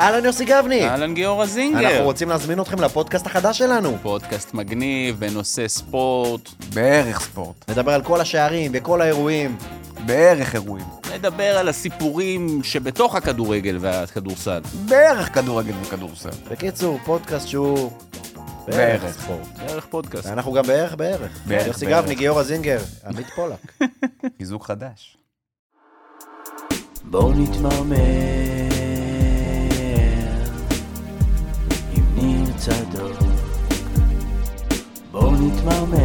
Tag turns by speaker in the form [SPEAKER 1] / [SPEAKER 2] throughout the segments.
[SPEAKER 1] אהלן יוסי גבני.
[SPEAKER 2] אהלן גיאורה זינגר.
[SPEAKER 1] אנחנו רוצים להזמין אתכם לפודקאסט החדש שלנו.
[SPEAKER 2] פודקאסט מגניב בנושא ספורט.
[SPEAKER 3] בערך ספורט,
[SPEAKER 1] נדבר על כל השערים וכל האירועים.
[SPEAKER 3] בערך אירועים,
[SPEAKER 2] נדבר על הסיפורים שבתוך הכדורגל והכדורסל.
[SPEAKER 3] בערך כדורגל וכדורסל.
[SPEAKER 1] בקיצור, פודקאסט שהוא...
[SPEAKER 3] בערך.
[SPEAKER 1] ספורט.
[SPEAKER 2] בערך פודקאסט.
[SPEAKER 1] אנחנו גם בערך בערך.
[SPEAKER 3] בערך,
[SPEAKER 1] יוסי
[SPEAKER 3] בערך.
[SPEAKER 1] גבני, גיורא זינגר, עמית פולק.
[SPEAKER 3] חיזוק חדש.
[SPEAKER 4] בואו נתמרמר עם ניר צדוק בואו נתמרמר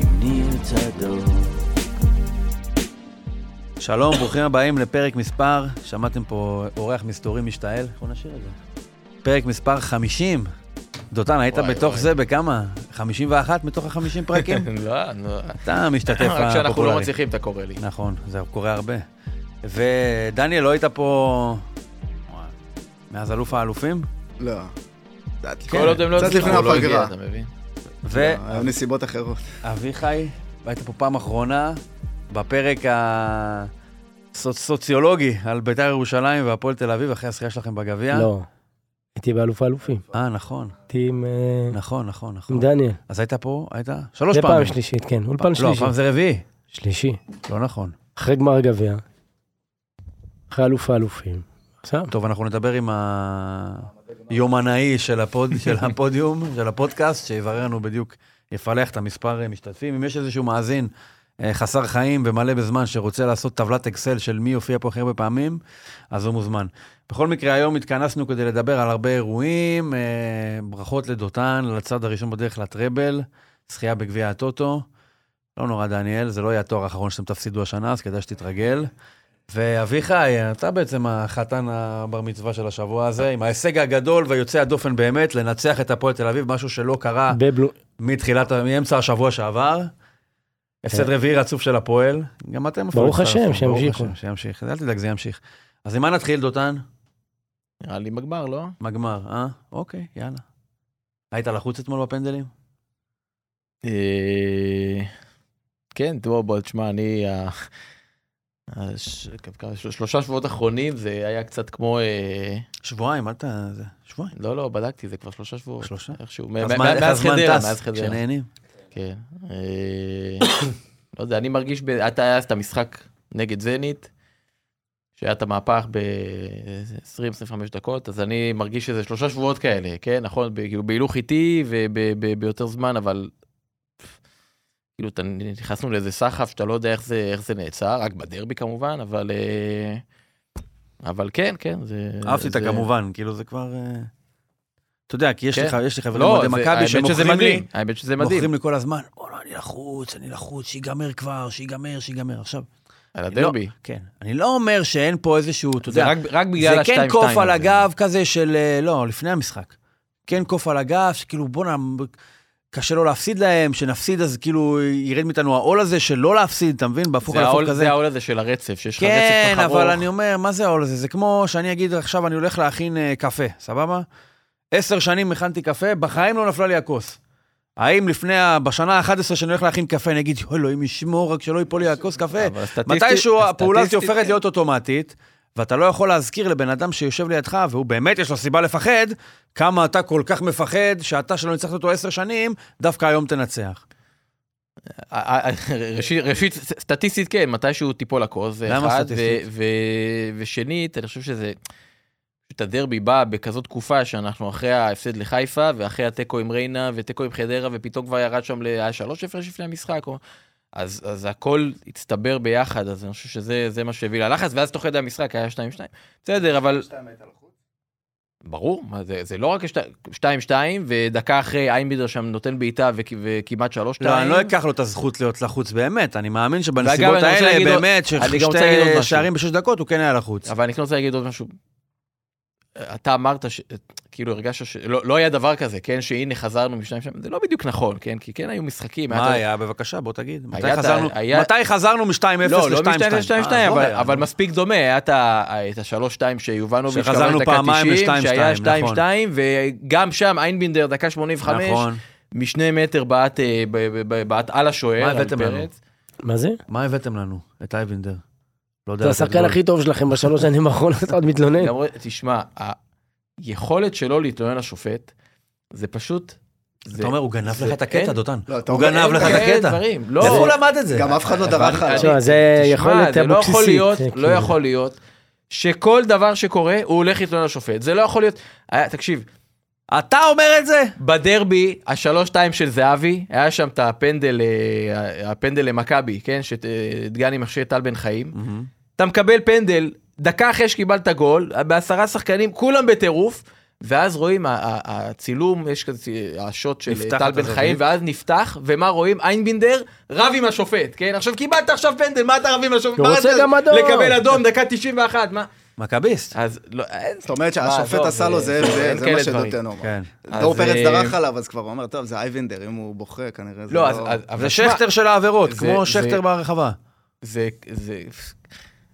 [SPEAKER 4] עם ניר צדוק
[SPEAKER 5] שלום, ברוכים הבאים לפרק מספר, שמעתם פה אורח מסתורי משתעל? בואו נשאיר את זה. פרק מספר 50. דותן, היית
[SPEAKER 6] וואי,
[SPEAKER 5] בתוך
[SPEAKER 6] וואי.
[SPEAKER 5] זה בכמה? 51 מתוך ה-50 פרקים?
[SPEAKER 6] לא, לא.
[SPEAKER 5] אתה משתתף
[SPEAKER 6] רק כשאנחנו לא
[SPEAKER 5] הפופולרי.
[SPEAKER 6] מצליחים אתה קורא לי.
[SPEAKER 5] נכון, זה קורה הרבה. ודניאל, לא היית פה מאז אלוף האלופים?
[SPEAKER 7] לא.
[SPEAKER 6] כל עוד הם לא
[SPEAKER 7] קצת
[SPEAKER 6] הצליחו,
[SPEAKER 7] לפני
[SPEAKER 6] הוא לא הגיע,
[SPEAKER 7] הפגרה.
[SPEAKER 6] אתה מבין?
[SPEAKER 7] אה, היו נסיבות אחרות.
[SPEAKER 5] ואביחי, היית פה פעם אחרונה בפרק הסוציולוגי על בית"ר ירושלים והפועל תל אביב, אחרי הזכייה שלכם בגביע.
[SPEAKER 8] לא. הייתי באלוף האלופים.
[SPEAKER 5] אה, נכון,
[SPEAKER 8] הייתי עם, אה,
[SPEAKER 5] נכון, נכון, נכון.
[SPEAKER 8] עם דניאל.
[SPEAKER 5] אז היית פה, היית? שלוש
[SPEAKER 8] זה
[SPEAKER 5] פעמים.
[SPEAKER 8] פעם שלישית, כן. אולפן
[SPEAKER 5] לא,
[SPEAKER 8] שלישי.
[SPEAKER 5] פעם זה רביעי.
[SPEAKER 8] שלישי.
[SPEAKER 5] לא נכון.
[SPEAKER 8] אחרי גמר הגביע. אחרי אלוף האלופים. עכשיו?
[SPEAKER 5] טוב, אנחנו נדבר עם היומנאי של, הפוד, של הפודיום, של הפודקאסט, שיברר לנו בדיוק, יפלח את המספר אה, משתתפים. אם יש איזשהו מאזין אה, חסר חיים ומלא בזמן שרוצה לעשות טבלת אקסל של מי יופיע פה הכי הרבה פעמים, אז הוא מוזמן. בכל מקרה, היום התכנסנו כדי לדבר על הרבה אירועים. אה, ברכות לדותן, לצד הראשון בדרך לטראבל, זכייה בגביע הטוטו. לא נורא, דניאל, זה לא יהיה התואר האחרון שאתם תפסידו השנה, אז כדאי שתתרגל. ואביחי, אתה בעצם החתן הבר מצווה של השבוע הזה, עם ההישג הגדול ויוצא הדופן באמת, לנצח את הפועל תל אביב, משהו שלא קרה
[SPEAKER 8] בבלו...
[SPEAKER 5] מתחילת, ה- מאמצע השבוע שעבר. הפסד רביעי רצוף של הפועל. גם אתם אפילו
[SPEAKER 8] כן. ברוך
[SPEAKER 5] הצטרפתם,
[SPEAKER 8] השם,
[SPEAKER 5] ברוך
[SPEAKER 8] שימשיכו.
[SPEAKER 5] השם, שימשיך, אל תדאג, זה ימשיך. אז עם מה נתחיל, דותן?
[SPEAKER 6] נראה לי בגמר, לא?
[SPEAKER 5] מגמר, אה? אוקיי, יאללה. היית לחוץ אתמול בפנדלים?
[SPEAKER 6] אה, כן, בוא, בוא, תשמע, אני... ה- הש- כמה- של- שלושה שבועות אחרונים זה היה קצת כמו... אה,
[SPEAKER 5] שבועיים, אל ת... זה- שבועיים.
[SPEAKER 6] לא, לא, בדקתי, זה כבר שלושה שבועות.
[SPEAKER 5] שלושה?
[SPEAKER 6] איכשהו,
[SPEAKER 5] איך
[SPEAKER 6] מ-
[SPEAKER 5] הזמן-
[SPEAKER 6] מ-
[SPEAKER 5] איך
[SPEAKER 6] מאז
[SPEAKER 5] הזמן
[SPEAKER 6] חדרה,
[SPEAKER 5] טס
[SPEAKER 6] מאז חדרה.
[SPEAKER 5] כשנהנים.
[SPEAKER 6] כן. אה, לא יודע, אני מרגיש, ב- אתה היה אז את המשחק נגד זנית, שהיה את המהפך ב-20-25 דקות, אז אני מרגיש שזה שלושה שבועות כאלה, כן, נכון, ב- כאילו בהילוך איטי וביותר זמן, אבל... כאילו, אתה- נכנסנו לאיזה סחף שאתה לא יודע איך זה, איך זה נעצר, רק בדרבי כמובן, אבל... אה, אבל כן, כן, זה...
[SPEAKER 5] אהבתי את
[SPEAKER 6] זה-
[SPEAKER 5] הכמובן, כאילו זה כבר... אה, אתה יודע, כי יש
[SPEAKER 6] כן.
[SPEAKER 5] לי ח- יש לי חברים
[SPEAKER 6] לא,
[SPEAKER 5] אוהדי
[SPEAKER 6] זה-
[SPEAKER 5] מכבי
[SPEAKER 6] האמת שזה
[SPEAKER 5] שמוכרים לי,
[SPEAKER 6] מדהים, האמת שזה מדהים.
[SPEAKER 5] מוכרים לי כל הזמן, בוא'נה, אני לחוץ, אני לחוץ, שיגמר כבר, שיגמר, שיגמר. עכשיו,
[SPEAKER 6] על הדרבי.
[SPEAKER 5] כן, אני לא אומר שאין פה איזשהו, אתה
[SPEAKER 6] זה
[SPEAKER 5] יודע,
[SPEAKER 6] רק, רק בגלל
[SPEAKER 5] זה
[SPEAKER 6] השתיים
[SPEAKER 5] כן
[SPEAKER 6] שתיים.
[SPEAKER 5] קוף על
[SPEAKER 6] הזה.
[SPEAKER 5] הגב כזה של, אה, לא, לפני המשחק. כן קוף על הגב, שכאילו, בוא'נה, קשה לא להפסיד להם, שנפסיד אז כאילו ירד מאיתנו העול הזה של לא להפסיד, אתה מבין? בהפוך
[SPEAKER 6] זה
[SPEAKER 5] על הפוך
[SPEAKER 6] העול-
[SPEAKER 5] כזה.
[SPEAKER 6] זה העול הזה של הרצף, שיש לך רצף
[SPEAKER 5] כן,
[SPEAKER 6] כל כך ארוך.
[SPEAKER 5] אבל אני אומר, מה זה העול הזה? זה כמו שאני אגיד עכשיו, אני הולך להכין אה, קפה, סבבה? עשר שנים הכנתי קפה, בחיים לא נפלה לי הכוס. האם לפני, ה- בשנה ה-11 שאני הולך להכין קפה, אני אגיד, "יואו, אלוהים ישמור, רק שלא ייפול לי הכוס קפה?
[SPEAKER 6] אבל הסטטיסטית-
[SPEAKER 5] מתישהו הפעולה הזאת
[SPEAKER 6] הסטטיסטית-
[SPEAKER 5] הופכת להיות אוטומטית, ואתה לא יכול להזכיר לבן אדם שיושב לידך, והוא באמת יש לו סיבה לפחד, כמה אתה כל כך מפחד, שאתה שלא ניצחת אותו עשר שנים, דווקא היום תנצח.
[SPEAKER 6] א- א- ראשית- אה, ראשית, ס- סטטיסטית כן, מתישהו תיפול הכוס, זה
[SPEAKER 5] למה
[SPEAKER 6] אחד.
[SPEAKER 5] סטטיסטית?
[SPEAKER 6] ו- ו- ושנית, אני חושב שזה... פשוט הדרבי בא בכזאת תקופה שאנחנו אחרי ההפסד לחיפה, ואחרי התיקו עם ריינה, ותיקו עם חדרה, ופתאום כבר ירד שם, ל- היה שלוש הפרש לפני המשחק. או... אז, אז הכל הצטבר ביחד, אז אני חושב שזה זה מה שהביא ללחץ, ואז תוך כדי המשחק היה 2-2. בסדר, אבל... ברור, מה זה, זה לא רק 2-2, ודקה אחרי איינבידר שם נותן בעיטה וכ- וכמעט 3-2.
[SPEAKER 5] לא, אני לא אקח לו את הזכות להיות לחוץ באמת, אני מאמין
[SPEAKER 6] ואגב,
[SPEAKER 5] שבנסיבות
[SPEAKER 6] אני רוצה
[SPEAKER 5] האלה,
[SPEAKER 6] להגיד עוד-
[SPEAKER 5] באמת,
[SPEAKER 6] אני גם רוצה להגיד עוד
[SPEAKER 5] ששתי
[SPEAKER 6] משהו.
[SPEAKER 5] שערים בשש דקות, הוא כן היה לחוץ.
[SPEAKER 6] אבל אני כן רוצה להגיד עוד משהו. אתה אמרת, ש... כאילו הרגשת שלא לא היה דבר כזה, כן? שהנה חזרנו משניים שם, זה לא בדיוק נכון, כן? כי כן היו משחקים.
[SPEAKER 5] מה היה? בבקשה, בוא תגיד. מתי
[SPEAKER 6] היה את ה-
[SPEAKER 5] חזרנו-
[SPEAKER 6] היה-
[SPEAKER 5] מתי חזרנו מ-2-0 ל-2-2?
[SPEAKER 6] לא, לא משתיים
[SPEAKER 5] אה,
[SPEAKER 6] לשתיים שתיים, אבל- אבל
[SPEAKER 5] מספיק.
[SPEAKER 6] מספיק דומה, היה את ה- את השלוש שתיים שיובנוביץ' קבע
[SPEAKER 5] שחזרנו
[SPEAKER 6] דקה
[SPEAKER 5] פעמיים
[SPEAKER 6] 90,
[SPEAKER 5] לשתיים
[SPEAKER 6] שהיה
[SPEAKER 5] שתיים,
[SPEAKER 6] שתיים
[SPEAKER 5] נכון.
[SPEAKER 6] שתיים, וגם שם איינבינדר דקה 85,
[SPEAKER 5] נכון.
[SPEAKER 6] משני מטר בעט אה, ב- ב- ב- בעט על השוער,
[SPEAKER 5] מה
[SPEAKER 6] על
[SPEAKER 5] הבאתם לנו?
[SPEAKER 6] פרץ.
[SPEAKER 8] מה זה?
[SPEAKER 5] מה הבאתם לנו? את אייבינדר. לא יודע
[SPEAKER 8] זה
[SPEAKER 5] לתת
[SPEAKER 8] השחקן
[SPEAKER 5] גול.
[SPEAKER 8] הכי טוב שלכם בשלוש שנים האחרונות, אתה עוד מתלונן.
[SPEAKER 6] גם רואה- תשמע, היכולת שלו להתלונן לשופט, זה פשוט... זה-
[SPEAKER 5] אתה אומר, הוא גנב
[SPEAKER 6] זה-
[SPEAKER 5] לך את
[SPEAKER 6] אין-
[SPEAKER 5] הקטע, דודן.
[SPEAKER 7] לא, אתה
[SPEAKER 5] הוא
[SPEAKER 7] אומר,
[SPEAKER 5] גנב
[SPEAKER 6] אין
[SPEAKER 5] לך את
[SPEAKER 6] כאלה
[SPEAKER 5] הקטע.
[SPEAKER 6] דברים. לא,
[SPEAKER 5] איפה הוא למד את זה?
[SPEAKER 7] גם אף אחד לא דרך עליו.
[SPEAKER 8] תשמע, זה
[SPEAKER 6] תשמע,
[SPEAKER 8] יכולת
[SPEAKER 6] זה לא יכול
[SPEAKER 8] אבוקסיסית.
[SPEAKER 6] להיות,
[SPEAKER 8] זה
[SPEAKER 6] לא
[SPEAKER 8] כאילו-
[SPEAKER 6] יכול להיות, שכל דבר שקורה, הוא הולך להתלונן לשופט. זה לא יכול להיות... היה- תקשיב,
[SPEAKER 5] אתה אומר את זה?
[SPEAKER 6] בדרבי, השלוש-שתיים של זהבי, היה שם את הפנדל, אה, הפנדל למכבי, כן? שדגני מכשיר טל בן חיים. אתה מקבל פנדל, דקה אחרי שקיבלת גול, בעשרה שחקנים, כולם בטירוף, ואז רואים ה- ה- הצילום, יש כזה השוט של
[SPEAKER 5] נפתחת
[SPEAKER 6] טל בן
[SPEAKER 5] הזווית.
[SPEAKER 6] חיים, ואז נפתח, ומה רואים? איינבינדר רב עם השופט, כן? עכשיו קיבלת עכשיו פנדל, מה אתה רב עם השופט?
[SPEAKER 8] הוא
[SPEAKER 6] מה
[SPEAKER 8] רוצה
[SPEAKER 6] אתה-
[SPEAKER 8] גם אדום.
[SPEAKER 6] לקבל אדום, דקה 91, מה?
[SPEAKER 5] מכביסט.
[SPEAKER 6] אז לא, אין-
[SPEAKER 7] זאת אומרת
[SPEAKER 6] אה,
[SPEAKER 7] שהשופט
[SPEAKER 6] טוב,
[SPEAKER 7] עשה לו
[SPEAKER 6] זה-
[SPEAKER 7] זה,
[SPEAKER 6] אין
[SPEAKER 7] זה זה
[SPEAKER 6] כאלה
[SPEAKER 7] מה
[SPEAKER 6] דברים.
[SPEAKER 7] שדותן אומר.
[SPEAKER 5] כן.
[SPEAKER 7] דור
[SPEAKER 6] אז,
[SPEAKER 7] פרץ
[SPEAKER 6] אה,
[SPEAKER 7] דרך עליו, אז כבר הוא אומר, טוב, זה אייבנדר, אם הוא בוכה, כנראה זה
[SPEAKER 6] לא,
[SPEAKER 7] לא...
[SPEAKER 6] אז... אז- אבל
[SPEAKER 5] זה
[SPEAKER 6] שמע,
[SPEAKER 5] שכטר של העבירות,
[SPEAKER 6] זה-
[SPEAKER 5] כמו
[SPEAKER 6] זה-
[SPEAKER 5] שכטר ברחבה.
[SPEAKER 6] זה, זה,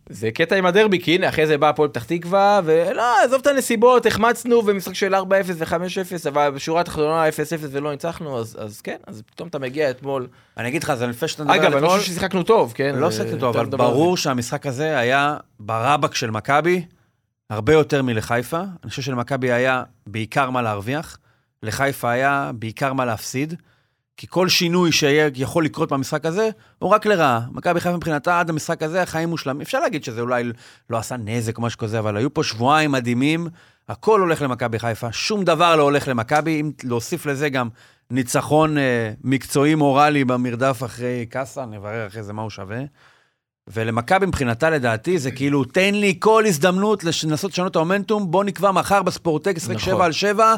[SPEAKER 6] זה קטע עם הדרבי, כי הנה, אחרי זה בא הפועל פתח תקווה, ולא, עזוב את הנסיבות, החמצנו, ומשחק של 4-0 ו-5-0, אבל בשורה התחתונה 0-0 ולא ניצחנו, אז, אז כן, אז פתאום אתה מגיע אתמול.
[SPEAKER 5] אני אגיד לך, זה לפני שאתה מדבר
[SPEAKER 6] אגב,
[SPEAKER 5] על
[SPEAKER 6] אני
[SPEAKER 5] אתמול,
[SPEAKER 6] חושב ששיחקנו טוב, כן?
[SPEAKER 5] לא
[SPEAKER 6] זה-
[SPEAKER 5] עשיתי אותו,
[SPEAKER 6] תכף
[SPEAKER 5] אבל
[SPEAKER 6] נדבר על זה.
[SPEAKER 5] ברור שהמשחק הזה היה ברבק של מכבי, הרבה יותר מלחיפה. אני חושב שלמכבי היה בעיקר מה להרוויח, לחיפה היה בעיקר מה להפסיד, כי כל שינוי שיכול לקרות במשחק הזה, הוא רק לרעה. מכבי חיפה מבחינתה, עד המשחק הזה, החיים מושלמים. אפשר להגיד שזה אולי לא עשה נזק או משהו כזה, אבל היו פה שבועיים מדהימים, הכל הולך למכבי חיפה, שום דבר לא הולך למכבי. אם להוסיף לזה גם ניצחון אה, מקצועי מורלי במרדף אחרי קאסה, נברר אחרי זה מה הוא שווה. ולמכבי מבחינתה, לדעתי, זה כאילו, תן לי כל הזדמנות לש- לנסות לשנות את המומנטום, בוא נקבע מחר בספורטק, שחק
[SPEAKER 6] נכון.
[SPEAKER 5] שבע על שבע.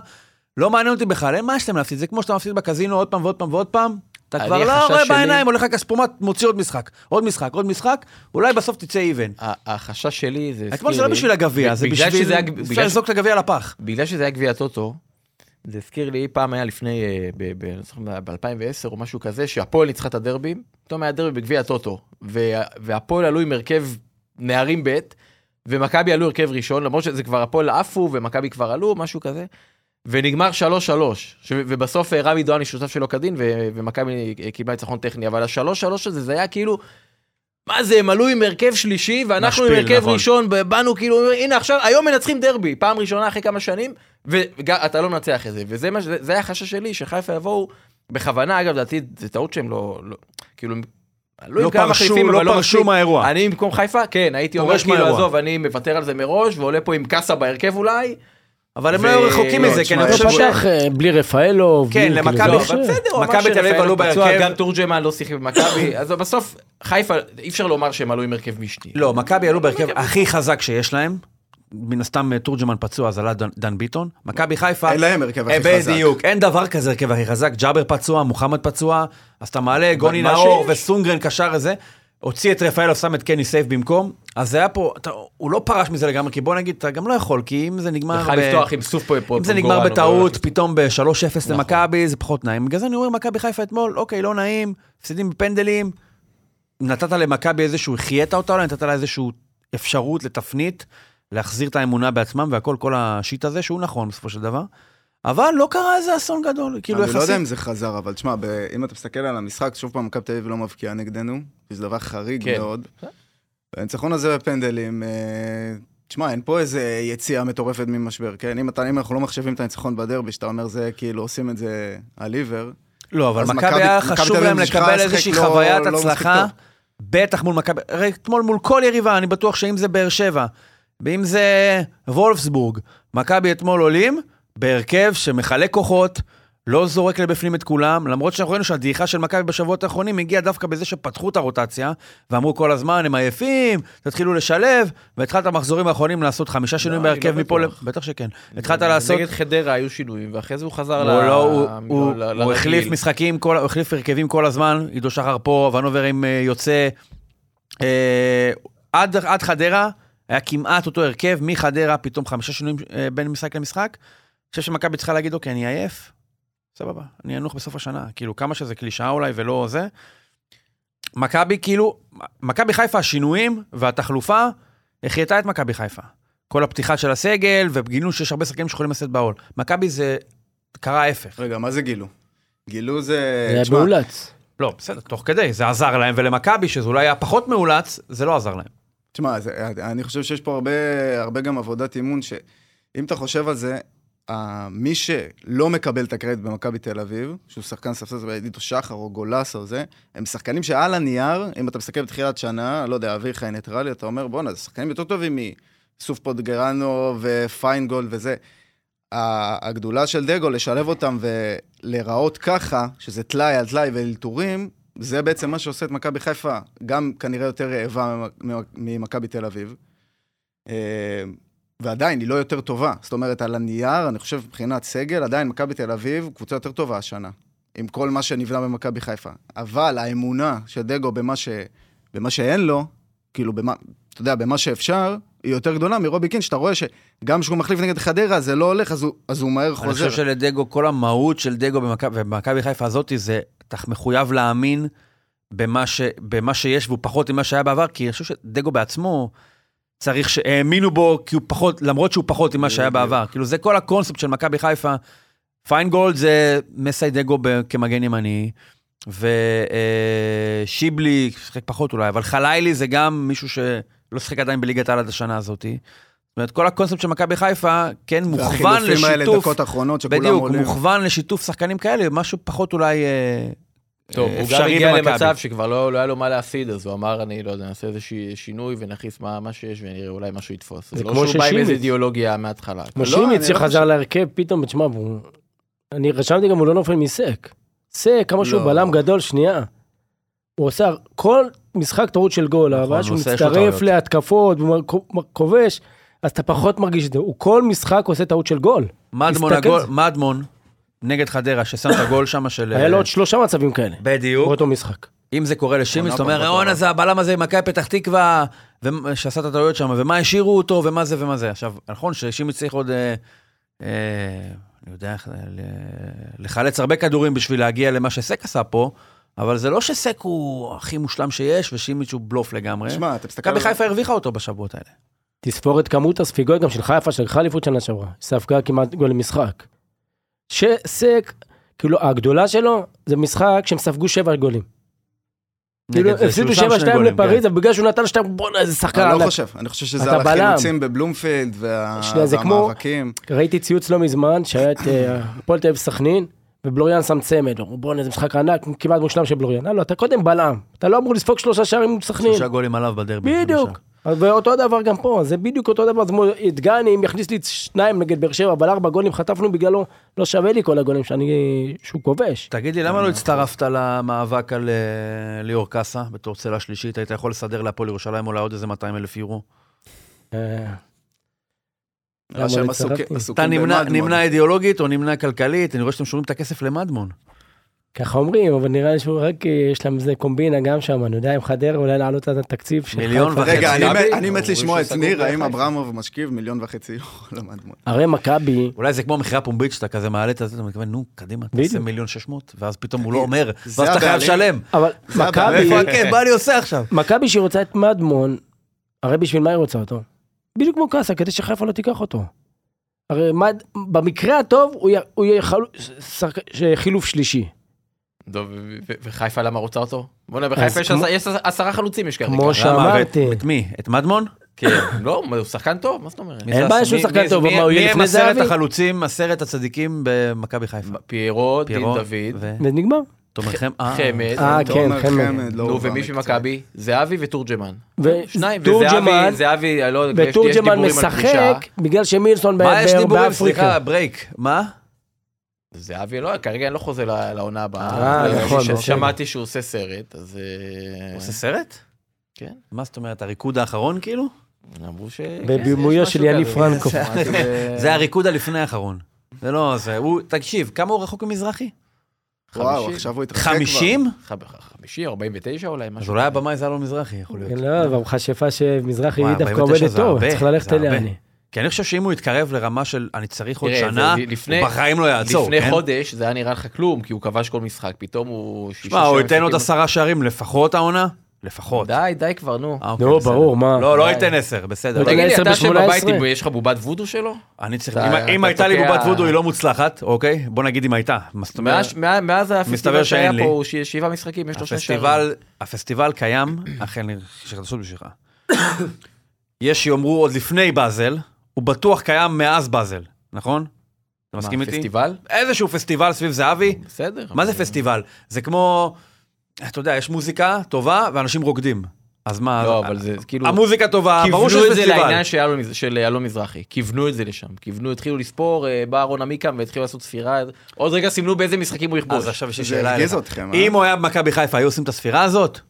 [SPEAKER 5] לא מעניין אותי בכלל, אין מה שאתם להפסיד, זה כמו שאתה מפסיד בקזינו עוד פעם ועוד פעם ועוד פעם. אתה
[SPEAKER 6] אני,
[SPEAKER 5] כבר לא
[SPEAKER 6] החשש
[SPEAKER 5] רואה
[SPEAKER 6] שלי-
[SPEAKER 5] בעיניים, הולך לכספומט, מוציא עוד משחק, עוד משחק, עוד משחק, אולי בסוף תצא איבן.
[SPEAKER 6] ה- החשש שלי זה...
[SPEAKER 5] אתמול
[SPEAKER 6] הזכיר
[SPEAKER 5] זה לא
[SPEAKER 6] לי-
[SPEAKER 5] בשביל הגביע, זה
[SPEAKER 6] בגלל
[SPEAKER 5] בשביל...
[SPEAKER 6] שזה היה-
[SPEAKER 5] אפשר
[SPEAKER 6] בגלל ש-
[SPEAKER 5] לזרוק את הגביע לפח.
[SPEAKER 6] בגלל שזה היה גביע הטוטו, זה הזכיר לי, פעם היה לפני, אה, לא ב-2010 או משהו כזה, שהפועל ניצחה את הדרבים, פתאום היה דרבי בגביע הטוטו, וה- והפועל עלו עם הרכב נערים ב', ומכבי עלו הרכב ראשון, למרות שזה כבר הפועל עפו, ומכבי כבר עלו, משהו כזה, ונגמר 3-3, ש- ובסוף אה, רמי דואני שותף שלא כדין, ו- ומכבי אה, קיבלה ניצחון טכני, אבל ה-3-3 הזה, זה היה כאילו... מה זה, הם עלו עם הרכב שלישי, ואנחנו
[SPEAKER 5] משפיל,
[SPEAKER 6] עם הרכב
[SPEAKER 5] נכון.
[SPEAKER 6] ראשון, באנו כאילו, הנה עכשיו, היום מנצחים דרבי, פעם ראשונה אחרי כמה שנים, ואתה לא מנצח את זה, וזה מה ש- זה היה החשש שלי, שחיפה יבואו בכוונה, אגב, לדעתי, זו טעות שהם לא, לא כאילו, הם עלו עם
[SPEAKER 5] לא
[SPEAKER 6] כמה
[SPEAKER 5] פרשו,
[SPEAKER 6] מחליפים,
[SPEAKER 5] לא
[SPEAKER 6] אבל
[SPEAKER 5] פרשו
[SPEAKER 6] מספיק.
[SPEAKER 5] מהאירוע.
[SPEAKER 6] אני במקום חיפה, כן, הייתי אומר,
[SPEAKER 5] פורש
[SPEAKER 6] כאילו,
[SPEAKER 5] מהאירוע.
[SPEAKER 6] עזוב, אני מוותר על זה מראש, ועולה פה עם קאסה בהרכב אולי,
[SPEAKER 5] אבל הם
[SPEAKER 6] ו-
[SPEAKER 5] לא היו רחוקים
[SPEAKER 6] לא,
[SPEAKER 5] מזה, כי
[SPEAKER 7] תשמע,
[SPEAKER 5] אני
[SPEAKER 8] לא
[SPEAKER 5] חושב ש...
[SPEAKER 8] פתח אה, בלי רפאלוב.
[SPEAKER 5] כן,
[SPEAKER 8] בלי-
[SPEAKER 5] למכבי
[SPEAKER 8] כאילו,
[SPEAKER 5] לא,
[SPEAKER 8] זה
[SPEAKER 5] אבל
[SPEAKER 8] לא-
[SPEAKER 5] בסדר.
[SPEAKER 6] בסדר, הוא אמר
[SPEAKER 5] מכבי תל אביב
[SPEAKER 6] שרפאלוב
[SPEAKER 5] עלו
[SPEAKER 6] פצוע,
[SPEAKER 5] בהרכב.
[SPEAKER 6] גם תורג'מן לא שיחק במכבי, אז בסוף חיפה, אי אפשר לומר שהם עלו עם הרכב משני.
[SPEAKER 5] לא, מכבי עלו בהרכב הכי חזק שיש להם. מן הסתם אה, תורג'מן פצוע, אז עלה דן- דן ביטון. מכבי חיפה...
[SPEAKER 7] אין להם הרכב
[SPEAKER 5] אה,
[SPEAKER 7] הכי חזק.
[SPEAKER 5] בדיוק, אין דבר כזה הרכב הכי חזק. ג'אבר פצוע, מוחמד פצוע, אז אתה מעלה גוני
[SPEAKER 6] מה
[SPEAKER 5] נאור
[SPEAKER 6] שיש.
[SPEAKER 5] וסונגרן קשר וזה. הוציא את רפאלוב, שם את קני סייף במקום. אז זה היה פה, אתה, הוא לא פרש מזה לגמרי, כי בוא נגיד, אתה גם לא יכול, כי אם זה נגמר...
[SPEAKER 6] יכל
[SPEAKER 5] ב-
[SPEAKER 6] לפתוח עם סוף פה, פה,
[SPEAKER 5] אם זה
[SPEAKER 6] פה,
[SPEAKER 5] נגמר
[SPEAKER 6] גורנו,
[SPEAKER 5] בטעות,
[SPEAKER 6] ולא-
[SPEAKER 5] פתאום ב-3-0 למכבי, זה פחות נעים. בגלל זה אני אומר, מכבי חיפה אתמול, אוקיי, לא נעים, מפסידים בפנדלים. נתת למכבי איזשהו, חיית אותה אולי, נתת לה איזשהו אפשרות לתפנית, להחזיר את האמונה בעצמם והכל, כל השיט הזה, שהוא נכון בסופו של דבר. אבל לא קרה איזה אסון גדול, כאילו
[SPEAKER 7] אני לא יודע אם
[SPEAKER 5] יחסית.
[SPEAKER 7] זה חזר, אבל תשמע, ב- אם אתה מסתכל על המשחק, שוב פעם, מכבי תל אביב לא מבקיעה נגדנו, שזה דבר
[SPEAKER 6] כן.
[SPEAKER 7] חריג מאוד. הניצחון הזה בפנדלים, אה, תשמע, אין פה איזה יציאה מטורפת ממשבר, כן? אם אתה- אם אנחנו לא מחשבים את הניצחון בדרבי, שאתה אומר זה, כאילו עושים את זה על עיוור,
[SPEAKER 5] לא, אבל
[SPEAKER 7] אז
[SPEAKER 5] מכבי
[SPEAKER 7] מכבי-
[SPEAKER 5] היה
[SPEAKER 7] מכבי
[SPEAKER 5] חשוב
[SPEAKER 7] תל אביב
[SPEAKER 5] להם
[SPEAKER 7] משחק
[SPEAKER 5] לקבל איזושהי
[SPEAKER 7] לא-
[SPEAKER 5] חוויית
[SPEAKER 7] לא מספיק
[SPEAKER 5] הצלחה,
[SPEAKER 7] טוב.
[SPEAKER 5] בטח מול מכבי, הרי אתמול מול כל יריבה, אני בטוח שאם זה באר שבע, ואם זה וולפסבורג, מכבי אתמול עולים בהרכב שמחלק כוחות, לא זורק לבפנים את כולם, למרות שאנחנו ראינו שהדעיכה של מכבי בשבועות האחרונים הגיעה דווקא בזה שפתחו את הרוטציה, ואמרו כל הזמן, הם עייפים, תתחילו לשלב, והתחלת במחזורים האחרונים לעשות חמישה שינויים
[SPEAKER 6] אני לא
[SPEAKER 5] בהרכב מפה,
[SPEAKER 6] בטוח.
[SPEAKER 5] ל- בטח שכן, התחלת
[SPEAKER 7] לא-
[SPEAKER 5] לעשות...
[SPEAKER 6] נגד חדרה היו שינויים, ואחרי זה הוא חזר
[SPEAKER 5] הוא
[SPEAKER 6] ל...
[SPEAKER 5] לא, הוא-
[SPEAKER 6] ל-
[SPEAKER 5] הוא-
[SPEAKER 6] ל-
[SPEAKER 5] הוא
[SPEAKER 6] לרגיל.
[SPEAKER 5] החליף משחקים, כל- הוא החליף הרכבים כל הזמן, עידו שחר פה, ונובר עם אה, יוצא. אה, עד עד חדרה היה כמעט אותו הרכב, מחדרה פתאום חמישה שינויים אה, בין משחק למשחק. אני חושב שמכבי צריכה להגיד, אוקיי, אני עייף, סבבה, אני אנוח בסוף השנה. כאילו, כמה שזה קלישאה אולי ולא זה. מכבי כאילו, מכבי חיפה, השינויים והתחלופה החייתה את מכבי חיפה. כל הפתיחה של הסגל, וגילו שיש הרבה שחקנים שיכולים לשאת בעול. מכבי זה קרה ההפך.
[SPEAKER 7] רגע, מה זה גילו? גילו זה...
[SPEAKER 8] זה היה
[SPEAKER 7] תשמע,
[SPEAKER 8] מאולץ.
[SPEAKER 5] לא, בסדר, תוך כדי, זה עזר להם, ולמכבי, שזה אולי היה פחות מאולץ, זה לא עזר להם.
[SPEAKER 7] תשמע, זה- אני חושב שיש פה הרבה, הרבה גם עבודת אימון, שאם אתה חושב על זה, ה- מי שלא מקבל את הקרדיט במכבי תל אביב, שהוא שחקן ספסל, זה ידידו שחר או גולסה או זה, הם שחקנים שעל הנייר, אם אתה מסתכל בתחילת שנה, לא יודע, אביחי ניטרלי, אתה אומר, בואנה, זה שחקנים יותר טובים מסוף פוטגרנו ופיינגולד וזה. ה- הגדולה של דגו, לשלב אותם ולהיראות ככה, שזה טלאי על טלאי ואלתורים, זה בעצם מה שעושה את מכבי חיפה, גם כנראה יותר רעבה ממ- ממכבי תל אביב. אה, ועדיין, היא לא יותר טובה. זאת אומרת, על הנייר, אני חושב, מבחינת סגל, עדיין מכבי תל אביב קבוצה יותר טובה השנה, עם כל מה שנבנה במכבי חיפה. אבל האמונה של דגו במה, ש... במה שאין לו, כאילו, במה, אתה יודע, במה שאפשר, היא יותר גדולה מרובי קין, שאתה רואה שגם כשהוא מחליף נגד חדרה, זה לא הולך, אז הוא, אז הוא מהר
[SPEAKER 5] אני
[SPEAKER 7] חוזר.
[SPEAKER 5] חושב שלדגו, כל המהות של דגו במכב- במכבי חיפה הזאתי, זה אתה מחויב להאמין במה, ש, במה שיש, והוא פחות ממה שהיה בעבר, כי אני חושב שדגו בעצמו צריך שהאמינו בו, כי הוא פחות, למרות שהוא פחות ממה שהיה בעבר. כאילו, זה כל הקונספט של מכבי חיפה. פיינגולד זה מסי דגו ב- כמגן ימני, ושיבלי, שיחק פחות אולי, אבל חלילי זה גם מישהו שלא שיחק עדיין בליגת העל עד השנה הזאתי. זאת אומרת, כל הקונספט של מכבי חיפה כן מוכוון לשיתוף.
[SPEAKER 7] החילופים האלה, דקות אחרונות שכולם
[SPEAKER 5] בדיוק, הוא
[SPEAKER 7] עולים.
[SPEAKER 5] מוכוון לשיתוף שחקנים כאלה, משהו פחות אולי אה,
[SPEAKER 6] טוב,
[SPEAKER 5] אה,
[SPEAKER 6] הוא גם
[SPEAKER 5] אפשרי
[SPEAKER 6] הגיע
[SPEAKER 5] במכבי.
[SPEAKER 6] למצב שכבר לא לא היה לו מה להפסיד, אז הוא אמר, אני לא יודע, נעשה איזה שינוי ונכניס מה מה שיש ונראה אולי משהו יתפוס.
[SPEAKER 8] זה
[SPEAKER 6] זה
[SPEAKER 8] כמו
[SPEAKER 6] לא שהוא בא עם
[SPEAKER 8] ששימיץ.
[SPEAKER 6] איזה אידיאולוגיה מההתחלה.
[SPEAKER 8] כמו
[SPEAKER 7] לא,
[SPEAKER 8] שימיץ
[SPEAKER 7] אני לא
[SPEAKER 8] שחזר להרכב, פתאום, תשמע, הוא- אני רשמתי גם הוא לא נופל מסק. סק, כמה שהוא
[SPEAKER 7] לא.
[SPEAKER 8] בלם גדול, שנייה. הוא עושה כל משחק טעות של גול,
[SPEAKER 5] נכון,
[SPEAKER 8] הבעיה
[SPEAKER 5] הוא
[SPEAKER 8] שהוא
[SPEAKER 5] עושה, יש לו
[SPEAKER 8] מצטרף
[SPEAKER 5] טעויות.
[SPEAKER 8] להתקפות, הוא מ- כובש, אז אתה פחות מרגיש את זה. הוא כל משחק עושה טעות של גול.
[SPEAKER 5] מדמון,
[SPEAKER 8] תסתכל.
[SPEAKER 5] הגול, מדמון, נגד חדרה, ששם את הגול שם של... אה,
[SPEAKER 8] היה לו עוד שלושה מצבים כאלה,
[SPEAKER 5] בדיוק.
[SPEAKER 8] באותו משחק.
[SPEAKER 5] אם זה קורה לשימיץ,
[SPEAKER 7] עונה
[SPEAKER 5] אתה אומר,
[SPEAKER 7] פחות
[SPEAKER 5] רעון
[SPEAKER 7] טובה."
[SPEAKER 5] הזה, הבלם הזה, מכבי פתח תקווה, ו- שעשה את הטעויות שם, ומה השאירו אותו, ומה זה ומה זה. עכשיו, נכון ששימיץ צריך עוד, אה, אה, אני יודע איך, אה, ל- לחלץ הרבה כדורים בשביל להגיע למה שסק עשה פה, אבל זה לא שסק הוא הכי מושלם שיש, ושימיץ הוא בלוף לגמרי.
[SPEAKER 7] תשמע, אתה מסתכל...
[SPEAKER 5] מכבי
[SPEAKER 7] על-
[SPEAKER 5] חיפה הרוויחה אותו בשבועות האלה.
[SPEAKER 8] תספור את כמות הספיגות גם של חיפה שלקחה אליפות שנה שעברה, ספגה כמעט גול למשחק. שסק, כאילו הגדולה שלו זה משחק שהם ספגו שבע גולים. כאילו
[SPEAKER 5] נגד זה,
[SPEAKER 8] הפסידו
[SPEAKER 5] שהוא שם
[SPEAKER 8] 7-2
[SPEAKER 5] שני גולים, כן.
[SPEAKER 8] לפריז, אבל בגלל שהוא נתן שתיים, בואנה איזה שחקן
[SPEAKER 7] אני לא
[SPEAKER 8] ענק.
[SPEAKER 7] חושב, אני חושב שזה
[SPEAKER 8] אתה
[SPEAKER 7] על
[SPEAKER 8] בלם.
[SPEAKER 7] החילוצים בבלומפילד וה-
[SPEAKER 8] שנייה, זה כמו-
[SPEAKER 7] והמאבקים.
[SPEAKER 8] ראיתי ציוץ לא מזמן שהיה את אה, הפועל תל אביב סכנין, ובלוריאן שם צמד, אמרו בואנה איזה משחק ענק, כמעט מושלם של בלוריאן. הלו, אתה קודם בלם, אתה לא אמור לספוג שלושה שערים מול
[SPEAKER 5] כן.
[SPEAKER 8] סכנין.
[SPEAKER 5] שלושה גולים עליו בדרבי.
[SPEAKER 8] בדיוק. אז ואותו דבר גם פה, זה בדיוק אותו דבר, זה כמו דגני, אם יכניס לי שניים נגד באר שבע, אבל ארבע גולים חטפנו בגללו, לא שווה לי כל הגולים שאני, שהוא כובש.
[SPEAKER 5] תגיד לי, למה לא הצטרפת למאבק על אה, ליאור קאסה בתור צלע שלישית? היית יכול לסדר להפועל ירושלים אולי עוד איזה 200 אלף יורו?
[SPEAKER 8] אה,
[SPEAKER 7] אבל שהם
[SPEAKER 8] למה לא
[SPEAKER 7] עסוק-
[SPEAKER 8] הצטרפתי?
[SPEAKER 7] עסוקים
[SPEAKER 5] אתה נמנע-
[SPEAKER 7] במדמון.
[SPEAKER 5] נמנע אידיאולוגית או נמנע כלכלית? אני רואה שאתם שומרים את הכסף למדמון.
[SPEAKER 8] ככה אומרים, אבל נראה לי שהוא רק, אה, יש להם איזה קומבינה גם שם, אני יודע, עם חדרה, אולי להעלות את התקציב של
[SPEAKER 5] מיליון
[SPEAKER 8] חיפה.
[SPEAKER 5] וחצי.
[SPEAKER 7] רגע, אני
[SPEAKER 5] מכבי?
[SPEAKER 7] מת- אני מת
[SPEAKER 6] אומרים
[SPEAKER 7] לשמוע
[SPEAKER 5] אוקיי.
[SPEAKER 7] את
[SPEAKER 6] שסגור
[SPEAKER 7] ניר, האם
[SPEAKER 6] בחיפה.
[SPEAKER 7] אברמוב משכיב מיליון וחצי יורו למדמון.
[SPEAKER 8] הרי מכבי,
[SPEAKER 5] אולי זה כמו מכירה פומבית שאתה כזה מעלה את זה, אתה מתכוון, נו, קדימה, תעשה
[SPEAKER 8] בדיוק.
[SPEAKER 5] מיליון שש מאות, ואז פתאום הוא לא אומר,
[SPEAKER 7] זה
[SPEAKER 5] ואז אתה חייב
[SPEAKER 7] הבעלים?
[SPEAKER 5] לשלם.
[SPEAKER 8] אבל
[SPEAKER 7] זה
[SPEAKER 8] מכבי,
[SPEAKER 5] איפה הכיף? מה אני עושה עכשיו?
[SPEAKER 8] מכבי שהיא רוצה את מדמון, הרי בשביל מה היא רוצה אותו? בדיוק כמו קאסה, כדי שחיפה לא תיקח אותו. הרי מד... במקרה הטוב הוא יהיה- הוא יהיה חל... שחק- ש- חילוף שלישי.
[SPEAKER 6] טוב, ו- ו- ו- וחיפה למה רוצה אותו? בוא'נה, בחיפה יש
[SPEAKER 8] כמו-
[SPEAKER 6] עש- יש עשרה חלוצים יש כרגע.
[SPEAKER 8] כמו שאמרתי,
[SPEAKER 5] למה? את מי? את מדמון?
[SPEAKER 6] כן, לא, הוא שחקן טוב, מה זאת אומרת?
[SPEAKER 5] מי זה-
[SPEAKER 8] בעיה שהוא
[SPEAKER 5] מי-
[SPEAKER 8] שחקן
[SPEAKER 5] מי-
[SPEAKER 8] טוב,
[SPEAKER 5] מי-
[SPEAKER 8] אבל הוא יהיה
[SPEAKER 5] מי הם
[SPEAKER 8] לפני
[SPEAKER 5] עשרת
[SPEAKER 8] זהבי?
[SPEAKER 5] החלוצים, עשרת הצדיקים במכבי חיפה?
[SPEAKER 6] פיירו, דין
[SPEAKER 5] פירו
[SPEAKER 6] דוד,
[SPEAKER 5] ו-
[SPEAKER 8] ונגמר.
[SPEAKER 5] תומר חמד. אה.
[SPEAKER 6] חמד,
[SPEAKER 8] אה, כן,
[SPEAKER 7] תומר
[SPEAKER 8] חמד.
[SPEAKER 7] חמד, לא
[SPEAKER 6] נו,
[SPEAKER 7] הובא
[SPEAKER 6] ומי של
[SPEAKER 7] מקצועי.
[SPEAKER 6] מכבי? זהבי וטורג'מן. שניים,
[SPEAKER 8] ותורג'מן,
[SPEAKER 6] וזהבי, זהבי, אני לא יודע, יש- יש
[SPEAKER 8] ותורג'מן
[SPEAKER 6] דיבורים על פרישה.
[SPEAKER 8] משחק בגלל שמילסון ב-
[SPEAKER 5] מה יש
[SPEAKER 8] ב-
[SPEAKER 5] דיבורים?
[SPEAKER 8] באפריקה.
[SPEAKER 5] סליחה, ברייק. מה?
[SPEAKER 6] זהבי לא, כרגע אני לא חוזר ל- לעונה הבאה.
[SPEAKER 8] אה,
[SPEAKER 6] אבל
[SPEAKER 8] נכון,
[SPEAKER 6] ש-
[SPEAKER 8] אוקיי.
[SPEAKER 6] שמעתי שהוא עושה סרט, אז... אה,
[SPEAKER 5] הוא עושה סרט?
[SPEAKER 6] כן.
[SPEAKER 5] מה זאת אומרת, הריקוד האחרון כאילו?
[SPEAKER 6] אמרו ש...
[SPEAKER 8] בבימויו
[SPEAKER 6] יש
[SPEAKER 8] של
[SPEAKER 6] משהו
[SPEAKER 8] יניב
[SPEAKER 6] כזה.
[SPEAKER 8] פרנקו.
[SPEAKER 6] שמעתי ב-
[SPEAKER 5] זה הריקוד הלפני האחרון. זה לא, זה, הוא, תקשיב, כמה הוא רחוק ממזרחי?
[SPEAKER 7] וואו,
[SPEAKER 6] חמישים.
[SPEAKER 7] עכשיו הוא התרחק כבר.
[SPEAKER 5] 50?
[SPEAKER 6] חב- 50, 49 אולי,
[SPEAKER 5] אז
[SPEAKER 6] משהו.
[SPEAKER 5] אולי הבמאי זה אלון מזרחי, יכול להיות.
[SPEAKER 6] כן.
[SPEAKER 8] לא, אבל חשפה שמזרחי
[SPEAKER 5] וואי,
[SPEAKER 8] דווקא
[SPEAKER 5] 49
[SPEAKER 8] עובדת
[SPEAKER 5] זה
[SPEAKER 8] טוב,
[SPEAKER 5] הרבה,
[SPEAKER 8] צריך ללכת
[SPEAKER 5] זה
[SPEAKER 8] אליה.
[SPEAKER 5] הרבה.
[SPEAKER 8] אני.
[SPEAKER 5] כי אני חושב שאם הוא יתקרב לרמה של אני צריך עוד
[SPEAKER 6] תראה, זה
[SPEAKER 5] שנה,
[SPEAKER 6] ל- לפני-
[SPEAKER 5] הוא בחיים לא יעצור,
[SPEAKER 6] לפני
[SPEAKER 5] כן?
[SPEAKER 6] חודש זה היה נראה לך כלום, כי הוא כבש כל משחק, פתאום הוא... שישה,
[SPEAKER 5] מה, הוא
[SPEAKER 6] שבעה
[SPEAKER 5] ייתן עוד
[SPEAKER 6] משחקים.
[SPEAKER 5] עשרה שערים לפחות העונה? לפחות.
[SPEAKER 6] די, די כבר, נו.
[SPEAKER 5] אה, אוקיי,
[SPEAKER 8] נו,
[SPEAKER 5] בסדר.
[SPEAKER 8] ברור, מה.
[SPEAKER 5] לא, לא
[SPEAKER 6] די.
[SPEAKER 5] ייתן עשר, בסדר. אוקיי.
[SPEAKER 8] הוא ייתן
[SPEAKER 6] תגיד לי,
[SPEAKER 8] עשר
[SPEAKER 6] אתה יושב
[SPEAKER 8] ב-
[SPEAKER 6] בבית,
[SPEAKER 8] 18?
[SPEAKER 6] עם- יש לך בובת וודו שלו?
[SPEAKER 5] אני צריך,
[SPEAKER 6] אתה-
[SPEAKER 5] אם-
[SPEAKER 6] אתה
[SPEAKER 5] אם הייתה לי
[SPEAKER 6] תוקע-
[SPEAKER 5] בובת וודו, היא לא מוצלחת, אוקיי? בוא נגיד אם הייתה. מה זאת אומרת?
[SPEAKER 6] מאז- מאז מאז
[SPEAKER 5] מסתבר
[SPEAKER 6] הפסטיבל שהיה
[SPEAKER 5] שאין לי.
[SPEAKER 6] פה, הוא ש- שבעה משחקים, יש לו שני שערים.
[SPEAKER 5] הפסטיבל, הפסטיבל קיים, אכן, יש לי חדשות בשבילך. יש שיאמרו עוד לפני באזל, הוא בטוח קיים מאז באזל, נכון? אתה מסכים
[SPEAKER 6] מה,
[SPEAKER 5] איתי?
[SPEAKER 6] פסטיבל? לא
[SPEAKER 5] איזשהו פסטיבל סביב זהבי.
[SPEAKER 6] בסדר.
[SPEAKER 5] מה
[SPEAKER 6] אבל-
[SPEAKER 5] זה פסטיבל? זה כמו, אתה יודע, יש מוזיקה טובה ואנשים רוקדים. אז מה,
[SPEAKER 6] לא, אבל זה כאילו...
[SPEAKER 5] המוזיקה טובה, ברור
[SPEAKER 6] כיוונו
[SPEAKER 5] שיש
[SPEAKER 6] את זה
[SPEAKER 5] פסטיבל.
[SPEAKER 6] לעניין של יהלום- של יהלום מזרחי, כיוונו את זה לשם, כיוונו, התחילו לספור, אה, בא אהרון עמיקם והתחילו לעשות ספירה, עוד רגע סימנו באיזה משחקים הוא יכבוש.
[SPEAKER 5] אז עכשיו יש לי
[SPEAKER 7] זה
[SPEAKER 5] שאלה
[SPEAKER 7] הרגיז
[SPEAKER 5] אליך.
[SPEAKER 7] אתכם, אה?
[SPEAKER 5] אם הוא היה במכבי חיפה, היו עושים את הספירה הזאת?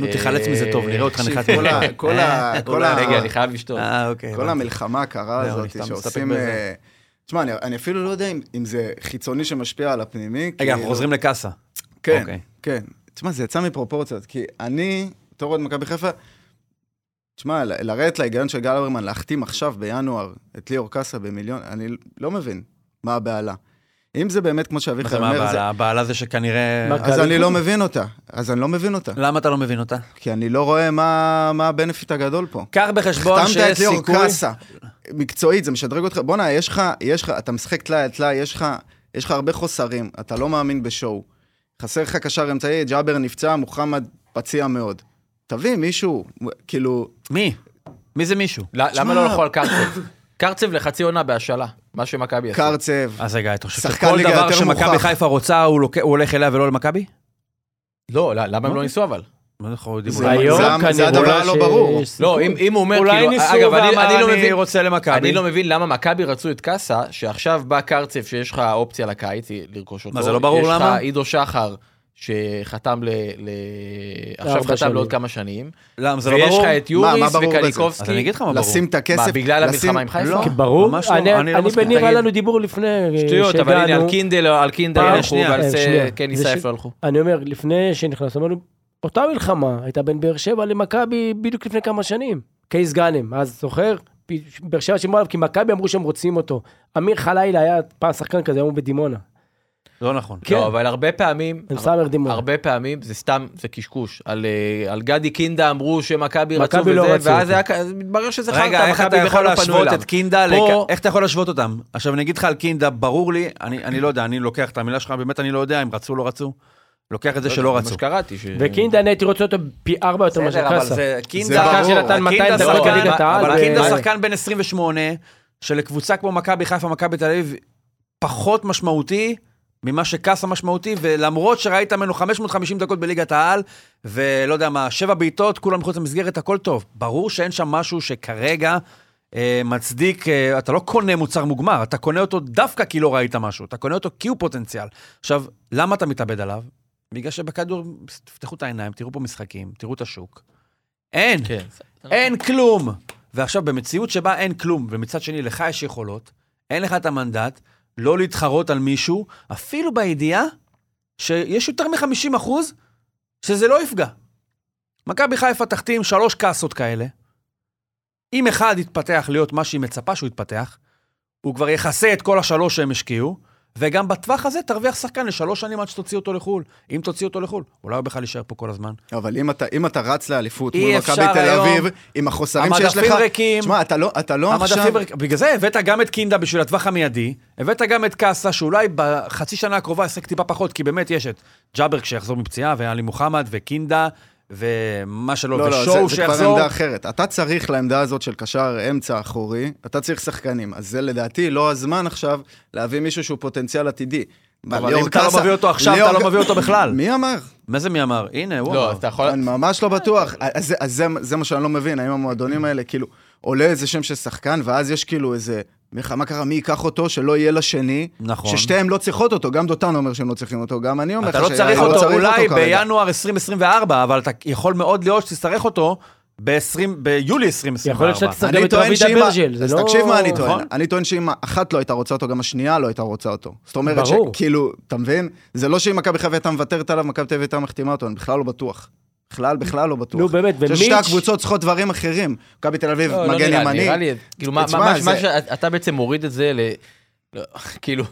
[SPEAKER 5] נו,
[SPEAKER 6] אה,
[SPEAKER 5] תיחלץ מזה טוב, נראה אותך
[SPEAKER 7] תקשיב,
[SPEAKER 5] נחלץ
[SPEAKER 7] כל
[SPEAKER 5] מזה.
[SPEAKER 7] ה- כל ה-
[SPEAKER 5] אה,
[SPEAKER 7] כל ה-
[SPEAKER 6] רגע, אני חייב לשתות.
[SPEAKER 5] אה, אוקיי.
[SPEAKER 7] כל
[SPEAKER 5] הבנתי.
[SPEAKER 7] המלחמה הקרה
[SPEAKER 5] זהו, אני
[SPEAKER 7] הזאת
[SPEAKER 5] סתם מסתפק
[SPEAKER 7] שעושים...
[SPEAKER 5] בזה.
[SPEAKER 7] אה, תשמע, אני, אני אפילו לא יודע אם, אם זה חיצוני שמשפיע על הפנימי.
[SPEAKER 5] רגע,
[SPEAKER 7] כאילו-
[SPEAKER 5] אנחנו חוזרים לקאסה.
[SPEAKER 7] כן,
[SPEAKER 5] אוקיי.
[SPEAKER 7] כן. תשמע, זה יצא מפרופורציות, כי אני, בתור אוהד מכבי חיפה, תשמע, ל- לרדת להיגיון של גל אברמן להחתים עכשיו בינואר את ליאור קאסה במיליון, אני לא מבין מה הבהלה. אם זה באמת, כמו
[SPEAKER 5] מה
[SPEAKER 7] שאביחי
[SPEAKER 5] זה
[SPEAKER 7] אומר,
[SPEAKER 5] מהבעלה?
[SPEAKER 7] זה...
[SPEAKER 5] הבעלה זה שכנראה...
[SPEAKER 8] מה-
[SPEAKER 7] אז אני לא מבין אותה. אז אני לא מבין אותה.
[SPEAKER 5] למה אתה לא מבין אותה?
[SPEAKER 7] כי אני לא רואה מה, מה הבנפיט הגדול פה.
[SPEAKER 5] קח בחשבון
[SPEAKER 7] החתמת
[SPEAKER 5] שיש
[SPEAKER 7] את ליאור
[SPEAKER 5] סיכוי...
[SPEAKER 7] קאסה. מקצועית, זה משדרג אותך. בואנה, יש לך, יש לך, אתה משחק טלאי על טלאי, יש לך, יש לך הרבה חוסרים, אתה לא מאמין בשואו. חסר לך קשר אמצעי, ג'אבר נפצע, מוחמד פציע מאוד. תביא מישהו, כאילו,
[SPEAKER 5] מי? מי זה מישהו?
[SPEAKER 6] ל- למה לא הלכו על קרצב? קרצב לחצי עונה בהשאלה, מה שמכבי עשו.
[SPEAKER 7] קרצב.
[SPEAKER 5] אז רגע, אתה חושב
[SPEAKER 7] שחקן
[SPEAKER 5] שכל
[SPEAKER 7] ליגה
[SPEAKER 5] דבר
[SPEAKER 7] יותר
[SPEAKER 5] שמכבי
[SPEAKER 7] מוכח.
[SPEAKER 5] חיפה רוצה, הוא לוק- הוא הולך אליה ולא למכבי?
[SPEAKER 6] לא, לא, למה הם
[SPEAKER 5] אוקיי.
[SPEAKER 6] לא ניסו אבל?
[SPEAKER 5] מה זה אנחנו יודעים?
[SPEAKER 7] זה- לא-
[SPEAKER 5] אולי- לא.
[SPEAKER 8] היום
[SPEAKER 7] זה
[SPEAKER 8] כנראה
[SPEAKER 7] הדבר הלא ברור.
[SPEAKER 8] שיש
[SPEAKER 6] לא,
[SPEAKER 8] סיכוי.
[SPEAKER 6] אם אם הוא אומר,
[SPEAKER 5] אולי
[SPEAKER 6] כאילו,
[SPEAKER 5] ניסו
[SPEAKER 6] אגב, אני-
[SPEAKER 5] ואמר,
[SPEAKER 6] אני לא
[SPEAKER 5] אני
[SPEAKER 6] מבין-
[SPEAKER 5] רוצה למכבי.
[SPEAKER 6] אני לא מבין למה מכבי רצו את קאסה, שעכשיו בא קרצב שיש לך אופציה לקיץ היא לרכוש אותו.
[SPEAKER 5] מה, זה לא ברור
[SPEAKER 6] יש
[SPEAKER 5] למה?
[SPEAKER 6] לך עידו שחר, שחתם ל... ל- עכשיו
[SPEAKER 8] לארבע
[SPEAKER 6] חתם
[SPEAKER 8] שנים.
[SPEAKER 6] לעוד כמה שנים.
[SPEAKER 5] למה זה לא
[SPEAKER 6] ויש
[SPEAKER 5] ברור?
[SPEAKER 6] לך את
[SPEAKER 7] מה, מה
[SPEAKER 6] יוריס
[SPEAKER 7] ברור בזה?
[SPEAKER 6] וקניקובסקי.
[SPEAKER 5] אז אני אגיד לך מה ברור.
[SPEAKER 7] לשים את הכסף.
[SPEAKER 6] מה, בגלל
[SPEAKER 7] לשים-
[SPEAKER 6] המלחמה עם חיפה?
[SPEAKER 5] לא.
[SPEAKER 6] כי
[SPEAKER 8] ברור,
[SPEAKER 5] ממש לא,
[SPEAKER 8] אני-
[SPEAKER 5] אני לא
[SPEAKER 8] אני
[SPEAKER 5] מסכים.
[SPEAKER 8] בניר היה
[SPEAKER 6] תגיד.
[SPEAKER 8] לנו דיבור לפני אה,
[SPEAKER 6] שטויות, אבל הנה,
[SPEAKER 8] שהגענו.
[SPEAKER 6] על קינדל, על קינדל
[SPEAKER 5] פעם
[SPEAKER 6] הלכו,
[SPEAKER 5] שנייה.
[SPEAKER 6] ועל
[SPEAKER 8] אה,
[SPEAKER 6] זה-
[SPEAKER 8] שנייה.
[SPEAKER 6] כן,
[SPEAKER 8] זה
[SPEAKER 6] ניסייף
[SPEAKER 8] ש-
[SPEAKER 6] לא הלכו.
[SPEAKER 8] אני אומר, לפני שנכנסנו, אמרנו, אותה מלחמה הייתה בין באר שבע למכבי בדיוק לפני כמה שנים. קייס גאנם, אז זוכר? פ- באר שבע שמעו עליו, כי מכבי אמרו שהם רוצים אותו. אמיר חלילה היה פעם שחקן כזה, היום הוא בדימונה.
[SPEAKER 5] לא נכון.
[SPEAKER 8] כן.
[SPEAKER 6] לא, אבל הרבה פעמים...
[SPEAKER 8] הם סאמר דימונה.
[SPEAKER 6] הרבה פעמים זה סתם, זה קשקוש. על, אה, על גדי קינדה אמרו שמכבי רצו
[SPEAKER 8] מכבי
[SPEAKER 6] וזה,
[SPEAKER 8] לא רצו
[SPEAKER 6] ואז
[SPEAKER 8] אותו.
[SPEAKER 6] היה כ- אז מתברר שזה חרטא,
[SPEAKER 5] רגע, איך
[SPEAKER 6] מכבי
[SPEAKER 5] אתה
[SPEAKER 6] בכלל
[SPEAKER 5] יכול
[SPEAKER 6] לא פנו
[SPEAKER 5] להשוות
[SPEAKER 6] אליו.
[SPEAKER 5] את קינדה,
[SPEAKER 6] פה-
[SPEAKER 5] לכ- איך אתה יכול להשוות אותם? עכשיו אני אגיד לך על קינדה, ברור לי, אני אני לא יודע, אני לוקח את המילה שלך, באמת אני לא יודע אם רצו או לא רצו. לוקח את לא זה שלא
[SPEAKER 6] מה
[SPEAKER 5] רצו.
[SPEAKER 6] שקראתי. ש-
[SPEAKER 8] וקינדה, אני הייתי רוצה אותו פי ארבע יותר מאשר
[SPEAKER 5] בסדר, אבל
[SPEAKER 8] קאסה.
[SPEAKER 5] זה
[SPEAKER 7] זה
[SPEAKER 5] קינדה,
[SPEAKER 7] ברור.
[SPEAKER 8] שחקן שנתן 200
[SPEAKER 5] קינדה
[SPEAKER 8] דקות
[SPEAKER 5] שחקן-
[SPEAKER 8] בליגת העל. אה,
[SPEAKER 5] אבל
[SPEAKER 8] ו-
[SPEAKER 5] קינדה שחקן בן 28, שלקבוצה כמו מכבי חיפה, מכבי תל אביב, פחות משמעותי ממה שקאסה משמעותי, ולמרות שראית ממנו 550 דקות בליגת העל, ולא יודע מה, שבע בעיטות, כולם מחוץ למסגרת, הכל טוב. ברור שאין שם משהו שכרגע... אה, מצדיק, אה, אתה לא קונה מוצר מוגמר, אתה קונה אותו דווקא כי לא ראית משהו, אתה קונה אותו כי הוא פוטנציאל. עכשיו, למה אתה מתאבד עליו? בגלל שבכדור, תפתחו את העיניים, תראו פה משחקים, תראו את השוק. אין,
[SPEAKER 6] כן.
[SPEAKER 5] אין כלום. ועכשיו, במציאות שבה אין כלום, ומצד שני, לך יש יכולות, אין לך את המנדט, לא להתחרות על מישהו, אפילו בידיעה שיש יותר מ-50 אחוז שזה לא יפגע. מכבי חיפה תחתים שלוש קאסות כאלה. אם אחד יתפתח להיות מה שהיא מצפה שהוא יתפתח, הוא כבר יכסה את כל השלוש שהם השקיעו, וגם בטווח הזה תרוויח שחקן לשלוש שנים עד שתוציא אותו לחו"ל. אם תוציא אותו לחו"ל, אולי הוא בכלל יישאר פה כל הזמן.
[SPEAKER 7] אבל אם אתה, אם אתה רץ לאליפות
[SPEAKER 5] אי
[SPEAKER 7] מול
[SPEAKER 5] אפשר
[SPEAKER 7] מכבי תל
[SPEAKER 5] היום.
[SPEAKER 7] אביב, עם החוסרים שיש לך...
[SPEAKER 5] המדפים ריקים.
[SPEAKER 7] תשמע, אתה לא, אתה לא
[SPEAKER 5] המדפים
[SPEAKER 7] עכשיו...
[SPEAKER 5] ריק- בגלל זה הבאת גם את קינדה בשביל הטווח המיידי, הבאת גם את קאסה, שאולי בחצי שנה הקרובה ישחק טיפה פחות, כי באמת יש את ג'אבר כשיחזור מפציעה, ואלי מוחמד, וקינדה, ומה שלא,
[SPEAKER 7] לא, לא,
[SPEAKER 5] ושואו
[SPEAKER 7] זה, זה כבר
[SPEAKER 5] שיחזור.
[SPEAKER 7] עמדה אחרת. אתה צריך לעמדה הזאת של קשר אמצע אחורי, אתה צריך שחקנים. אז זה לדעתי לא הזמן עכשיו להביא מישהו שהוא פוטנציאל עתידי. מה,
[SPEAKER 5] אבל
[SPEAKER 7] ליאור
[SPEAKER 5] אם אתה לא
[SPEAKER 7] קאסה-
[SPEAKER 5] מביא אותו עכשיו,
[SPEAKER 7] ליאור
[SPEAKER 5] אתה
[SPEAKER 7] ק-
[SPEAKER 5] לא מביא אותו בכלל.
[SPEAKER 7] מי אמר?
[SPEAKER 5] מה זה מי אמר? הנה, הוא
[SPEAKER 6] לא,
[SPEAKER 5] אמר.
[SPEAKER 6] אז אתה יכול...
[SPEAKER 7] אני ממש לא בטוח. אז, זה- אז זה, זה מה שאני לא מבין, האם המועדונים האלה, כאילו, עולה איזה שם של שחקן, ואז יש כאילו איזה... מיכה, מה קרה, מי ייקח אותו, שלא יהיה לשני,
[SPEAKER 5] נכון.
[SPEAKER 7] ששתיהם לא צריכות אותו, גם דותן אומר שהם לא צריכים אותו, גם אני אומר אה, לך
[SPEAKER 5] אתה לא
[SPEAKER 7] שאני
[SPEAKER 5] צריך אותו אולי
[SPEAKER 7] כרגע.
[SPEAKER 5] בינואר 2024, אבל אתה יכול מאוד להיות שתצטרך אותו ב-20 ביולי 2024.
[SPEAKER 8] יכול להיות שאתה תצטרך גם
[SPEAKER 7] אני
[SPEAKER 8] את
[SPEAKER 7] טוען
[SPEAKER 8] רביד
[SPEAKER 7] שאם...
[SPEAKER 8] אברג'ל, זה
[SPEAKER 7] אז
[SPEAKER 8] לא...
[SPEAKER 7] תקשיב מה אני טוען.
[SPEAKER 5] נכון.
[SPEAKER 7] אני טוען שאם אחת לא הייתה רוצה אותו, גם השנייה לא הייתה רוצה אותו. זאת אומרת
[SPEAKER 8] ברור.
[SPEAKER 7] שכאילו, אתה מבין? זה לא שאם מכבי חיפה הייתה מוותרת עליו, מכבי תל אביב הייתה מחתימה אותו, אני בכלל לא בטוח. בכלל, בכלל לא בטוח.
[SPEAKER 8] נו, באמת,
[SPEAKER 7] אני חושב ששתי
[SPEAKER 8] ומיץ'-
[SPEAKER 7] הקבוצות צריכות דברים אחרים. מכבי תל אביב,
[SPEAKER 6] לא, לא
[SPEAKER 7] מגן
[SPEAKER 6] נראה לי,
[SPEAKER 7] ימני.
[SPEAKER 6] נראה לי, כאילו, מה-
[SPEAKER 7] תשמע,
[SPEAKER 6] מה-
[SPEAKER 7] זה-
[SPEAKER 6] מה שאתה בעצם מוריד את זה ל... לא, כאילו,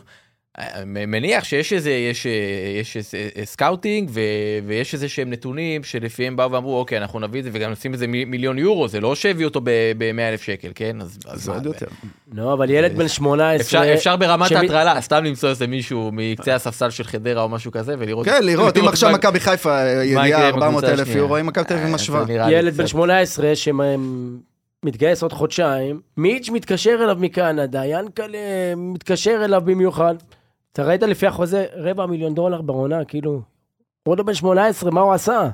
[SPEAKER 6] אה, מניח שיש איזה, יש, אה, יש איזה סקאוטינג ו, ויש איזה שהם נתונים שלפיהם באו ואמרו, אוקיי, אנחנו נביא את זה וגם נשים את זה מ- מיליון יורו, זה לא שהביאו אותו ב-100 אלף שקל, כן? אז, אז
[SPEAKER 7] זה
[SPEAKER 6] מה,
[SPEAKER 7] עוד
[SPEAKER 6] ב-
[SPEAKER 7] יותר.
[SPEAKER 8] לא, אבל ילד בן 18...
[SPEAKER 6] אה, אפשר, אפשר ברמת
[SPEAKER 8] אה, שמי-
[SPEAKER 6] ההטרלה, סתם למצוא איזה מישהו מקצה הספסל של חדרה או משהו כזה ולראות...
[SPEAKER 7] כן, לראות, אם
[SPEAKER 6] לראות
[SPEAKER 7] עכשיו
[SPEAKER 6] אה, מה-
[SPEAKER 7] מכבי חיפה
[SPEAKER 6] יקרה עם
[SPEAKER 7] ידיעה 400
[SPEAKER 6] הקבוצה
[SPEAKER 7] אלף
[SPEAKER 6] השנייה?
[SPEAKER 7] יורו, אם מכבי תל אביב
[SPEAKER 6] אה,
[SPEAKER 7] משווה.
[SPEAKER 6] זה נראה לי
[SPEAKER 8] ילד בן
[SPEAKER 6] קצת-
[SPEAKER 8] 18 שמתגייס עוד חודשיים, מיץ' מתקשר אליו מקנדה, ינקלה מתקשר אליו במיוחד. אתה ראית לפי החוזה רבע מיליון דולר בעונה, כאילו, עוד לא בן 18, מה הוא עשה?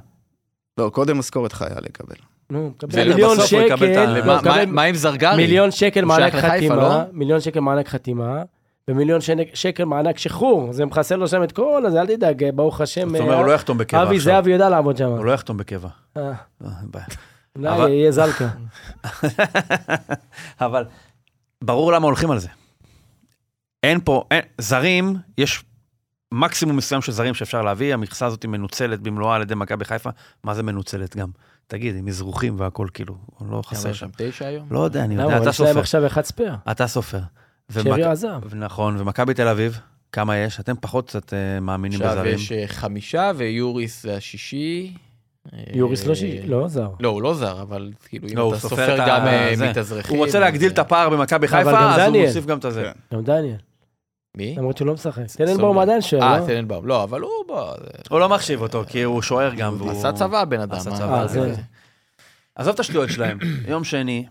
[SPEAKER 7] לא, קודם משכורת חיה לקבל.
[SPEAKER 6] אוקיי.
[SPEAKER 8] נו,
[SPEAKER 2] זה
[SPEAKER 8] מקבל מיליון
[SPEAKER 2] בסוף הוא יקבל את ה-
[SPEAKER 8] שקל,
[SPEAKER 2] למה-
[SPEAKER 8] לא,
[SPEAKER 6] מה- מה-
[SPEAKER 8] מקבל
[SPEAKER 6] מה עם זרגרי?
[SPEAKER 8] מיליון שקל
[SPEAKER 6] הוא
[SPEAKER 8] מענק
[SPEAKER 6] שייך לחיפה,
[SPEAKER 8] חתימה,
[SPEAKER 6] לא?
[SPEAKER 8] מיליון שקל מענק חתימה, ומיליון שנ- שקל מענק שחרור, זה מכסה לו שם את כל הזה, אל תדאג, ברוך השם,
[SPEAKER 5] זאת אומרת, הוא לא
[SPEAKER 8] אה,
[SPEAKER 5] יחתום בקבע
[SPEAKER 8] אבי
[SPEAKER 5] עכשיו.
[SPEAKER 8] זהבי יודע לעבוד שם.
[SPEAKER 5] הוא לא יחתום בקבע.
[SPEAKER 8] אה,
[SPEAKER 5] אה, אין בעיה.
[SPEAKER 8] אולי
[SPEAKER 5] אבל-
[SPEAKER 8] יהיה זלקה.
[SPEAKER 5] אבל ברור למה הולכים על זה. אין פה, אין, זרים, יש מקסימום מסוים של זרים שאפשר להביא, המכסה הזאת מנוצלת במלואה על ידי מכבי חיפה. מה זה מנוצלת גם? תגיד, עם אזרוחים והכל כאילו, לא חסר
[SPEAKER 6] כמה
[SPEAKER 5] שם.
[SPEAKER 6] שם תשע היום?
[SPEAKER 5] לא יודע, אני
[SPEAKER 8] למה,
[SPEAKER 5] יודע, אתה
[SPEAKER 8] יש להם
[SPEAKER 5] סופר.
[SPEAKER 8] עכשיו אחד ספייר,
[SPEAKER 5] אתה סופר. ומכ-
[SPEAKER 8] שרי עזב.
[SPEAKER 5] נכון, ומכבי תל אביב, כמה יש? אתם פחות קצת אה, מאמינים
[SPEAKER 6] עכשיו
[SPEAKER 5] בזרים.
[SPEAKER 6] יש אה, חמישה ויוריס זה השישי. אה,
[SPEAKER 8] יוריס לא שישי, לא זר.
[SPEAKER 6] לא, הוא לא זר, אבל כאילו,
[SPEAKER 5] לא,
[SPEAKER 6] אם
[SPEAKER 5] הוא
[SPEAKER 6] אתה
[SPEAKER 5] סופר
[SPEAKER 6] סופר
[SPEAKER 5] את ה-
[SPEAKER 6] גם אה,
[SPEAKER 5] זה.
[SPEAKER 6] מתאזרחים...
[SPEAKER 5] הוא רוצה
[SPEAKER 6] אז,
[SPEAKER 5] להגדיל
[SPEAKER 6] אה,
[SPEAKER 5] את הפער במכבי
[SPEAKER 8] אבל
[SPEAKER 5] חיפה,
[SPEAKER 8] גם
[SPEAKER 5] אז הוא
[SPEAKER 8] דניאל.
[SPEAKER 5] מוסיף גם את הזה.
[SPEAKER 6] כן.
[SPEAKER 8] גם דניאל,
[SPEAKER 6] מי?
[SPEAKER 8] למרות שהוא לא משחק.
[SPEAKER 6] סובל.
[SPEAKER 8] טננבאום עדיין שוער,
[SPEAKER 6] אה,
[SPEAKER 8] לא?
[SPEAKER 6] טננבאום, לא, אבל הוא בוא, זה-
[SPEAKER 5] הוא לא מחשיב אותו, כי הוא שוער גם. והוא-
[SPEAKER 6] עשה צבא הבן אדם.
[SPEAKER 5] עשה
[SPEAKER 6] מה-
[SPEAKER 5] צבא,
[SPEAKER 6] מה
[SPEAKER 8] זה-
[SPEAKER 6] אה, זה?
[SPEAKER 5] עזוב את השטויות שלהם. יום שני,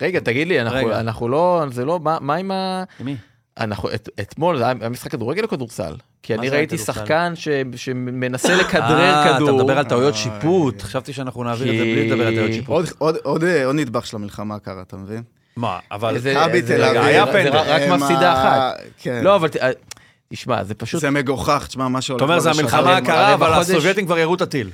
[SPEAKER 6] רגע, תגיד לי, אנחנו-
[SPEAKER 5] רגע.
[SPEAKER 6] אנחנו לא, זה לא, מה- מה עם ה...
[SPEAKER 5] עם מי?
[SPEAKER 6] אנחנו, את, אתמול זה היה היה משחק כדורגל או כדורסל? כי
[SPEAKER 5] מה
[SPEAKER 6] אני
[SPEAKER 5] זה היה
[SPEAKER 6] ראיתי
[SPEAKER 5] כדורסל?
[SPEAKER 6] שחקן ש, שמנסה לכדרר כדור.
[SPEAKER 5] אה,
[SPEAKER 6] אה.
[SPEAKER 5] אתה מדבר על טעויות שיפוט. חשבתי שאנחנו נעביר את זה בלי
[SPEAKER 6] כי-
[SPEAKER 5] לדבר על טעויות שיפוט.
[SPEAKER 7] עוד- עוד- עוד אה, עוד נדבך של המלחמה קרה, אתה מבין?
[SPEAKER 5] מה, אבל...
[SPEAKER 6] איזה-
[SPEAKER 7] מכבי
[SPEAKER 6] איזה-
[SPEAKER 7] תל
[SPEAKER 6] אה, רגע,
[SPEAKER 7] אביב.
[SPEAKER 6] היה פנדל.
[SPEAKER 7] הם
[SPEAKER 6] רק
[SPEAKER 7] ה-
[SPEAKER 6] מפסידה אחת.
[SPEAKER 7] כן.
[SPEAKER 6] לא, אבל ת- אה, תשמע, זה פשוט...
[SPEAKER 7] זה מגוחך, תשמע, מה שהולך...
[SPEAKER 5] אתה אומר, זה
[SPEAKER 7] ברשתות.
[SPEAKER 5] המלחמה
[SPEAKER 6] הרי-
[SPEAKER 5] הקרה,
[SPEAKER 6] הרי
[SPEAKER 5] אבל
[SPEAKER 6] בחודש-
[SPEAKER 5] הסובייטים כבר ירו את הטיל.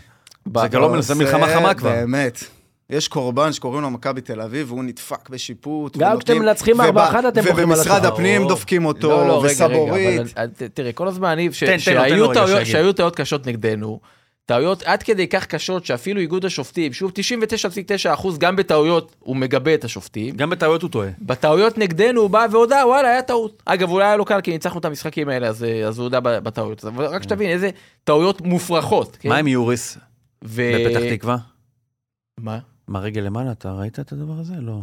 [SPEAKER 6] ב-
[SPEAKER 5] זה גם לא מלחמה, זה מלחמה
[SPEAKER 7] זה
[SPEAKER 5] חמה כבר.
[SPEAKER 7] באמת. יש קורבן שקוראים לו מכבי תל אביב, והוא נדפק בשיפוט.
[SPEAKER 8] גם
[SPEAKER 7] ונותנים-
[SPEAKER 8] כשאתם מנצחים
[SPEAKER 7] וב-
[SPEAKER 8] 4-1, אתם בוכים על
[SPEAKER 7] ובמשרד
[SPEAKER 8] עצמכם.
[SPEAKER 7] הפנים
[SPEAKER 5] או.
[SPEAKER 7] דופקים
[SPEAKER 6] לא,
[SPEAKER 7] אותו,
[SPEAKER 6] לא, רגע, רגע,
[SPEAKER 7] וסבורית.
[SPEAKER 6] אבל אל- ת- תראה, כל הזמן אני... ש-
[SPEAKER 5] תן לו, תן לו
[SPEAKER 6] שהיו
[SPEAKER 5] רגע
[SPEAKER 6] טעויות-
[SPEAKER 5] שיגיד.
[SPEAKER 6] שהיו טעויות קשות נגדנו. טעויות עד כדי כך קשות שאפילו איגוד השופטים, שהוא 99.9% גם בטעויות הוא מגבה את השופטים.
[SPEAKER 5] גם בטעויות הוא טועה.
[SPEAKER 6] בטעויות נגדנו הוא בא והודה, וואלה, היה טעות. אגב, אולי היה לו קל כי ניצחנו את המשחקים האלה, אז, אה, אז הוא הודה ב- בטעויות. אבל רק שתבין איזה טעויות מופרכות. כן?
[SPEAKER 5] מה עם יוריס
[SPEAKER 6] ו...
[SPEAKER 5] בפתח תקווה?
[SPEAKER 6] מה?
[SPEAKER 5] מה, רגל למעלה, אתה ראית את הדבר הזה? לא.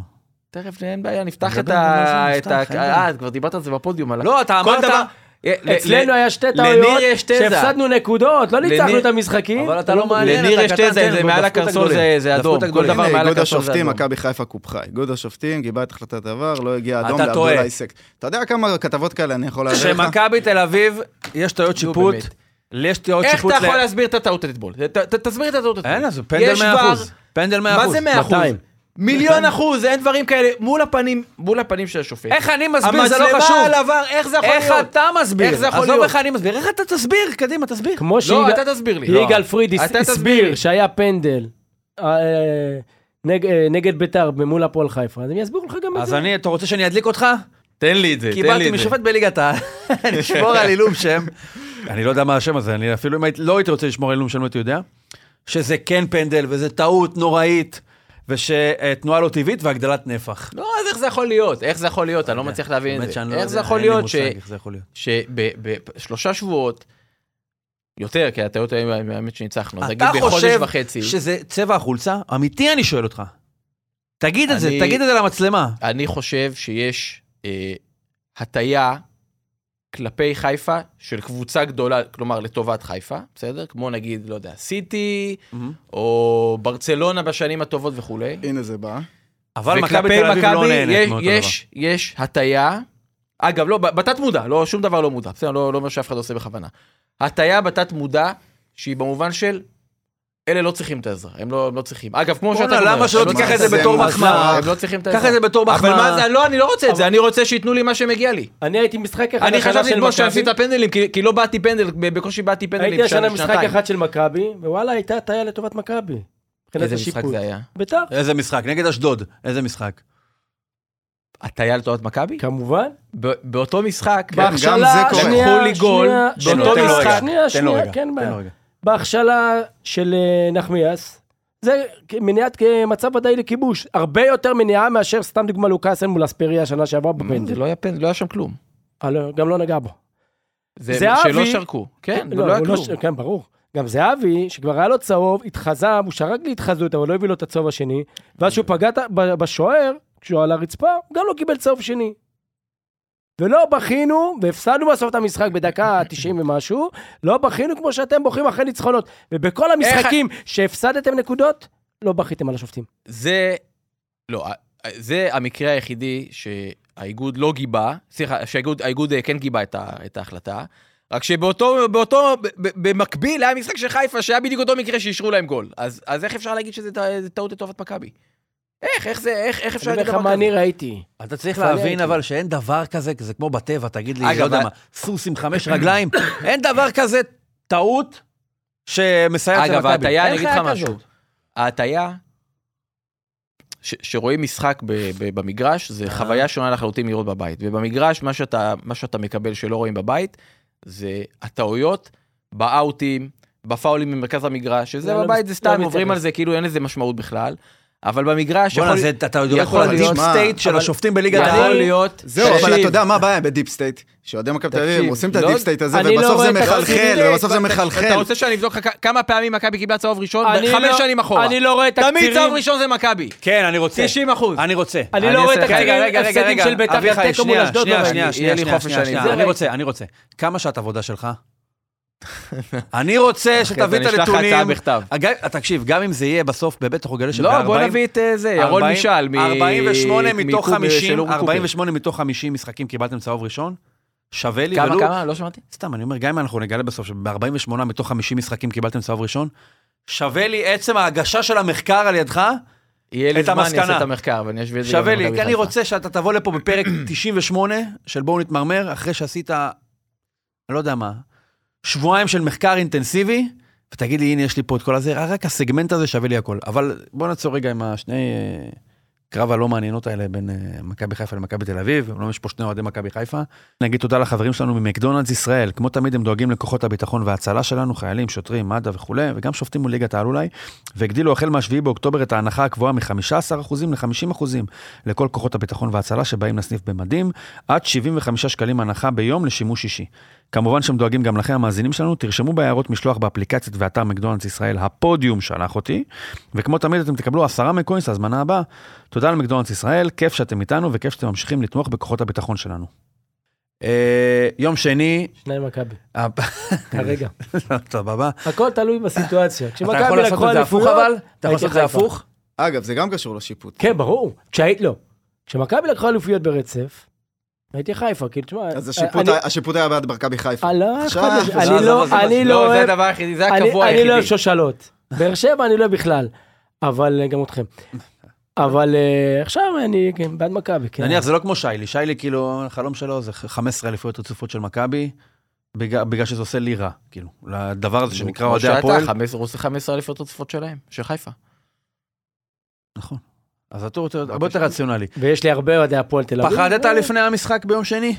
[SPEAKER 6] תכף, אין בעיה, נפתח
[SPEAKER 5] נדבר
[SPEAKER 6] את
[SPEAKER 5] גם על
[SPEAKER 6] ה...
[SPEAKER 5] זה,
[SPEAKER 6] את
[SPEAKER 5] נפתח,
[SPEAKER 6] ה...
[SPEAKER 5] אין בעיה.
[SPEAKER 6] אה, כבר דיברת על זה בפודיום. על...
[SPEAKER 5] לא, אתה
[SPEAKER 6] כל
[SPEAKER 5] אמרת...
[SPEAKER 6] דבר- אה, אה,
[SPEAKER 8] אצלנו
[SPEAKER 6] ל-
[SPEAKER 8] היה שתי
[SPEAKER 6] לניר
[SPEAKER 8] טעויות,
[SPEAKER 6] יש תזה.
[SPEAKER 8] שהפסדנו נקודות, לא ניצחנו
[SPEAKER 6] לניר-
[SPEAKER 8] את המשחקים.
[SPEAKER 5] אבל אתה לא מעניין,
[SPEAKER 6] לניר
[SPEAKER 5] אתה
[SPEAKER 6] יש
[SPEAKER 5] קטן,
[SPEAKER 6] תזה,
[SPEAKER 5] תן,
[SPEAKER 6] זה
[SPEAKER 5] דפקו
[SPEAKER 6] מעל
[SPEAKER 5] את
[SPEAKER 6] הקרסול
[SPEAKER 5] הגדולים.
[SPEAKER 6] זה- זה
[SPEAKER 5] דפקו
[SPEAKER 6] אדום.
[SPEAKER 5] את
[SPEAKER 6] כל
[SPEAKER 5] הגדולים.
[SPEAKER 6] דבר
[SPEAKER 7] הנה,
[SPEAKER 6] מעל
[SPEAKER 7] איגוד
[SPEAKER 6] הקרסול זה
[SPEAKER 7] השופטים,
[SPEAKER 6] אדום.
[SPEAKER 7] מכבי חיפה קופחה. איגוד השופטים גיבה את החלטת עבר, לא הגיע אדום
[SPEAKER 5] אתה
[SPEAKER 7] לעבדול
[SPEAKER 5] טועה.
[SPEAKER 7] עיסק. אתה יודע כמה כתבות כאלה אני יכול להעביר לך?
[SPEAKER 5] שמכבי תל אביב, יש טעויות
[SPEAKER 6] נו,
[SPEAKER 5] שיפוט.
[SPEAKER 6] באמת.
[SPEAKER 5] לי יש טעויות
[SPEAKER 6] איך
[SPEAKER 5] שיפוט.
[SPEAKER 6] אתה
[SPEAKER 5] ל-
[SPEAKER 6] יכול להסביר את הטעות אתמול? ת- ת- תסביר את הטעות אתמול.
[SPEAKER 5] אין, אז פנדל
[SPEAKER 6] יש
[SPEAKER 5] 100%.
[SPEAKER 6] ור-
[SPEAKER 5] פנדל 100%.
[SPEAKER 6] מה זה 100%?
[SPEAKER 8] 200.
[SPEAKER 6] מיליון אחוז, אין דברים כאלה. מול הפנים, מול הפנים של השופט.
[SPEAKER 5] איך אני מסביר? זה לא חשוב.
[SPEAKER 6] המצלמה על עבר, איך זה יכול להיות?
[SPEAKER 5] איך אתה מסביר?
[SPEAKER 6] איך זה יכול
[SPEAKER 5] עזוב
[SPEAKER 6] להיות?
[SPEAKER 5] איך אני מסביר, איך אתה תסביר? קדימה, תסביר.
[SPEAKER 8] כמו
[SPEAKER 6] לא,
[SPEAKER 8] שיגאל
[SPEAKER 6] אתה תסביר לי.
[SPEAKER 8] יגאל פריד
[SPEAKER 6] אתה תסביר
[SPEAKER 8] הסביר
[SPEAKER 6] לי.
[SPEAKER 8] שהיה פנדל אה, נג- אה, נגד ביתר מול הפועל חיפה, אז הם יסבירו לך גם את
[SPEAKER 5] אז
[SPEAKER 8] זה.
[SPEAKER 5] אני, אתה רוצה שאני אדליק אותך?
[SPEAKER 6] תן לי את זה, תן לי
[SPEAKER 5] קיבלתי
[SPEAKER 6] את זה.
[SPEAKER 5] משופט בליגת העל, לשמור על עילום שם. אני לא יודע מה השם הזה, אני אפילו אם הייתי- לא הייתי רוצה לשמור על עילום שם, לא הייתי יודע. שזה כן פנדל, וזה טעות נוראית, ושתנועה לא טבעית והגדלת נפח.
[SPEAKER 6] לא, אז איך זה יכול להיות? איך זה יכול להיות? אני לא מצליח להבין את
[SPEAKER 5] האמת
[SPEAKER 6] זה.
[SPEAKER 5] שאני לא
[SPEAKER 6] איך
[SPEAKER 5] יודע,
[SPEAKER 6] זה יכול
[SPEAKER 5] אין לי
[SPEAKER 6] להיות
[SPEAKER 5] מושג איך זה יכול להיות.
[SPEAKER 6] שבשלושה שבועות, יותר, כי הטעויות היו האמת שניצחנו, אז נגיד
[SPEAKER 5] אתה
[SPEAKER 6] בחודש
[SPEAKER 5] חושב
[SPEAKER 6] וחצי,
[SPEAKER 5] שזה צבע החולצה? אמיתי אני שואל אותך. תגיד את זה,
[SPEAKER 6] אני-
[SPEAKER 5] תגיד את זה למצלמה.
[SPEAKER 6] אני חושב שיש אה, הטיה כלפי חיפה של קבוצה גדולה, כלומר לטובת חיפה, בסדר? כמו נגיד, לא יודע, סיטי, או ברצלונה בשנים הטובות וכולי.
[SPEAKER 7] הנה זה בא.
[SPEAKER 5] אבל מכבי
[SPEAKER 6] וכלפי
[SPEAKER 5] תל אביב לא
[SPEAKER 6] מכבי
[SPEAKER 5] נהנית
[SPEAKER 6] יש-
[SPEAKER 5] מאותו דבר.
[SPEAKER 6] יש, יש הטיה, אגב, לא, ב- בתת מודע, לא, שום דבר לא מודע, בסדר, לא, לא אומר שאף אחד עושה בכוונה. הטיה בתת מודע, שהיא במובן של, אלה לא צריכים את העזרה, הם לא, הם לא צריכים. אגב, כמו שאתה
[SPEAKER 5] בואנה,
[SPEAKER 6] אומר,
[SPEAKER 5] למה שלא
[SPEAKER 6] הם לא
[SPEAKER 5] תיקח את
[SPEAKER 6] צריכים
[SPEAKER 5] זה בתור
[SPEAKER 7] מה
[SPEAKER 5] מחמאה?
[SPEAKER 6] הם לא צריכים את העזרה.
[SPEAKER 5] קח את זה בתור
[SPEAKER 6] אבל מה
[SPEAKER 5] מחמאה.
[SPEAKER 6] זה, לא, אני לא רוצה את זה, אני רוצה שייתנו לי מה שמגיע לי.
[SPEAKER 8] אני הייתי משחק אחד
[SPEAKER 6] אני
[SPEAKER 8] השנה
[SPEAKER 6] חשבתי
[SPEAKER 8] של
[SPEAKER 6] אתמול
[SPEAKER 8] מכבי.
[SPEAKER 6] שעשית פנדלים, כי- כי לא באתי פנדל, בקושי באתי פנדלים.
[SPEAKER 8] הייתי השנה
[SPEAKER 6] שנה-
[SPEAKER 8] משחק
[SPEAKER 6] שנתיים.
[SPEAKER 8] אחד של מכבי, ווואלה הייתה הטעיה לטובת מכבי. מבחינת
[SPEAKER 6] איזה משחק
[SPEAKER 8] השיפוט.
[SPEAKER 6] זה היה? אה.
[SPEAKER 8] ביתר.
[SPEAKER 5] איזה משחק? נגד אשדוד. איזה משחק?
[SPEAKER 6] הטיה לטובת מכבי?
[SPEAKER 8] כמובן.
[SPEAKER 6] ב- באותו משחק,
[SPEAKER 7] כן, גם זה קורה.
[SPEAKER 6] לקחו לי גול
[SPEAKER 8] שנייה,
[SPEAKER 6] באותו
[SPEAKER 8] שנייה,
[SPEAKER 6] משחק.
[SPEAKER 8] שנייה,
[SPEAKER 5] תן לו
[SPEAKER 8] שנייה,
[SPEAKER 5] רגע,
[SPEAKER 8] כן
[SPEAKER 5] תן
[SPEAKER 8] בעיה.
[SPEAKER 5] לו רגע.
[SPEAKER 8] בהכשלה של אה, נחמיאס, זה כ- מניעת כ- מצב ודאי לכיבוש. הרבה יותר מניעה מאשר סתם דוגמה לוקאסן מול אספריה שנה שעברה
[SPEAKER 6] זה
[SPEAKER 8] בפנדל.
[SPEAKER 6] לא היה פנדל, לא היה שם כלום.
[SPEAKER 8] אה, לא, גם לא נגע בו.
[SPEAKER 6] זה
[SPEAKER 8] זהבי-
[SPEAKER 6] שלא שרקו. כן,
[SPEAKER 8] לא,
[SPEAKER 6] ולא היה
[SPEAKER 8] הוא לא
[SPEAKER 6] כלום.
[SPEAKER 8] ש- כן, ברור. גם זהבי, שכבר היה לו צהוב, התחזם, הוא שרק להתחזות, אבל לא הביא לו את הצהוב השני, ואז שהוא פגע ת- ב- בשוער, כשהוא על הרצפה, גם לא קיבל צהוב שני. ולא בכינו, והפסדנו בסוף את המשחק בדקה ה-90 ומשהו, לא בכינו כמו שאתם בוכים אחרי ניצחונות. ובכל המשחקים שהפסדתם נקודות, לא בכיתם על השופטים.
[SPEAKER 6] זה, לא, ה- ה- זה המקרה היחידי שהאיגוד לא גיבה, סליחה, שהאיגוד האיגוד, אה, כן גיבה את, ה, את ההחלטה, רק שבאותו, באותו, ב- ב- במקביל היה משחק של חיפה שהיה בדיוק אותו מקרה שאישרו להם גול. אז, אז איך אפשר להגיד שזה טע- טעות לטובת מכבי? איך, איך זה, איך, איך אפשר
[SPEAKER 8] אני אומר
[SPEAKER 6] להגיד
[SPEAKER 8] לך מה אני ראיתי.
[SPEAKER 5] אתה צריך
[SPEAKER 8] לפני
[SPEAKER 5] להבין
[SPEAKER 8] הייתי.
[SPEAKER 5] אבל שאין דבר כזה, זה כמו בטבע, תגיד לי,
[SPEAKER 2] אגב,
[SPEAKER 5] לא יודע
[SPEAKER 2] ה-
[SPEAKER 5] מה, סוס עם חמש רגליים, אין דבר כזה טעות שמסייעת למכבי.
[SPEAKER 6] אגב, ההטייה,
[SPEAKER 5] אין
[SPEAKER 6] אני אגיד לך
[SPEAKER 5] חיה
[SPEAKER 6] משהו.
[SPEAKER 5] כזאת.
[SPEAKER 6] ההטייה, ש- שרואים משחק ב- ב- במגרש, זה חוויה שונה לחלוטין מלראות בבית. ובמגרש, מה שאתה, מה שאתה מקבל שלא רואים בבית, זה הטעויות באאוטים, בפאולים במרכז המגרש, שזה
[SPEAKER 8] לא, לא
[SPEAKER 6] בבית
[SPEAKER 8] מס-
[SPEAKER 6] זה
[SPEAKER 8] לא
[SPEAKER 6] סתם,
[SPEAKER 8] מתייחס.
[SPEAKER 6] עוברים על זה, כאילו אין לזה משמעות בכלל. אבל במגרש,
[SPEAKER 5] בואנה,
[SPEAKER 6] יכול-
[SPEAKER 5] זה- אתה יודע,
[SPEAKER 6] יכול
[SPEAKER 5] כל הדיפ
[SPEAKER 6] להיות-
[SPEAKER 5] סטייט של
[SPEAKER 6] אבל-
[SPEAKER 5] השופטים בליגת
[SPEAKER 6] יכול
[SPEAKER 5] העל.
[SPEAKER 6] להיות...
[SPEAKER 7] זהו, אבל
[SPEAKER 6] תקשיב,
[SPEAKER 7] אתה יודע מה הבעיה בדיפ סטייט? שאוהדי מכבי תל אביב
[SPEAKER 6] תקשיב,
[SPEAKER 7] הם עושים את
[SPEAKER 6] לא-
[SPEAKER 7] הדיפ סטייט הזה,
[SPEAKER 8] אני לא
[SPEAKER 7] ובסוף
[SPEAKER 8] רואה
[SPEAKER 7] זה
[SPEAKER 8] את
[SPEAKER 7] מחלחל,
[SPEAKER 8] התקצירים.
[SPEAKER 7] ובסוף זה
[SPEAKER 6] אתה
[SPEAKER 7] מחלחל.
[SPEAKER 6] רוצה שאני אבדוק לך כ- כמה פעמים מכבי קיבלה צהוב ראשון?
[SPEAKER 8] אני
[SPEAKER 6] חמש
[SPEAKER 8] לא-
[SPEAKER 6] שנים אחורה.
[SPEAKER 8] אני לא רואה
[SPEAKER 6] תמיד
[SPEAKER 8] תקצירים.
[SPEAKER 6] צהוב ראשון זה מכבי.
[SPEAKER 5] כן, אני רוצה.
[SPEAKER 6] 90 אחוז.
[SPEAKER 5] אני רוצה.
[SPEAKER 8] אני לא רואה
[SPEAKER 5] אעשה לך-
[SPEAKER 8] תקצירים,
[SPEAKER 5] רגע, רגע,
[SPEAKER 8] הפסדים
[SPEAKER 5] רגע,
[SPEAKER 8] של בית"ר
[SPEAKER 5] אביחי,
[SPEAKER 8] ותיקו מול
[SPEAKER 5] שנייה,
[SPEAKER 8] אשדוד,
[SPEAKER 5] שנייה,
[SPEAKER 8] אבל
[SPEAKER 5] שנייה,
[SPEAKER 8] יהיה
[SPEAKER 5] שנייה,
[SPEAKER 6] לי
[SPEAKER 5] שנייה,
[SPEAKER 6] חופש
[SPEAKER 5] שנייה,
[SPEAKER 6] אני-
[SPEAKER 5] שנייה,
[SPEAKER 6] זה
[SPEAKER 5] אני
[SPEAKER 8] רגע.
[SPEAKER 5] רוצה, אני רוצה. כמה שעת עבודה שלך? אני רוצה שתביא את
[SPEAKER 6] אני אשלח לך הצעה
[SPEAKER 5] הנתונים.
[SPEAKER 6] בכתב.
[SPEAKER 5] אגב, תקשיב, גם אם זה יהיה בסוף, בבטח הוא גלה
[SPEAKER 6] לא,
[SPEAKER 5] שב-40...
[SPEAKER 6] בוא נביא את אה, זה, ירון
[SPEAKER 5] 40
[SPEAKER 6] משעל. מ-
[SPEAKER 5] 48 מתוך
[SPEAKER 6] מקוב-
[SPEAKER 5] 50,
[SPEAKER 6] של אורי קופר.
[SPEAKER 5] 48 מתוך 50 משחקים קיבלתם צהוב ראשון, שווה לי.
[SPEAKER 6] כמה,
[SPEAKER 5] ולו-
[SPEAKER 6] כמה? לא שמעתי.
[SPEAKER 5] סתם, אני אומר, גם אם אנחנו נגלה בסוף שב-48 מתוך 50 משחקים קיבלתם צהוב ראשון, שווה לי עצם ההגשה של המחקר על ידך,
[SPEAKER 6] יהיה לי
[SPEAKER 5] את
[SPEAKER 6] זמן, אני
[SPEAKER 5] המסקנה.
[SPEAKER 6] אעשה את המחקר, ואני אשווה את זה. גם
[SPEAKER 5] שווה לי,
[SPEAKER 6] למכבי
[SPEAKER 5] כי אני
[SPEAKER 6] חיפה.
[SPEAKER 5] רוצה שאתה תבוא לפה בפרק 98 של בואו נתמרמר, אחרי שעשית, אני לא יודע מה, שבועיים של מחקר אינטנסיבי, ותגיד לי, הנה, יש לי פה את כל הזה, רק הסגמנט הזה שווה לי הכל. אבל בוא נעצור רגע עם השני אה, קרב הלא מעניינות האלה בין אה, מכבי חיפה למכבי תל אביב, אומנם יש פה שני אוהדי מכבי חיפה. נגיד תודה לחברים שלנו ממקדונלדס ישראל, כמו תמיד הם דואגים לכוחות הביטחון וההצלה שלנו, חיילים, שוטרים, מד"א וכולי, וגם שופטים מול ליגת העל אולי, והגדילו החל מה-7 באוקטובר את ההנחה הקבועה מ-15% ל-50% לכל כוחות הביטחון וההצלה שבאים לסניף במדים, עד 75 שקלים הנחה ביום לשימוש אישי. כמובן שהם דואגים גם לכם, המאזינים שלנו, תרשמו בהערות משלוח באפליקציות ואתר מקדונלדס ישראל, הפודיום שלח אותי, וכמו תמיד אתם תקבלו עשרה מקוינס להזמנה הבאה. תודה למקדונלדס ישראל, כיף שאתם איתנו וכיף שאתם ממשיכים לתמוך בכוחות הביטחון שלנו. אה, יום שני,
[SPEAKER 8] שניים מכבי,
[SPEAKER 5] אה,
[SPEAKER 8] כרגע.
[SPEAKER 5] סבבה.
[SPEAKER 8] הכל תלוי בסיטואציה.
[SPEAKER 5] אתה יכול
[SPEAKER 8] כשמכבי
[SPEAKER 5] לעשות
[SPEAKER 8] לקחו
[SPEAKER 5] את זה הפוך
[SPEAKER 8] אליפויות...
[SPEAKER 5] אבל? אתה יכול לעשות את זה
[SPEAKER 8] חיפה.
[SPEAKER 5] הפוך?
[SPEAKER 7] אגב, זה גם קשור לשיפוט.
[SPEAKER 8] כן, ברור. כשהיית, לא. כשמכבי לקחה אליפויות ברצף, הייתי חיפה, כאילו, תשמע...
[SPEAKER 7] אז
[SPEAKER 8] אני-
[SPEAKER 7] השיפוט היה- השיפוט היה בעד מכבי חיפה.
[SPEAKER 8] אה, לא,
[SPEAKER 7] עכשיו-
[SPEAKER 8] אכפת לי.
[SPEAKER 7] עכשיו-
[SPEAKER 8] אני לא-
[SPEAKER 2] עזוב, עזוב,
[SPEAKER 8] אני לא
[SPEAKER 6] לא, זה
[SPEAKER 8] אוהב...
[SPEAKER 6] הדבר היחידי, זה
[SPEAKER 8] אני-
[SPEAKER 6] הקבוע
[SPEAKER 8] אני לא אוהב
[SPEAKER 6] היחידי.
[SPEAKER 8] שושלות. באר שבע אני לא אוהב בכלל. אבל אה, גם אתכם. אבל אה, עכשיו אני כן, בעד מכבי, כן.
[SPEAKER 5] נניח זה לא כמו שיילי, שיילי כאילו, החלום שלו זה 15 אליפויות רצופות של מכבי, בגלל בגלל שזה עושה לי רע, כאילו, לדבר הזה שנקרא אוהדי הפועל.
[SPEAKER 6] 15 אלף התוצפות שלהם, של חיפה.
[SPEAKER 5] נכון. אז הטור יותר- הרבה יותר רציונלי.
[SPEAKER 8] ויש לי הרבה אוהדי הפועל תל אביב.
[SPEAKER 5] פחדת
[SPEAKER 8] אה,
[SPEAKER 5] לפני המשחק ביום שני?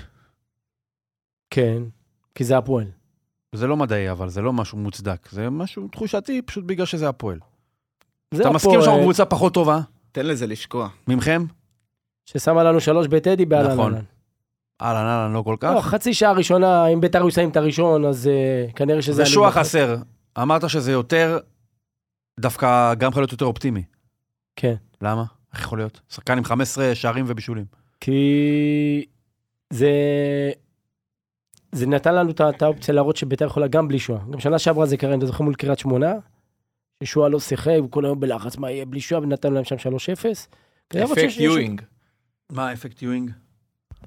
[SPEAKER 8] כן, כי זה הפועל.
[SPEAKER 5] זה לא מדעי, אבל זה לא משהו מוצדק, זה משהו תחושתי, פשוט בגלל שזה הפועל.
[SPEAKER 8] זה
[SPEAKER 5] אתה
[SPEAKER 8] הפועל
[SPEAKER 5] מסכים שאנחנו קבוצה פחות טובה
[SPEAKER 7] תן לזה לשקוע.
[SPEAKER 5] ממכם?
[SPEAKER 8] ששמה לנו שלוש בטדי באלן
[SPEAKER 5] נכון.
[SPEAKER 8] אלן.
[SPEAKER 5] אהלן, אהלן, לא כל
[SPEAKER 8] לא,
[SPEAKER 5] כך.
[SPEAKER 8] חצי שעה ראשונה, אם ביתר היו שמים את הראשון, אז אה, כנראה שזה...
[SPEAKER 5] זה
[SPEAKER 8] אני
[SPEAKER 5] שוע
[SPEAKER 8] בוחר.
[SPEAKER 5] חסר. אמרת שזה יותר, דווקא גם יכול להיות יותר אופטימי.
[SPEAKER 8] כן.
[SPEAKER 5] למה? איך יכול להיות? שחקן עם 15 שערים ובישולים.
[SPEAKER 8] כי זה... זה נתן לנו את ה- את האופציה להראות שביתר יכולה גם בלי שואה. גם שנה שעברה זה קרה, אם אתה זוכר, מול קריית שמונה, ששואה לא שיחק, הוא כל היום בלחץ, מה יהיה בלי שואה, ונתנו להם שם 3-0. ולהראות
[SPEAKER 6] אפקט
[SPEAKER 8] שיש-
[SPEAKER 6] יואינג.
[SPEAKER 5] מה האפקט יואינג?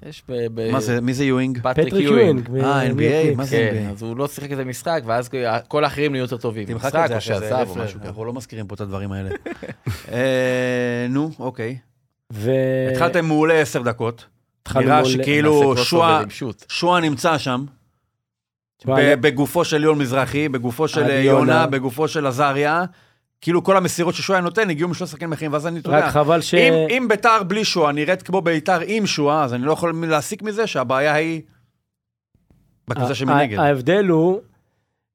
[SPEAKER 6] יש ב... ב-
[SPEAKER 5] אה, מה זה, מי זה יואינג?
[SPEAKER 6] פטריק
[SPEAKER 8] פטריק
[SPEAKER 6] יואינג.
[SPEAKER 8] יואינג.
[SPEAKER 5] אה, NBA? מה זה
[SPEAKER 6] כן,
[SPEAKER 5] NBA?
[SPEAKER 6] אז הוא לא שיחק איזה משחק, ואז כל האחרים נהיו יותר טובים.
[SPEAKER 5] תמחק
[SPEAKER 6] משחק
[SPEAKER 5] את זה
[SPEAKER 6] או
[SPEAKER 5] אחרי זה,
[SPEAKER 6] שעזב או משהו
[SPEAKER 5] לפלר,
[SPEAKER 6] כזה.
[SPEAKER 5] אנחנו לא מזכירים פה את הדברים האלה. אה, נו, אוקיי.
[SPEAKER 8] ו...
[SPEAKER 5] התחלתם מעולה עשר דקות.
[SPEAKER 8] התחלנו
[SPEAKER 5] נראה
[SPEAKER 8] מול-
[SPEAKER 5] שכאילו
[SPEAKER 6] נעשה
[SPEAKER 5] שועה-
[SPEAKER 6] crossover עם שוט.
[SPEAKER 5] שועה נמצא שם,
[SPEAKER 8] תשמע,
[SPEAKER 5] ב-
[SPEAKER 8] היה-
[SPEAKER 5] בגופו של יון מזרחי, בגופו של
[SPEAKER 8] עד
[SPEAKER 5] אה,
[SPEAKER 8] יונה.
[SPEAKER 5] יונה, בגופו של עזריה. כאילו כל המסירות ששועה נותן הגיעו משלוש שחקנים אחרים, ואז אני, אתה יודע,
[SPEAKER 8] רק חבל ש...
[SPEAKER 5] אם, אם ביתר בלי שואה נראית כמו ביתר עם שואה, אז אני לא יכול להסיק מזה שהבעיה היא בקבוצה
[SPEAKER 8] ה-
[SPEAKER 5] שמנגד.
[SPEAKER 8] ה- ההבדל הוא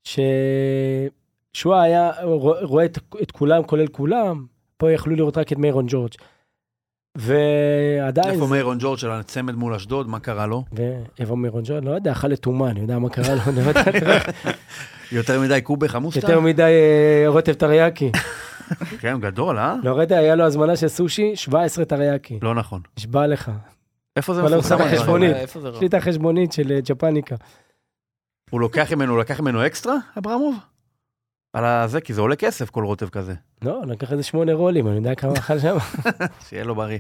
[SPEAKER 8] ששואה היה רוא- רואה את, את כולם כולל כולם, פה יכלו לראות רק את מיירון ג'ורג'. ועדיין...
[SPEAKER 5] איפה מיירון ג'ורג' של הצמד מול אשדוד, מה קרה לו?
[SPEAKER 8] ואיפה מירון ג'ון? לא יודע, אכל לטומאה, אני יודע מה קרה לו, אני לא יודע,
[SPEAKER 5] יותר מדי קובה חמוסטה?
[SPEAKER 8] יותר מדי אה, רוטב טריאקי.
[SPEAKER 5] כן, גדול, אה?
[SPEAKER 8] לא ראית, היה לו הזמנה של סושי, 17 טריאקי.
[SPEAKER 5] לא נכון.
[SPEAKER 8] נשבע לך.
[SPEAKER 5] איפה זה
[SPEAKER 8] אבל לא הוא
[SPEAKER 5] מפורסם?
[SPEAKER 8] שם
[SPEAKER 5] הדברים
[SPEAKER 8] בחשבונית.
[SPEAKER 5] האלה?
[SPEAKER 6] אה, איפה זה לא? רע?
[SPEAKER 8] יש לי את החשבונית של אה, ג'פניקה.
[SPEAKER 5] הוא לוקח ממנו, הוא לקח ממנו אקסטרה, אברמוב? על הזה, כי זה עולה כסף, כל רוטב כזה.
[SPEAKER 8] לא, לקח איזה שמונה רולים, אני יודע כמה אכל שם.
[SPEAKER 5] שיהיה לו בריא,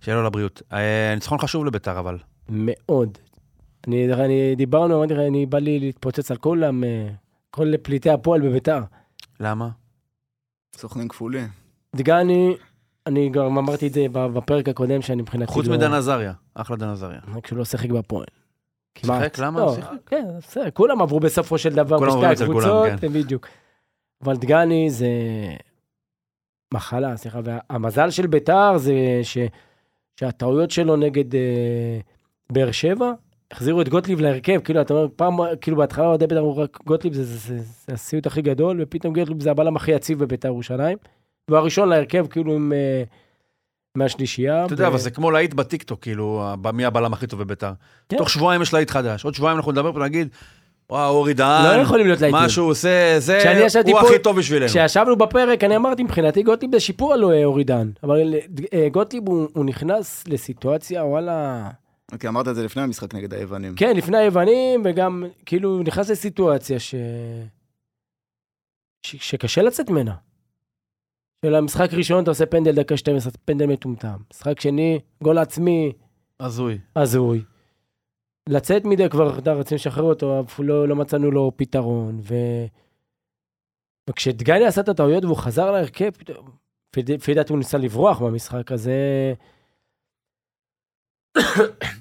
[SPEAKER 5] שיהיה לו לבריאות. אה, ניצחון חשוב לביתר, אבל.
[SPEAKER 8] מאוד. אני, אני דיברנו, אמרתי לך, אני בא לי להתפוצץ על כולם, אה, כל פליטי הפועל בביתר.
[SPEAKER 5] למה?
[SPEAKER 7] סוכנים כפולים.
[SPEAKER 8] דגני, אני גם אמרתי את זה בפרק הקודם, שאני מבחינתי...
[SPEAKER 5] חוץ
[SPEAKER 8] לא-
[SPEAKER 5] מדן עזריה, אחלה דן עזריה.
[SPEAKER 8] כשהוא לא שיחק בהפועל.
[SPEAKER 5] שיחק? למה?
[SPEAKER 8] לא,
[SPEAKER 5] שיחק.
[SPEAKER 8] כן, בסדר, כולם עברו בסופו של דבר
[SPEAKER 5] כולם
[SPEAKER 8] בשתי
[SPEAKER 5] עברו אצל כולם,
[SPEAKER 8] הקבוצות,
[SPEAKER 5] כן.
[SPEAKER 8] בדיוק. אבל דגני זה מחלה, סליחה, והמזל של ביתר זה ש... שהטעויות שלו נגד אה, באר שבע, החזירו את גוטליב להרכב, כאילו, אתה אומר, פעם, כאילו בהתחלה אוהדי ביתר אמרו רק גוטליב זה, זה, זה, זה הסיוט הכי גדול, ופתאום גוטליב זה הבלם הכי יציב בביתר ירושלים. והוא הראשון להרכב, כאילו, עם... אה, מהשלישייה.
[SPEAKER 5] אתה יודע,
[SPEAKER 8] ו-
[SPEAKER 5] אבל זה כמו להיט בטיקטוק, כאילו, ה- מי הבלם הכי טוב בביתר.
[SPEAKER 8] כן.
[SPEAKER 5] תוך שבועיים יש להיט חדש, עוד שבועיים אנחנו נדבר פה ונגיד, וואו, אורי דהן,
[SPEAKER 8] לא יכולים להיות להיטים.
[SPEAKER 5] מה שהוא עושה, זה,
[SPEAKER 8] כשאני ישבתי
[SPEAKER 5] הוא
[SPEAKER 8] פה-
[SPEAKER 5] הכי טוב בשבילנו.
[SPEAKER 8] כשישבנו בפרק, אני אמרתי, מבחינתי גוטליב זה שיפור על אה, אורי דן. אבל אה, גוטליב הוא, הוא נכנס לסיטואציה, וואלה...
[SPEAKER 7] כי אוקיי, אמרת את זה לפני המשחק נגד היוונים.
[SPEAKER 8] כן, לפני היוונים, וגם, כאילו, הוא נכנס לסיטואציה ש... ש... שקשה לצאת ממנה. של המשחק ראשון, אתה עושה פנדל דקה 12, פנדל מטומטם. משחק שני, גול עצמי,
[SPEAKER 5] הזוי.
[SPEAKER 8] הזוי. לצאת מדי כבר, אתה רצינו לשחרר אותו, אבל לא, לא מצאנו לו פתרון. ו... וכשדגני עשה את הטעויות והוא חזר להרכב, פתאום- לפי ד- לפי דעתי הוא ניסה לברוח מהמשחק הזה.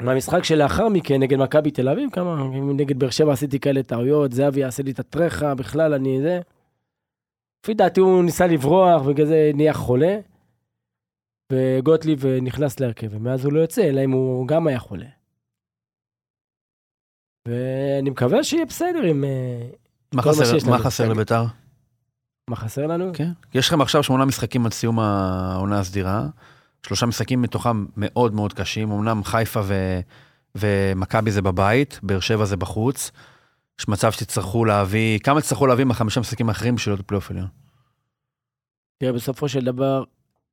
[SPEAKER 8] מהמשחק שלאחר מכן נגד מכבי תל אביב, כמה, נגד באר שבע עשיתי כאלה טעויות, זהבי יעשה לי את הטרחה, בכלל אני זה. לפי דעתי הוא ניסה לברוח, בגלל זה נהיה חולה. וגוטליב אה, נכנס להרכב, ומאז הוא לא יוצא, אלא אם הוא גם היה חולה. ואני מקווה שיהיה בסדר עם... אה,
[SPEAKER 5] מה
[SPEAKER 8] כל מה
[SPEAKER 5] חסר-
[SPEAKER 8] שיש לנו.
[SPEAKER 5] מה
[SPEAKER 8] כן.
[SPEAKER 5] חסר לביתר?
[SPEAKER 8] מה חסר לנו?
[SPEAKER 5] כן. יש לכם עכשיו שמונה משחקים עד סיום העונה הסדירה, שלושה משחקים מתוכם מאוד מאוד קשים, אמנם חיפה ו... ומכבי זה בבית, באר שבע זה בחוץ. יש מצב שתצטרכו להביא, כמה תצטרכו להביא מהחמישה משחקים האחרים בשביל להיות בפלייאוף עליון?
[SPEAKER 8] תראה, בסופו של דבר,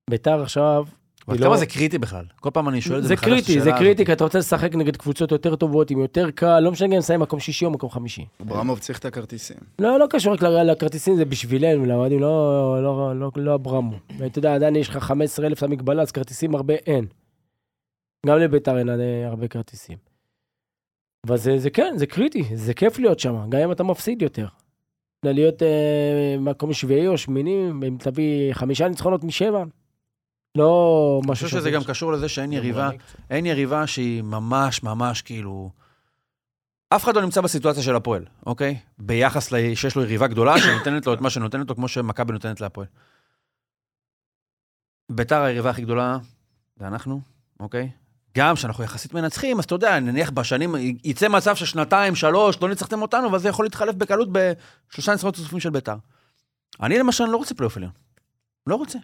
[SPEAKER 8] ביתר עכשיו...
[SPEAKER 5] ועד
[SPEAKER 8] לא-
[SPEAKER 5] כמה זה קריטי בכלל? כל פעם אני שואל את זה
[SPEAKER 8] זה
[SPEAKER 5] מחדש, את
[SPEAKER 8] קריטי, זה
[SPEAKER 5] השאלה
[SPEAKER 8] קריטי,
[SPEAKER 5] הזאת.
[SPEAKER 8] כי אתה רוצה לשחק נגד קבוצות יותר טובות, עם יותר קל, לא משנה אם נסיים מקום שישי או מקום חמישי.
[SPEAKER 7] אברמוב צריך את הכרטיסים.
[SPEAKER 8] לא, לא קשור רק ל- לכרטיסים, זה בשבילנו, לאוהדים, לא, לא, לא, לא אברמו. ואתה יודע, עדיין יש לך 15,000 את המגבלה, אז כרטיסים הרבה אין. גם לביתר אין אה, הרבה כרטיסים. אבל זה, זה כן, זה קריטי, זה כיף להיות שם, גם אם אתה מפסיד יותר. אלא להיות אה, מקום שביעי או שמיני, אם תביא חמישה ניצחונות משבע, לא
[SPEAKER 5] אני
[SPEAKER 8] משהו
[SPEAKER 5] חושב שזה
[SPEAKER 8] שעובר
[SPEAKER 5] גם קשור לזה שאין יריבה,
[SPEAKER 6] מקצוע.
[SPEAKER 5] אין יריבה שהיא ממש ממש כאילו... אף אחד לא נמצא בסיטואציה של הפועל, אוקיי? ביחס ל... שיש לו יריבה גדולה שנותנת לו את מה שנותנת לו, כמו שמכבי נותנת להפועל. ביתר היריבה הכי גדולה זה אנחנו, אוקיי? גם שאנחנו יחסית מנצחים, אז אתה יודע, נניח בשנים, י- יצא מצב ששנתיים, שלוש, לא ניצחתם אותנו, ואז זה יכול להתחלף בקלות בשלושה ניצחונות רצופים של ביתר. אני למשל לא רוצה פלייאוף עליון. לא רוצה.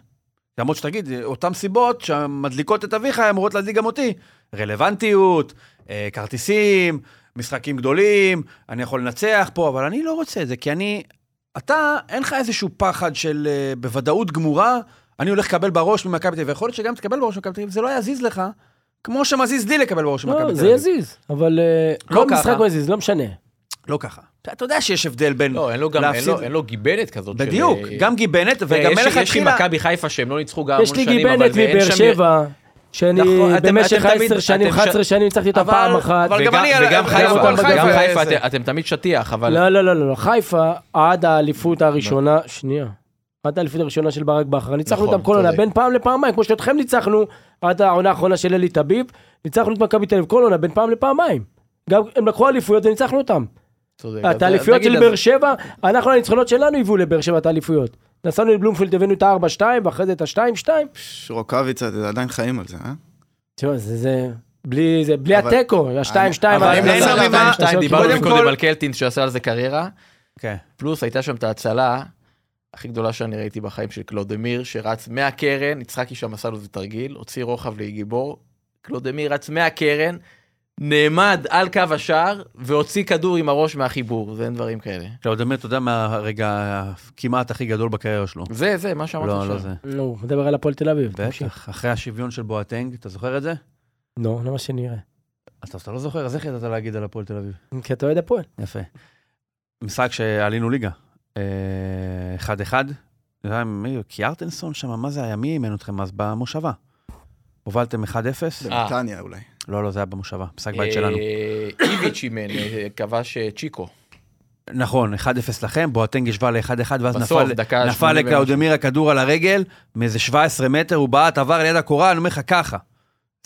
[SPEAKER 5] למרות שתגיד, אותן סיבות שמדליקות את אביך, הן אמורות להדליק גם אותי. רלוונטיות, אה, כרטיסים, משחקים גדולים, אני יכול לנצח פה, אבל אני לא רוצה את זה, כי אני... אתה, אין לך איזשהו פחד של אה, בוודאות גמורה, אני הולך לקבל בראש ממכבי תל אביב, ויכול להיות שגם תקבל בראש ממכבי תל אביב, זה לא יזיז לך, כמו שמזיז לי לקבל בראש ממכבי תל
[SPEAKER 8] לא,
[SPEAKER 5] אביב.
[SPEAKER 8] זה יזיז, אבל אה,
[SPEAKER 5] לא
[SPEAKER 8] כל משחק
[SPEAKER 5] ככה.
[SPEAKER 8] הוא יזיז, לא משנה.
[SPEAKER 5] לא ככה. אתה- אתה יודע שיש הבדל בין...
[SPEAKER 6] לא, אין לו גם, אין
[SPEAKER 5] להפסיד-
[SPEAKER 6] לו- אין לו גיבנת כזאת. של- אה,
[SPEAKER 5] בדיוק, גם גיבנת,
[SPEAKER 6] תראה,
[SPEAKER 5] וגם
[SPEAKER 6] יש- יש לי
[SPEAKER 5] מלכתחילה...
[SPEAKER 6] מכבי חיפה שהם לא ניצחו גם
[SPEAKER 8] יש
[SPEAKER 6] המון
[SPEAKER 8] לי
[SPEAKER 6] שנים, אבל
[SPEAKER 8] גיבנת
[SPEAKER 6] ואין
[SPEAKER 8] מבאר
[SPEAKER 6] שם-
[SPEAKER 8] שבע,
[SPEAKER 5] נכון,
[SPEAKER 8] שאני
[SPEAKER 5] אתם-
[SPEAKER 8] במשך
[SPEAKER 5] אתם תמיד-
[SPEAKER 8] 10 שנים,
[SPEAKER 6] אתם ש-
[SPEAKER 8] 11 שנים ניצחתי אותה
[SPEAKER 5] אבל-
[SPEAKER 8] פעם אחת.
[SPEAKER 5] אבל גם
[SPEAKER 6] וגם- אה,
[SPEAKER 5] אני על-
[SPEAKER 6] וגם
[SPEAKER 5] על
[SPEAKER 6] חיפה,
[SPEAKER 5] חיפה,
[SPEAKER 8] אבל
[SPEAKER 6] גם
[SPEAKER 5] זה-
[SPEAKER 6] חיפה,
[SPEAKER 5] זה-
[SPEAKER 6] אתם- אתם תמיד שטיח, אבל...
[SPEAKER 8] לא, לא, לא, לא, לא, חיפה עד האליפות הראשונה, שנייה, עד האליפות הראשונה של ברק בכר, ניצחנו
[SPEAKER 6] נכון,
[SPEAKER 8] אותם כל עונה,
[SPEAKER 6] צודק.
[SPEAKER 8] בין פעם לפעמיים, כמו שאתכם ניצחנו עד העונה האחרונה של אלי טביב, ניצחנו את מכבי תל אביב כל עונה, בין פעם לפעמיים. גם הם לקחו אליפויות וניצחנו אותם.
[SPEAKER 6] צודק. אז-
[SPEAKER 8] את האליפויות
[SPEAKER 6] אז
[SPEAKER 8] אה, של
[SPEAKER 6] נגיד,
[SPEAKER 8] באר
[SPEAKER 6] אז-
[SPEAKER 8] שבע, אנחנו הניצחונות שלנו הביאו לבאר שבע את האליפויות. נסענו לבלומפילד, הבאנו את ה-4-2, ואחרי זה את ה-2-2.
[SPEAKER 7] פש, רוקאביצה, אתם עדיין חיים על זה, אה?
[SPEAKER 8] תשמע, זה, זה, בלי, זה, בלי
[SPEAKER 7] אבל-
[SPEAKER 8] התיקו, ה-2-2.
[SPEAKER 7] אבל
[SPEAKER 6] אבל
[SPEAKER 7] אם
[SPEAKER 6] אם
[SPEAKER 7] לא
[SPEAKER 6] נעשה
[SPEAKER 7] שמים
[SPEAKER 6] עליו
[SPEAKER 7] מה-
[SPEAKER 6] 2-2,
[SPEAKER 8] עכשיו,
[SPEAKER 6] דיברנו
[SPEAKER 8] קודם
[SPEAKER 6] קודם
[SPEAKER 5] כל-
[SPEAKER 6] על קלטינס שעשה על זה קריירה,
[SPEAKER 5] כן.
[SPEAKER 6] פלוס הייתה שם את ההצלה הכי גדולה שאני ראיתי בחיים של קלודמיר, שרץ מהקרן, יצחקי שם עשה לו איזה תרגיל, הוציא רוחב לגיבור, קלודמיר רץ מהקרן, נעמד על קו השער, והוציא כדור עם הראש מהחיבור, זה אין דברים כאלה.
[SPEAKER 5] קלאודמיר, אתה יודע מה הרגע כמעט הכי גדול בקריירה שלו.
[SPEAKER 6] זה, זה, מה שאמרת
[SPEAKER 5] לא,
[SPEAKER 6] עכשיו.
[SPEAKER 5] לא זה.
[SPEAKER 8] נו, הוא מדבר על הפועל תל אביב. תמשיך. לא,
[SPEAKER 5] בטח, אחרי השוויון של בואטנג, אתה זוכר את זה?
[SPEAKER 8] נו, למה שנראה.
[SPEAKER 5] אתה אתה לא זוכר, אז איך ידעת להגיד על הפועל תל אביב?
[SPEAKER 8] כי אתה אוהד הפועל.
[SPEAKER 5] יפה. משחק שעלינו ליגה. אה, 1-1. זה היה מי- קיארטנסון שם, מה זה היה? מי אימן אתכם אז? במושבה. הובלתם 1-0?
[SPEAKER 6] אה.
[SPEAKER 7] בנתניה אולי.
[SPEAKER 5] לא, לא, זה היה במושבה. משחק בית שלנו.
[SPEAKER 6] אה, איביץ' אימן, אה, כבש אה, צ'יקו.
[SPEAKER 5] נכון, 1-0 לכם, בואטנג השווה ל-1-1, ואז
[SPEAKER 6] בסוף,
[SPEAKER 5] נפל,
[SPEAKER 6] דקה
[SPEAKER 5] נפל
[SPEAKER 6] 80
[SPEAKER 5] לקלאודמיר הכדור על הרגל, מאיזה 17 מטר, הוא בעט, עבר ליד הקורה, אני אומר לך ככה.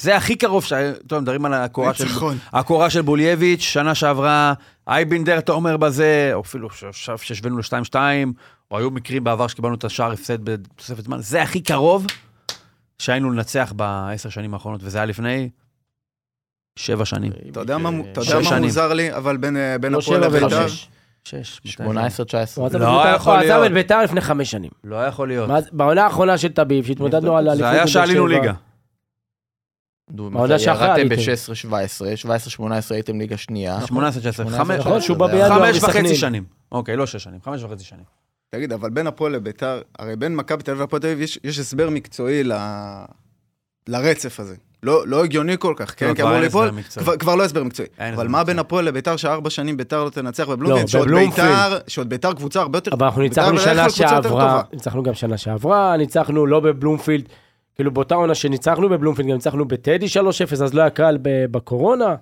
[SPEAKER 5] זה הכי קרוב, ש... טוב, מדברים על הקורה של,
[SPEAKER 8] נכון.
[SPEAKER 7] ניצחון.
[SPEAKER 5] הקורה של בולייביץ', שנה שעברה, אייבינדר, תומר בזה, או אפילו ש- ש- שהשווינו ל-2-2, או היו מקרים בעבר שקיבלנו את השער הפסד בתוספת זמן, זה הכי קרוב שהיינו לנצח בעשר שנים האחרונות, וזה היה לפני שבע שנים.
[SPEAKER 7] אתה
[SPEAKER 6] אה,
[SPEAKER 7] יודע מה מו- אתה יודע
[SPEAKER 5] שש
[SPEAKER 7] מה
[SPEAKER 5] שנים.
[SPEAKER 7] מוזר לי, אבל בין אה, בין
[SPEAKER 8] לא
[SPEAKER 7] הפועל
[SPEAKER 8] שבע ולא
[SPEAKER 7] לביתר?
[SPEAKER 8] שש.
[SPEAKER 5] שש, מתי זה?
[SPEAKER 6] 18-19.
[SPEAKER 8] הוא עזב את
[SPEAKER 5] לא
[SPEAKER 8] בית"ר-
[SPEAKER 5] יכול
[SPEAKER 8] הוא עזב
[SPEAKER 5] להיות.
[SPEAKER 8] את ביתר לפני חמש שנים.
[SPEAKER 5] לא יכול להיות.
[SPEAKER 8] מה זה- בעונה האחרונה של תביב, שהתמודדנו על
[SPEAKER 5] זה
[SPEAKER 8] אליפות
[SPEAKER 5] היה
[SPEAKER 8] בבאר
[SPEAKER 5] שעלינו
[SPEAKER 8] שבע.
[SPEAKER 5] ליגה.
[SPEAKER 8] העונה שאחרי
[SPEAKER 6] ירדתם
[SPEAKER 8] עליתם.
[SPEAKER 6] ב-16-17, 17-18 הייתם ליגה שנייה.
[SPEAKER 5] 18, 19, חמש,
[SPEAKER 8] נכון, שהוא בא
[SPEAKER 1] זה היה
[SPEAKER 8] בינואר
[SPEAKER 5] חמש
[SPEAKER 8] מסכנין.
[SPEAKER 5] וחצי שנים. אוקיי, לא שש שנים, חמש וחצי שנים.
[SPEAKER 7] תגיד, אבל בין הפועל לביתר, הרי בין מכבי תל אביב והפועל תל אביב יש- יש הסבר מקצועי ל- לרצף הזה. לא לא הגיוני כל כך, כן? כי
[SPEAKER 5] כבר
[SPEAKER 7] אמור
[SPEAKER 5] אין
[SPEAKER 7] ליפול,
[SPEAKER 5] הסבר מקצועי.
[SPEAKER 7] כבר- כבר לא הסבר מקצועי.
[SPEAKER 5] אין
[SPEAKER 7] אבל
[SPEAKER 5] הסבר
[SPEAKER 7] מה
[SPEAKER 5] מקצועי.
[SPEAKER 7] בין הפועל לביתר שארבע שנים ביתר לא תנצח בבלומפילד, שעוד
[SPEAKER 8] בבלומפילד.
[SPEAKER 7] ביתר, שעוד ביתר קבוצה הרבה יותר...
[SPEAKER 8] אבל אנחנו
[SPEAKER 7] ביתר
[SPEAKER 8] ניצחנו
[SPEAKER 7] בדרך כלל
[SPEAKER 8] שנה
[SPEAKER 7] קבוצה יותר
[SPEAKER 8] שעברה,
[SPEAKER 7] טובה.
[SPEAKER 8] ניצחנו גם שנה שעברה, ניצחנו לא בבלומפילד, כאילו באותה עונה שניצחנו בבלומפילד, גם ניצחנו בטדי 3-0, אז לא היה קל ב- בקורונה,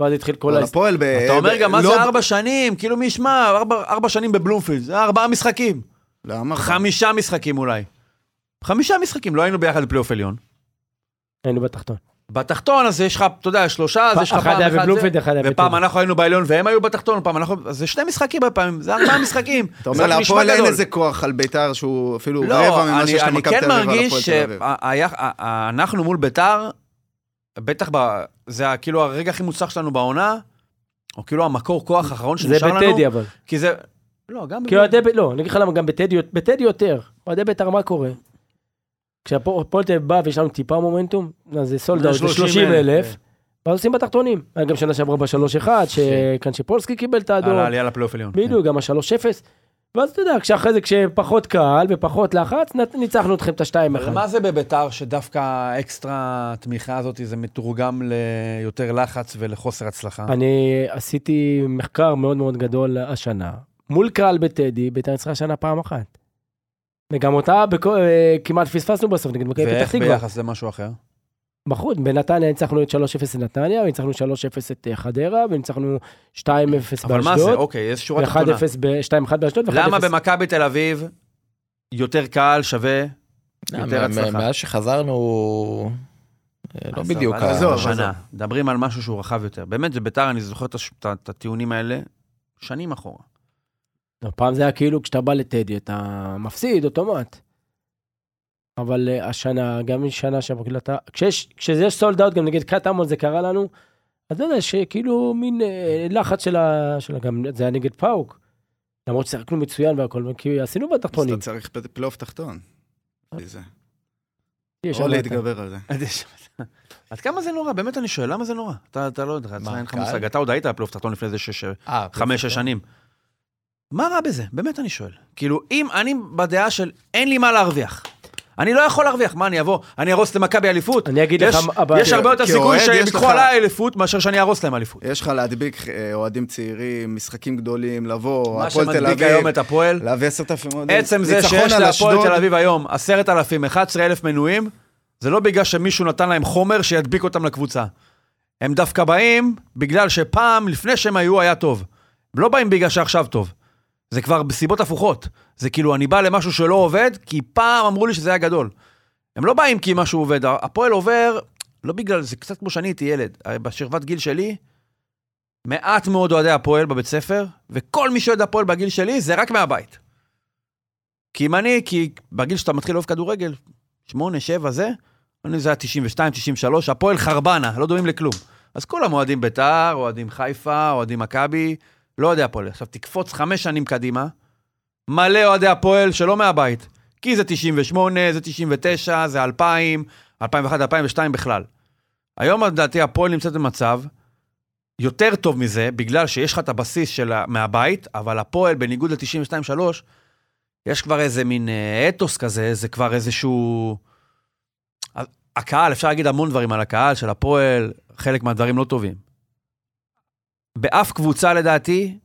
[SPEAKER 8] ואז התחיל כל
[SPEAKER 7] אבל
[SPEAKER 8] ה...
[SPEAKER 7] הפועל ב...
[SPEAKER 5] אתה אומר
[SPEAKER 7] ב-
[SPEAKER 5] גם, מה
[SPEAKER 7] לא-
[SPEAKER 5] זה ארבע שנים? כאילו, מי ישמע, ארבע- ארבע שנים בבלומפילד, זה היה ארבעה משחקים.
[SPEAKER 7] לא, אמרת.
[SPEAKER 5] חמישה משחקים אולי. חמישה משחקים, לא היינו ביחד בפלייאוף עליון.
[SPEAKER 8] היינו בתחתון.
[SPEAKER 5] בתחתון, אז יש לך, אתה יודע, שלושה, אז יש לך
[SPEAKER 8] אחד
[SPEAKER 5] פעם
[SPEAKER 8] היה
[SPEAKER 5] אחת
[SPEAKER 8] בבלומפילד,
[SPEAKER 5] זה.
[SPEAKER 8] אחד היה
[SPEAKER 5] ופעם
[SPEAKER 8] בטדי.
[SPEAKER 5] אנחנו היינו בעליון והם היו בתחתון, פעם אנחנו... אז זה שני משחקים הרבה פעמים, זה ארבעה משחקים.
[SPEAKER 7] אתה אומר, להפועל אין איזה כוח על ביתר שהוא אפילו רבע ממה
[SPEAKER 5] לא, אני-
[SPEAKER 7] שיש
[SPEAKER 5] אני
[SPEAKER 7] למכבי
[SPEAKER 5] כן
[SPEAKER 7] תל אביב על
[SPEAKER 5] מרגיש
[SPEAKER 7] הפועל תל אביב.
[SPEAKER 5] שאנחנו מול ביתר, בטח ב... זה ה- כאילו הרגע הכי מוצלח שלנו בעונה, או כאילו המקור כוח האחרון
[SPEAKER 8] זה
[SPEAKER 5] שנשאר לנו.
[SPEAKER 8] בטדי אבל.
[SPEAKER 5] כי זה... לא, גם
[SPEAKER 8] כי
[SPEAKER 5] בגלל...
[SPEAKER 8] אוהדי ביתר, לא, אני אגיד לך למה, גם בטדי, בטדי יותר. אוהדי ביתר, מה קורה? כשהפועל תל אביב בא ויש לנו טיפה מומנטום, אז זה סולד אאוט, זה
[SPEAKER 5] 30,000,
[SPEAKER 8] 30 אלף,
[SPEAKER 5] כן.
[SPEAKER 8] ואז עושים בתחתונים. היה גם שנה שעברה ב-3-1, שכאן שפולסקי קיבל את האדום.
[SPEAKER 5] על העלייה לפלייאוף עליון. כן.
[SPEAKER 8] בדיוק, גם ה-3-0. ואז אתה יודע, כשאחרי זה, כשפחות קהל ופחות לחץ, נת- ניצחנו אתכם את
[SPEAKER 5] אבל
[SPEAKER 8] ה-2-1.
[SPEAKER 5] מה זה בביתר שדווקא האקסטרה תמיכה הזאת זה מתורגם ליותר לחץ ולחוסר הצלחה?
[SPEAKER 8] אני עשיתי מחקר מאוד מאוד גדול השנה. מול קהל בטדי, ביתר ניצחה השנה פעם אחת. וגם אותה בכ- אה, כמעט פספסנו בסוף נגד מכבי פתח
[SPEAKER 5] ואיך
[SPEAKER 8] תקווה.
[SPEAKER 5] ביחס למשהו אחר?
[SPEAKER 8] בחוץ, בנתניה ניצחנו את 3-0 את נתניה, וניצחנו 3-0 את אה, חדרה, וניצחנו 2-0
[SPEAKER 5] אבל מה זה?
[SPEAKER 8] באשדוד,
[SPEAKER 5] אוקיי, יש שורה תחתונה.
[SPEAKER 8] ו-1-0 ב- 2-1 באשדוד,
[SPEAKER 5] למה
[SPEAKER 8] ו-1-0
[SPEAKER 5] במכבי תל אביב יותר קל שווה יותר
[SPEAKER 6] אה, מה- מה-
[SPEAKER 5] הצלחה?
[SPEAKER 6] מאז שחזרנו, אה, לא בדיוק.
[SPEAKER 5] עזוב,
[SPEAKER 6] ה-
[SPEAKER 5] עזוב,
[SPEAKER 7] עזוב.
[SPEAKER 5] השנה. מדברים על משהו שהוא רחב יותר. באמת, זה ביתר, אני זוכר את הש- את ה- את הטיעונים האלה שנים אחורה.
[SPEAKER 8] לא, פעם זה היה כאילו כשאתה בא לטדי אתה מפסיד אוטומט. אבל אה, השנה, גם שנה שם, כאילו אתה, כשיש, כשיש סולד אאוט, גם נגד קטמון זה קרה לנו, אז לא יודע, שכאילו מין אה, לחץ של ה... של ה- גם זה היה נגד פאוק. למרות ששיחקנו מצוין והכל, כי עשינו
[SPEAKER 7] אז
[SPEAKER 8] בתחתונים.
[SPEAKER 7] אתה צריך פ- פלייאוף תחתון. זה.
[SPEAKER 5] לא
[SPEAKER 8] יש
[SPEAKER 7] או
[SPEAKER 8] שם-
[SPEAKER 7] להתגבר על זה.
[SPEAKER 5] עד כמה זה נורא? באמת אני שואל, למה זה נורא? אתה אתה לא יודע, אתה- אין לך
[SPEAKER 6] קל?
[SPEAKER 5] מושג. אתה עוד היית בפלייאוף תחתון לפני זה שש...
[SPEAKER 6] אה,
[SPEAKER 5] חמש, שש שנים. מה רע בזה? באמת אני שואל. כאילו, אם אני בדעה של אין לי מה להרוויח, אני לא יכול להרוויח, מה, אני אבוא, אני ארוס למכבי אליפות?
[SPEAKER 8] אני אגיד
[SPEAKER 5] יש-
[SPEAKER 8] לך, הבעיה-
[SPEAKER 5] יש הרבה יותר
[SPEAKER 7] כאוהד
[SPEAKER 5] סיכוי
[SPEAKER 7] יש
[SPEAKER 5] שהם
[SPEAKER 7] לך-
[SPEAKER 5] ייקחו עליי אליפות מאשר שאני ארוס להם אליפות.
[SPEAKER 7] יש לך להדביק אה, אוהדים צעירים, משחקים גדולים, לבוא,
[SPEAKER 5] מה
[SPEAKER 7] הפועל תל
[SPEAKER 5] שמדביק
[SPEAKER 7] אביב,
[SPEAKER 5] היום את הפועל,
[SPEAKER 7] להביא עשרת אלפים אוהדים.
[SPEAKER 5] עצם זה
[SPEAKER 7] ניצחון
[SPEAKER 5] שיש
[SPEAKER 7] על
[SPEAKER 5] להפועל
[SPEAKER 7] אשדוד,
[SPEAKER 5] תל אביב היום 10,000, 11,000 מנויים, זה לא בגלל שמישהו נתן להם חומר שידביק אותם לקבוצה. הם דווקא באים בגלל שפעם, לפני שהם היו, היה טוב. הם לא באים בגלל שעכשיו טוב. זה כבר בסיבות הפוכות. זה כאילו, אני בא למשהו שלא עובד, כי פעם אמרו לי שזה היה גדול. הם לא באים כי משהו עובד, הפועל עובר, לא בגלל, זה קצת כמו שאני הייתי ילד. הרי בשכבת גיל שלי, מעט מאוד אוהדי הפועל בבית ספר, וכל מי שאוהד הפועל בגיל שלי זה רק מהבית. כי אם אני, כי בגיל שאתה מתחיל לאהוב כדורגל, שמונה, שבע, זה, אני זה היה 92, 93, הפועל חרבנה, לא דומים לכלום. אז כולם אוהדים ביתר, אוהדים חיפה, אוהדים מכבי, לא יודע הפועל. עכשיו תקפוץ חמש שנים קדימה, מלא אוהדי הפועל שלא מהבית. כי זה 98, זה 99, זה 2000, 2001, 2002 בכלל. היום לדעתי הפועל נמצאת במצב יותר טוב מזה, בגלל שיש לך את הבסיס של ה- מהבית, אבל הפועל, בניגוד ל-92-3, יש כבר איזה מין אה, אתוס כזה, זה כבר איזשהו... הקהל, אפשר להגיד המון דברים על הקהל של הפועל, חלק מהדברים לא טובים. באף קבוצה, לדעתי,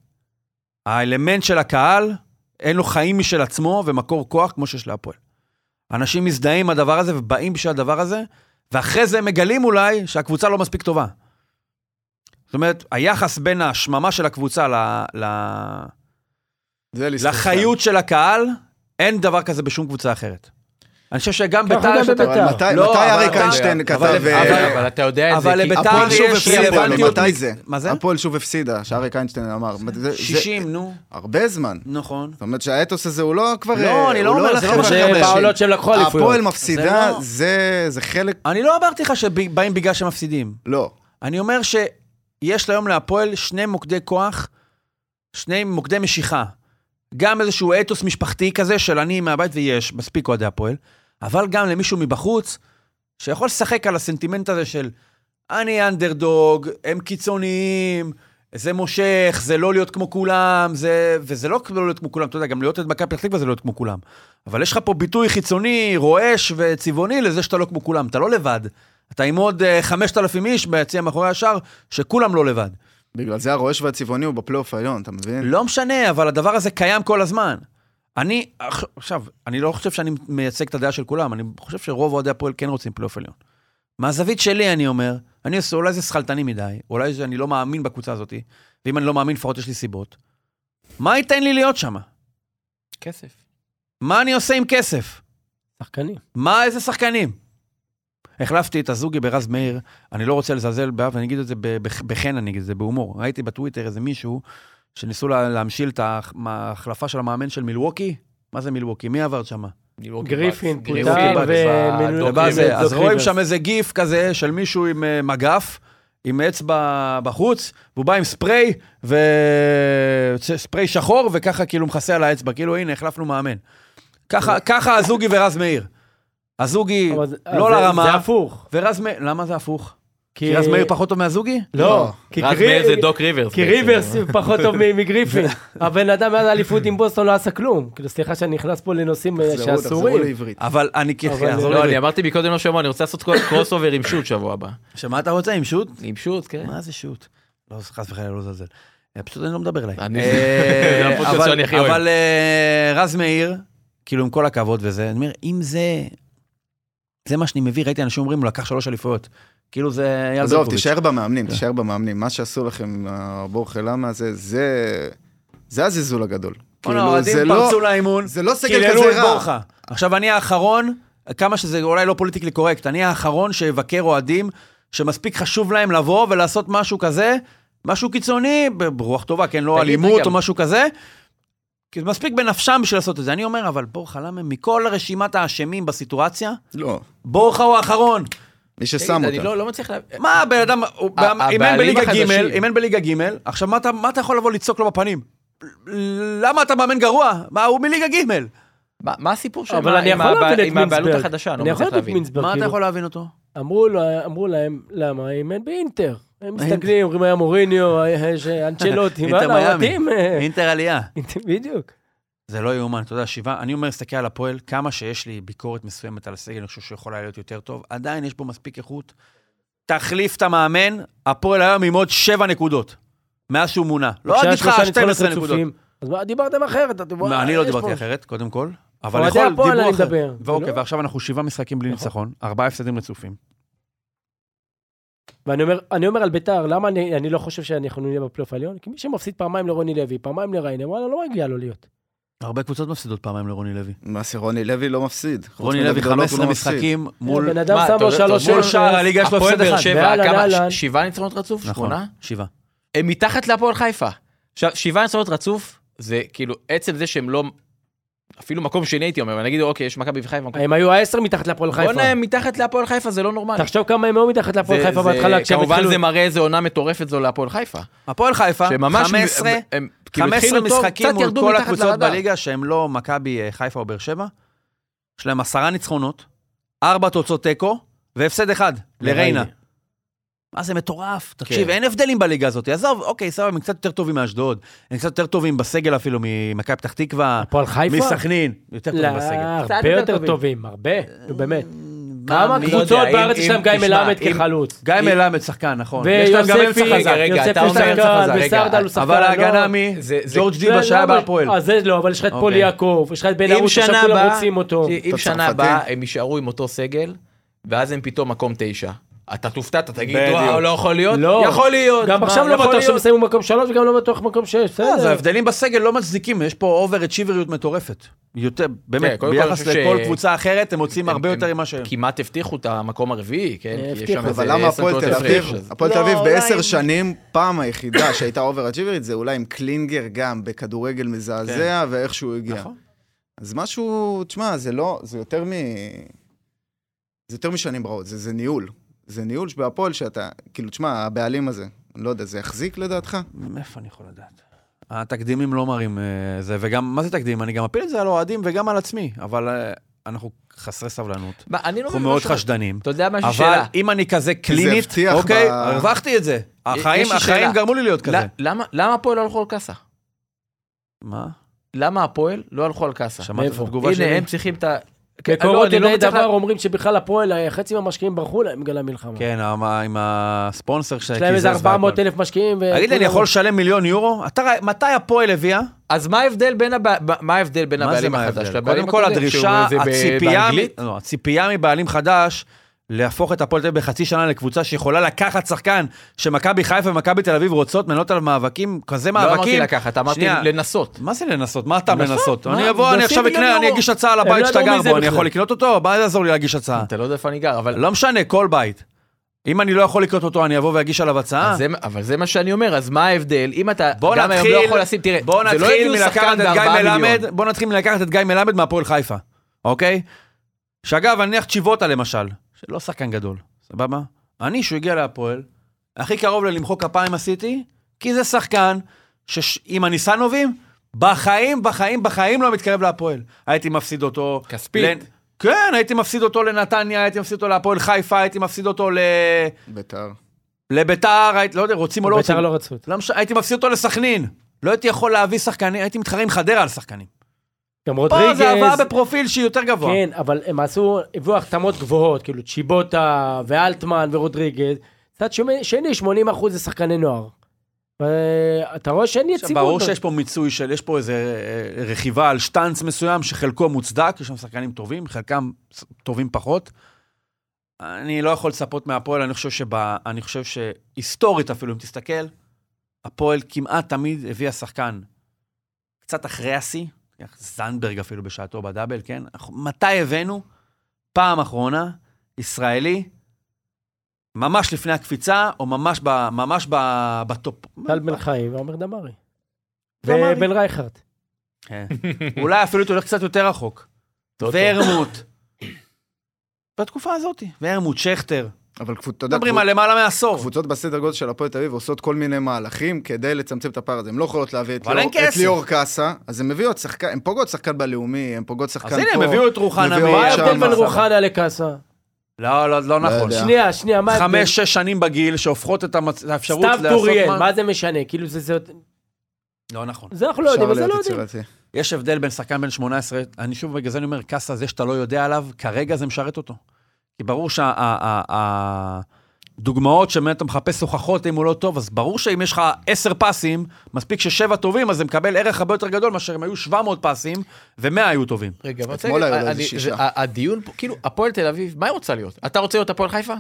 [SPEAKER 5] האלמנט של הקהל, אין לו חיים משל עצמו ומקור כוח כמו שיש להפועל. אנשים מזדהים עם הדבר הזה ובאים בשביל הדבר הזה, ואחרי זה הם מגלים אולי שהקבוצה לא מספיק טובה. זאת אומרת, היחס בין השממה של הקבוצה ל... ל...
[SPEAKER 7] זה להסתכל.
[SPEAKER 5] לחיות של הקהל, אין דבר כזה בשום קבוצה אחרת. אני חושב שגם
[SPEAKER 8] ככה
[SPEAKER 5] בית"ר
[SPEAKER 8] גם
[SPEAKER 5] יש את
[SPEAKER 8] בבית"ר.
[SPEAKER 5] ה...
[SPEAKER 7] אבל מתי
[SPEAKER 5] לא, אבל-
[SPEAKER 7] אריק איינשטיין
[SPEAKER 5] אבל-
[SPEAKER 7] כתב...
[SPEAKER 5] אבל-
[SPEAKER 7] אה,
[SPEAKER 6] אבל אתה יודע את זה,
[SPEAKER 5] אבל
[SPEAKER 6] כי-
[SPEAKER 5] לבית"ר
[SPEAKER 7] הפועל שוב
[SPEAKER 5] יש
[SPEAKER 7] הפסידה,
[SPEAKER 5] רלוונטיות...
[SPEAKER 7] מתי זה?
[SPEAKER 5] מה זה?
[SPEAKER 7] הפועל שוב הפסידה, שאריק איינשטיין אמר. זה- זה-
[SPEAKER 5] 60, נו,
[SPEAKER 7] הרבה זמן.
[SPEAKER 5] נכון.
[SPEAKER 7] זאת אומרת שהאתוס הזה הוא לא כבר...
[SPEAKER 5] לא,
[SPEAKER 7] אה,
[SPEAKER 5] אני לא
[SPEAKER 7] הוא
[SPEAKER 5] אומר, זה לא
[SPEAKER 7] לחבר'ה
[SPEAKER 5] מה
[SPEAKER 7] של
[SPEAKER 5] שהם-
[SPEAKER 7] האנשים.
[SPEAKER 8] בעולות שהם לקחו אליפויות.
[SPEAKER 7] הפועל מפסידה,
[SPEAKER 5] זה לא-
[SPEAKER 7] זה זה חלק...
[SPEAKER 5] אני לא אמרתי לך שבאים בגלל שהם מפסידים.
[SPEAKER 7] לא.
[SPEAKER 5] אני אומר שיש היום להפועל שני מוקדי כוח, שני מוקדי משיכה. גם איזשהו אתוס משפחתי כזה של אני מהבית ויש, מספיק אוהדי הפועל, אבל גם למישהו מבחוץ שיכול לשחק על הסנטימנט הזה של אני אנדרדוג, הם קיצוניים, זה מושך, זה לא להיות כמו כולם, זה... וזה לא לא להיות כמו כולם, אתה יודע, גם להיות את מכבי פתח תקווה זה לא להיות כמו כולם. אבל יש לך פה ביטוי חיצוני, רועש וצבעוני לזה שאתה לא כמו כולם, אתה לא לבד. אתה עם עוד אה, 5,000 איש ביציע מאחורי השאר, שכולם לא לבד.
[SPEAKER 7] בגלל זה הרועש והצבעוני הוא בפלייאוף העליון, אתה מבין?
[SPEAKER 5] לא משנה, אבל הדבר הזה קיים כל הזמן. אני, עכ- עכשיו, אני לא חושב שאני מייצג את הדעה של כולם, אני חושב שרוב אוהדי הפועל כן רוצים פלייאוף עליון. מהזווית שלי אני אומר, אני עושה, אולי זה שכלתני מדי, אולי שאני לא מאמין בקבוצה הזאת, ואם אני לא מאמין לפחות יש לי סיבות. מה ייתן לי להיות שם?
[SPEAKER 6] כסף.
[SPEAKER 5] מה אני עושה עם כסף?
[SPEAKER 8] שחקנים.
[SPEAKER 5] מה, איזה שחקנים? החלפתי את הזוגי ברז מאיר, אני לא רוצה לזלזל באף, אני אגיד את זה ב- בח- בחן, אני אגיד את זה בהומור. ראיתי בטוויטר איזה מישהו שניסו לה, להמשיל את ההח- מה- ההחלפה של המאמן של מילווקי. מה זה מילווקי? מי עברת שמה?
[SPEAKER 8] גריפין,
[SPEAKER 6] גריפין,
[SPEAKER 8] פוטר
[SPEAKER 6] בקס,
[SPEAKER 8] ומילואים.
[SPEAKER 5] ובא
[SPEAKER 6] בדוק
[SPEAKER 8] דוקרי
[SPEAKER 5] זה,
[SPEAKER 8] ריברס,
[SPEAKER 5] אז
[SPEAKER 8] דוקרי
[SPEAKER 5] רואים
[SPEAKER 8] ריברס.
[SPEAKER 5] שם איזה גיף כזה של מישהו עם אה, מגף, עם אצבע בחוץ, והוא בא עם ספרי, ו... ספרי שחור, וככה כאילו מכסה על האצבע, כאילו הנה, החלפנו מאמן. ככה, ככה הזוגי ורז מאיר. הזוגי
[SPEAKER 8] אבל זה- אה,
[SPEAKER 5] לא
[SPEAKER 8] זה-
[SPEAKER 5] לרמה.
[SPEAKER 8] זה הפוך. אה,
[SPEAKER 5] ורז מאיר, למה זה הפוך? כי רז מאיר פחות טוב מהזוגי?
[SPEAKER 8] לא. כי
[SPEAKER 6] רז
[SPEAKER 8] גרי-
[SPEAKER 6] מאיר זה דוק ריברס.
[SPEAKER 8] כי
[SPEAKER 6] בעצם.
[SPEAKER 8] ריברס פחות טוב מ- מגריפין. הבן אדם מאז האליפות עם בוסטון לא עשה כלום. כאילו, סליחה שאני נכנס פה לנושאים אה,
[SPEAKER 7] תחזרו- תחזרו
[SPEAKER 8] שאסורים.
[SPEAKER 7] לעברית.
[SPEAKER 5] אבל אני
[SPEAKER 8] אבל-
[SPEAKER 5] ככה,
[SPEAKER 6] לא, אני אמרתי מקודם לשבוע, אני רוצה לעשות קרוס אובר עם שו"ת שבוע הבא.
[SPEAKER 5] שמה אתה רוצה עם שו"ת?
[SPEAKER 6] עם שו"ת, כן.
[SPEAKER 5] מה זה שו"ת? לא, חס וחלילה, לא לזלזל. אה, פשוט אני לא מדבר אליי.
[SPEAKER 6] אני-
[SPEAKER 5] אה,
[SPEAKER 6] זה הפודקאסט
[SPEAKER 5] אבל-
[SPEAKER 6] שאני הכי אוהב.
[SPEAKER 5] אבל אה, רז מאיר, כאילו עם כל הכבוד וזה, אני אומר, אם זה... זה מה שאני מביא, ראיתי אנשים אומרים, הוא לקח שלוש אליפויות. כאילו זה אייל
[SPEAKER 7] עזוב,
[SPEAKER 5] ברקוביץ'.
[SPEAKER 7] תישאר במאמנים,
[SPEAKER 5] כן.
[SPEAKER 7] תישאר במאמנים. מה שעשו לכם עם הבור למה הזה, זה... זה הזלזול הגדול.
[SPEAKER 5] בואנה,
[SPEAKER 7] כאילו,
[SPEAKER 5] האוהדים
[SPEAKER 7] זה לא...
[SPEAKER 5] פרצו לאימון,
[SPEAKER 7] זה לא סגל
[SPEAKER 5] קיללו את
[SPEAKER 7] כזה רע.
[SPEAKER 5] בורחה. עכשיו, אני האחרון, כמה שזה אולי לא פוליטיקלי קורקט, אני האחרון שיבקר אוהדים שמספיק חשוב להם לבוא ולעשות משהו כזה, משהו קיצוני, ברוח טובה, כן, לא
[SPEAKER 6] תגיד,
[SPEAKER 5] אלימות
[SPEAKER 6] רגע.
[SPEAKER 5] או משהו כזה. כי זה מספיק בנפשם בשביל לעשות את זה. אני אומר, אבל בורחה, למה מכל רשימת האשמים בסיטואציה,
[SPEAKER 7] לא,
[SPEAKER 5] בורחה הוא האחרון.
[SPEAKER 7] מי
[SPEAKER 6] תגיד,
[SPEAKER 7] ששם
[SPEAKER 6] אני
[SPEAKER 7] אותם.
[SPEAKER 6] לא לא מצליח להבין.
[SPEAKER 5] מה, הבן אדם, הוא-
[SPEAKER 6] ה-
[SPEAKER 5] אם אין
[SPEAKER 6] הבעלים
[SPEAKER 5] בליגה ג',
[SPEAKER 6] החדשים.
[SPEAKER 5] אם אין בליגה ג', עכשיו מה אתה- מה אתה יכול לבוא לצעוק לו בפנים? למה אתה מאמן גרוע? מה, הוא מליגה ג'.
[SPEAKER 6] מה מה הסיפור שלו?
[SPEAKER 8] אבל אני יכול להבין את
[SPEAKER 6] עם הבעלות
[SPEAKER 8] מינסברג.
[SPEAKER 6] החדשה, אני
[SPEAKER 8] אני
[SPEAKER 6] לא
[SPEAKER 8] יכול
[SPEAKER 6] מצליח
[SPEAKER 8] להבין את
[SPEAKER 6] להבין.
[SPEAKER 8] מינסברג.
[SPEAKER 5] מה אתה
[SPEAKER 8] כאילו.
[SPEAKER 5] יכול להבין אותו?
[SPEAKER 8] אמרו לו- אמרו להם, למה? הם אין באינטר. הם מסתכלים, אומרים היה מוריניו, היה- יש אה, אנצ'לוטי,
[SPEAKER 5] אינטר
[SPEAKER 8] וואלה,
[SPEAKER 5] מיאמי.
[SPEAKER 8] מתאים. אה,
[SPEAKER 5] אינטר עלייה.
[SPEAKER 8] בדיוק.
[SPEAKER 5] זה לא יאומן, אתה יודע, שבעה, אני אומר, תסתכל על הפועל, כמה שיש לי ביקורת מסוימת על הסגל, אני חושב שיכול היה להיות יותר טוב, עדיין יש פה מספיק איכות. תחליף את המאמן, הפועל היום עם עוד שבע נקודות, מאז שהוא מונה. לא
[SPEAKER 8] כשהיה
[SPEAKER 5] עדיף לך
[SPEAKER 8] שלושה
[SPEAKER 5] 12
[SPEAKER 8] ניצחונות
[SPEAKER 5] נקודות.
[SPEAKER 8] רצופים, אז מה, דיברתם אחרת. אתם-
[SPEAKER 5] מה, אני לא
[SPEAKER 8] יש
[SPEAKER 5] דיברתי
[SPEAKER 8] פה-
[SPEAKER 5] אחרת, קודם כל. אבל
[SPEAKER 8] אוהדי
[SPEAKER 5] יכול,
[SPEAKER 8] הפועל
[SPEAKER 5] דיברו
[SPEAKER 8] אני
[SPEAKER 5] אחר.
[SPEAKER 8] מדבר.
[SPEAKER 5] ואוקיי,
[SPEAKER 8] לא?
[SPEAKER 5] ועכשיו אנחנו שבעה משחקים בלי ניצחון, ארבעה הפסדים רצופים.
[SPEAKER 8] ואני אומר, אני אומר על ביתר, למה אני, אני לא חושב שאנחנו נהיה בפלייאוף העליון? כי מי שמפסיד פעמיים לרוני לוי, פעמיים לריינה, וואלה, לא מגיע לו להיות.
[SPEAKER 5] הרבה קבוצות מפסידות פעמיים לרוני לוי.
[SPEAKER 7] מה שרוני לוי לא מפסיד. חוץ
[SPEAKER 5] רוני
[SPEAKER 7] מנגד
[SPEAKER 5] לוי
[SPEAKER 7] גדולות הוא
[SPEAKER 5] 15
[SPEAKER 7] לא מפסיד.
[SPEAKER 5] משחקים מול...
[SPEAKER 8] הבן אדם
[SPEAKER 6] מה,
[SPEAKER 8] שם
[SPEAKER 6] אתה
[SPEAKER 8] לו
[SPEAKER 6] יודע,
[SPEAKER 8] שלוש...
[SPEAKER 5] מול
[SPEAKER 8] אפס.
[SPEAKER 5] שער הליגה יש לו
[SPEAKER 6] הפועל
[SPEAKER 5] הפסד
[SPEAKER 6] באר
[SPEAKER 5] אחד.
[SPEAKER 6] שבע,
[SPEAKER 8] ואהלן,
[SPEAKER 6] כמה?
[SPEAKER 8] אהלן.
[SPEAKER 6] ש- שבעה ניצחונות רצוף?
[SPEAKER 8] נכון.
[SPEAKER 6] שמונה?
[SPEAKER 5] נכון, שבעה.
[SPEAKER 6] הם מתחת להפועל חיפה. עכשיו, שבעה ניצחונות רצוף, זה כאילו, עצם זה שהם לא... אפילו מקום שני הייתי אומר, אבל נגיד, אוקיי, יש מכבי וחיפה, מקום...
[SPEAKER 8] הם היו העשר מתחת להפועל חיפה.
[SPEAKER 6] בואנה, הם מתחת להפועל חיפה זה לא נורמלי.
[SPEAKER 8] תחשוב כמה הם היו מתחת להפועל
[SPEAKER 6] זה-
[SPEAKER 8] חיפה
[SPEAKER 6] זה-
[SPEAKER 8] בהתחלה, כשהם
[SPEAKER 6] כמובן
[SPEAKER 8] התחילו. אה,
[SPEAKER 6] זה מראה איזה עונה מטורפת זו להפועל חיפה.
[SPEAKER 5] הפועל חיפה,
[SPEAKER 6] שממש...
[SPEAKER 5] 15,
[SPEAKER 6] הם- הם- כאילו,
[SPEAKER 5] 15
[SPEAKER 6] התחילו טוב,
[SPEAKER 5] משחקים
[SPEAKER 6] קצת
[SPEAKER 5] מול
[SPEAKER 6] ירדו
[SPEAKER 5] כל
[SPEAKER 6] מתחת
[SPEAKER 5] הקבוצות
[SPEAKER 6] לרדאר.
[SPEAKER 5] בליגה שהם לא מכבי אה, חיפה או באר שבע. יש להם עשרה ניצחונות, ארבע תוצאות תיקו, והפסד אחד, לריינה. מה זה מטורף, תקשיב, אין הבדלים בליגה הזאת, עזוב, אוקיי, סבבה, הם קצת יותר טובים מאשדוד, הם קצת יותר טובים בסגל אפילו ממכבי פתח תקווה,
[SPEAKER 8] הפועל חיפה?
[SPEAKER 5] מסכנין, יותר
[SPEAKER 8] לא,
[SPEAKER 5] טובים בסגל. אה,
[SPEAKER 9] קצת
[SPEAKER 8] הרבה
[SPEAKER 9] יותר
[SPEAKER 8] יותר
[SPEAKER 9] טובים.
[SPEAKER 8] טובים, הרבה, נו באמת.
[SPEAKER 5] מה,
[SPEAKER 8] כמה
[SPEAKER 5] מי
[SPEAKER 8] קבוצות
[SPEAKER 5] אה, לא יודע, אם-
[SPEAKER 8] בארץ יש
[SPEAKER 5] אם-
[SPEAKER 8] להם גיא
[SPEAKER 5] תשמע,
[SPEAKER 8] מלמד
[SPEAKER 5] אם-
[SPEAKER 8] כחלוץ.
[SPEAKER 5] גיא מלמד שחקן, נכון.
[SPEAKER 8] ויוספי,
[SPEAKER 5] יש להם גם אמצע
[SPEAKER 8] רגע,
[SPEAKER 5] חזק.
[SPEAKER 9] רגע,
[SPEAKER 8] יוספי
[SPEAKER 9] אתה אומר
[SPEAKER 8] שחקן,
[SPEAKER 9] אמצע חזק, רגע.
[SPEAKER 8] וסרדל הוא שחקן,
[SPEAKER 5] אבל
[SPEAKER 8] לא-
[SPEAKER 5] ההגנה מי?
[SPEAKER 9] זה- זה-
[SPEAKER 5] ג'ורג'
[SPEAKER 8] לא,
[SPEAKER 5] דיבה
[SPEAKER 8] לא,
[SPEAKER 5] שהיה
[SPEAKER 8] אבל-
[SPEAKER 5] בהפועל.
[SPEAKER 8] אה, זה לא, אבל יש לך את פול
[SPEAKER 5] אוקיי.
[SPEAKER 8] יעקב, יש לך את בן
[SPEAKER 6] אם
[SPEAKER 8] ארוש, עכשיו
[SPEAKER 6] שנה
[SPEAKER 8] כולם
[SPEAKER 6] הבאה-
[SPEAKER 8] רוצים אותו.
[SPEAKER 6] אם
[SPEAKER 7] אתה
[SPEAKER 6] שנה
[SPEAKER 7] צרפתי.
[SPEAKER 6] הבאה הם יישארו עם אותו סגל, ואז הם פתאום מקום תשע. אתה תופתע, אתה תגיד,
[SPEAKER 5] בדיוק.
[SPEAKER 6] וואו, לא יכול להיות?
[SPEAKER 8] לא.
[SPEAKER 6] יכול להיות.
[SPEAKER 8] גם
[SPEAKER 6] מה,
[SPEAKER 8] עכשיו לא
[SPEAKER 6] יכול
[SPEAKER 8] בטוח שהם
[SPEAKER 6] להיות.
[SPEAKER 8] יסיימו מקום שלוש, וגם לא בטוח מקום שש,
[SPEAKER 5] אה, אז
[SPEAKER 8] בסדר.
[SPEAKER 5] ההבדלים בסגל לא מצדיקים, יש פה אובר אצ'יבריות מטורפת. יותר,
[SPEAKER 6] כן,
[SPEAKER 5] באמת,
[SPEAKER 6] קודם כל
[SPEAKER 5] ביחס
[SPEAKER 6] אני חושב
[SPEAKER 5] לכל
[SPEAKER 6] ש-
[SPEAKER 5] קבוצה אחרת, הם מוצאים הרבה
[SPEAKER 6] הם-
[SPEAKER 5] יותר
[SPEAKER 6] הם
[SPEAKER 5] ממה שהם.
[SPEAKER 6] כמעט הבטיחו את המקום הרביעי, כן?
[SPEAKER 8] אה,
[SPEAKER 6] כי יש
[SPEAKER 8] הבטיחו.
[SPEAKER 6] שם
[SPEAKER 7] אבל
[SPEAKER 6] איזה
[SPEAKER 7] למה
[SPEAKER 6] עשר
[SPEAKER 7] הפועל
[SPEAKER 6] נקודות
[SPEAKER 7] תל אביב,
[SPEAKER 6] הפרש, אז-
[SPEAKER 7] הפועל תל
[SPEAKER 1] לא,
[SPEAKER 7] אביב
[SPEAKER 1] אולי
[SPEAKER 7] בעשר
[SPEAKER 1] אם-
[SPEAKER 7] שנים, פעם היחידה שהייתה אובר אג'יברית, זה אולי עם קלינגר גם, בכדורגל מזעזע, ואיך שהוא הגיע.
[SPEAKER 5] נכון.
[SPEAKER 7] אז משהו, תשמע, זה לא, זה יותר מ... זה יותר משנים רעות, זה, זה ניהול. זה ניהול שבהפועל שאתה, כאילו, תשמע, הבעלים הזה, אני לא יודע, זה יחזיק לדעתך?
[SPEAKER 5] מאיפה אני יכול לדעת? התקדימים לא מראים אה, זה, וגם, מה זה תקדים? אני גם אפיל את זה על אוהדים וגם על עצמי, אבל אה, אנחנו חסרי סבלנות,
[SPEAKER 6] מה, אני לא
[SPEAKER 5] אנחנו
[SPEAKER 6] מבין
[SPEAKER 5] מאוד
[SPEAKER 6] משהו.
[SPEAKER 5] חשדנים,
[SPEAKER 6] אתה יודע משהו
[SPEAKER 5] אבל
[SPEAKER 6] שאלה?
[SPEAKER 5] אם אני כזה קלינית,
[SPEAKER 7] הבטיח
[SPEAKER 5] אוקיי,
[SPEAKER 7] ב-
[SPEAKER 5] הרווחתי את זה. החיים
[SPEAKER 6] יש לי
[SPEAKER 5] החיים
[SPEAKER 6] שאלה.
[SPEAKER 5] גרמו לי להיות כזה.
[SPEAKER 6] ל- למה- למה הפועל לא הלכו על קאסה?
[SPEAKER 5] מה?
[SPEAKER 6] למה הפועל לא הלכו על קאסה?
[SPEAKER 5] שמעת את
[SPEAKER 8] מאיפה?
[SPEAKER 5] התגובה
[SPEAKER 6] הנה,
[SPEAKER 5] שלי?
[SPEAKER 6] הם צריכים את ה... לא,
[SPEAKER 8] מקורות
[SPEAKER 6] אני לא
[SPEAKER 8] יודעי
[SPEAKER 6] מצליח
[SPEAKER 8] דבר
[SPEAKER 6] לה-
[SPEAKER 8] אומרים שבכלל הפועל, אה, חצי מהמשקיעים ברחו להם בגלל המלחמה.
[SPEAKER 5] כן, עם ה- עם הספונסר שקיזז.
[SPEAKER 8] יש להם איזה 400 אלף משקיעים.
[SPEAKER 6] אה,
[SPEAKER 5] תגיד לי, אני יכול לשלם מיליון יורו? אתה רא- מתי הפועל הביאה?
[SPEAKER 6] אז מה ההבדל בין הבע- ב- מה ההבדל בין
[SPEAKER 5] מה זה
[SPEAKER 6] הבעלים
[SPEAKER 5] מה
[SPEAKER 6] החדש?
[SPEAKER 5] ההבדל?
[SPEAKER 6] לבעלים
[SPEAKER 5] קודם כל
[SPEAKER 6] הקודם?
[SPEAKER 5] הדרישה,
[SPEAKER 6] שהוא- זה ב-
[SPEAKER 5] הציפייה,
[SPEAKER 6] באנגלית?
[SPEAKER 5] מ- לא, הציפייה מבעלים חדש להפוך את הפועל תל אביב בחצי שנה לקבוצה שיכולה לקחת שחקן שמכבי חיפה ומכבי תל אביב רוצות, מנהלות עליו מאבקים, כזה
[SPEAKER 6] לא
[SPEAKER 5] מאבקים.
[SPEAKER 6] אמרתי לקחת, אמרתי
[SPEAKER 5] שנייה.
[SPEAKER 6] לנסות.
[SPEAKER 5] מה זה לנסות? מה הטעם לנסות?
[SPEAKER 6] מה?
[SPEAKER 5] אני אבוא, אני
[SPEAKER 6] ועושים
[SPEAKER 5] עכשיו
[SPEAKER 6] מיליון
[SPEAKER 5] אקנה, אני
[SPEAKER 6] יורו.
[SPEAKER 5] אגיש הצעה
[SPEAKER 8] הם לא
[SPEAKER 5] לבית שאתה
[SPEAKER 8] ידעו
[SPEAKER 5] גר
[SPEAKER 8] מי זה
[SPEAKER 5] בו, אני
[SPEAKER 8] בכלל.
[SPEAKER 5] יכול לקנות אותו? מה יעזור לי להגיש הצעה?
[SPEAKER 6] אתה לא יודע איפה אני גר, אבל...
[SPEAKER 5] אה. לא משנה, כל בית. אם אני לא יכול לקנות אותו, אני אבוא ואגיש עליו הצעה?
[SPEAKER 6] אז זה- אבל זה מה שאני אומר, אז מה ההבדל? אם אתה
[SPEAKER 5] אה. בוא
[SPEAKER 6] גם היום לא
[SPEAKER 5] נתחיל-
[SPEAKER 6] יכול לשים, תראה,
[SPEAKER 5] בוא
[SPEAKER 6] זה לא
[SPEAKER 5] נתחיל
[SPEAKER 6] הביאו שחקן
[SPEAKER 5] מלקחת את
[SPEAKER 6] בארבעה
[SPEAKER 5] גיא
[SPEAKER 6] מיליון.
[SPEAKER 5] מלמד, בוא נתחיל מלקחת את גיא מלמד מהפועל חיפה, אוקיי? שאגב, אני נניח צ'יבוטה למשל, שלא שחקן גדול, סבבה? אני, שהוא הגיע להפועל, הכי קרוב ללמחוא כפיים עשיתי, כי זה שחקן שעם הניסנובים, בחיים, בחיים, בחיים לא מתקרב להפועל. הייתי מפסיד אותו...
[SPEAKER 6] כספית.
[SPEAKER 5] לנ- כן, הייתי מפסיד אותו לנתניה, הייתי מפסיד אותו להפועל חיפה, הייתי מפסיד אותו ל...
[SPEAKER 7] בית"ר.
[SPEAKER 5] לביתר, הייתי- לא יודע, רוצים או לא רוצים.
[SPEAKER 8] בית"ר לא רצו. אותו.
[SPEAKER 5] לא משנה, הייתי מפסיד אותו לסכנין. לא הייתי יכול להביא שחקנים, הייתי מתחרה עם חדרה על שחקנים.
[SPEAKER 8] גם
[SPEAKER 5] פה
[SPEAKER 8] רודריגז.
[SPEAKER 5] זה הבאה בפרופיל שהיא יותר גבוה.
[SPEAKER 8] כן, אבל הם עשו, הביאו החתמות גבוהות, כאילו צ'יבוטה ואלטמן ורודריגז. צד שמי- שני, 80% זה שחקני נוער. ואתה רואה שאין
[SPEAKER 5] עכשיו,
[SPEAKER 8] יציבות.
[SPEAKER 5] ברור שיש פה מיצוי של, יש פה איזה אה, רכיבה על שטאנץ מסוים שחלקו מוצדק, יש שם שחקנים טובים, חלקם ס- טובים פחות. אני לא יכול לצפות מהפועל, אני חושב שבה, אני חושב שהיסטורית אפילו, אם תסתכל, הפועל כמעט תמיד הביאה שחקן קצת אחרי השיא, נניח זנדברג אפילו בשעתו בדאבל, כן? אנחנו- מתי הבאנו? פעם אחרונה, ישראלי, ממש לפני הקפיצה, או ממש, ב, ממש ב, בטופ.
[SPEAKER 8] טל בן חיים ועומר דמארי.
[SPEAKER 5] דמרי.
[SPEAKER 8] ובן רייכרד.
[SPEAKER 5] כן. אולי אפילו אתה הולך קצת יותר רחוק. ורמוט. בתקופה הזאת. ורמוט, שכטר.
[SPEAKER 7] אבל כפו- אתה יודע,
[SPEAKER 5] מדברים
[SPEAKER 7] כפו-
[SPEAKER 5] על למעלה מעשור.
[SPEAKER 7] קבוצות בסדר גודל של הפועל תל אביב עושות כל מיני מהלכים כדי לצמצם את הפער הזה. הן לא יכולות להביא את
[SPEAKER 5] אבל אין
[SPEAKER 7] ליאור- את
[SPEAKER 5] כסף.
[SPEAKER 7] ליאור קאסה, אז הן מביאות שחקן, הן פוגעות שחקן בלאומי, הן פוגעות שחקן פה.
[SPEAKER 5] אז הנה, הם הביאו את רוחנה
[SPEAKER 7] מביאו
[SPEAKER 5] מ-
[SPEAKER 8] מה
[SPEAKER 7] שם.
[SPEAKER 8] ההבדל בין
[SPEAKER 7] סבבה.
[SPEAKER 8] רוחנה לקאסה?
[SPEAKER 5] לא, לא, לא נכון.
[SPEAKER 7] יודע.
[SPEAKER 8] שנייה, שנייה, מה ההבדל?
[SPEAKER 5] חמש, שש שנים בגיל שהופכות את המצ- האפשרות
[SPEAKER 8] סתיו
[SPEAKER 5] לעשות...
[SPEAKER 8] טוריאל, מה זה משנה? כאילו זה, זה,
[SPEAKER 5] לא נכון.
[SPEAKER 8] זה אנחנו לא יודעים,
[SPEAKER 7] אפשר
[SPEAKER 8] אבל זה לא
[SPEAKER 7] להיות
[SPEAKER 8] יודעים.
[SPEAKER 7] יצירתי.
[SPEAKER 5] יש הבדל בין שחקן בן 18, אני שוב, בגלל זה אני אומר, קאסה, זה שאתה לא יודע עליו, כרגע זה משרת אותו. כי ברור שהדוגמאות שבאמת אתה מחפש הוכחות, אם הוא לא טוב, אז ברור שאם יש לך עשר פסים, מספיק ששבע טובים, אז זה מקבל ערך הרבה יותר גדול מאשר אם היו 700 פסים, ו-100 היו טובים.
[SPEAKER 6] רגע, אבל
[SPEAKER 7] אתמול היה לו איזה
[SPEAKER 6] אני- זה-
[SPEAKER 7] שישה.
[SPEAKER 6] ה- הדיון פה, כאילו, הפועל תל אביב, מה היא רוצה להיות? אתה רוצה להיות הפועל חיפה?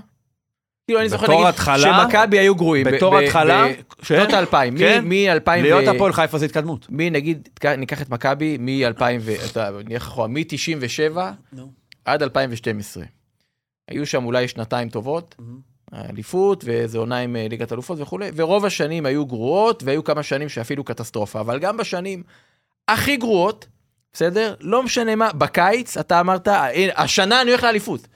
[SPEAKER 6] כאילו, אני זוכר
[SPEAKER 5] בתור
[SPEAKER 6] להגיד
[SPEAKER 5] התחלה-
[SPEAKER 6] שמכבי היו גרועים. ב-
[SPEAKER 5] בתור
[SPEAKER 6] ב-
[SPEAKER 5] התחלה,
[SPEAKER 6] בשנות האלפיים,
[SPEAKER 5] כן.
[SPEAKER 6] מ-2000...
[SPEAKER 5] להיות הפועל חיפה זה התקדמות.
[SPEAKER 6] מי נגיד, תק- ניקח את מכבי מ-2000, ו- אתה נהיה אחורה, מ-97 עד 2012. היו שם אולי שנתיים טובות, אליפות ואיזה עונה עם אה, ליגת אלופות וכולי, ורוב השנים היו גרועות, והיו כמה שנים שאפילו קטסטרופה, אבל גם בשנים הכי גרועות, בסדר? לא משנה מה, בקיץ אתה אמרת, אה, "הנה, השנה אני הולך לאליפות.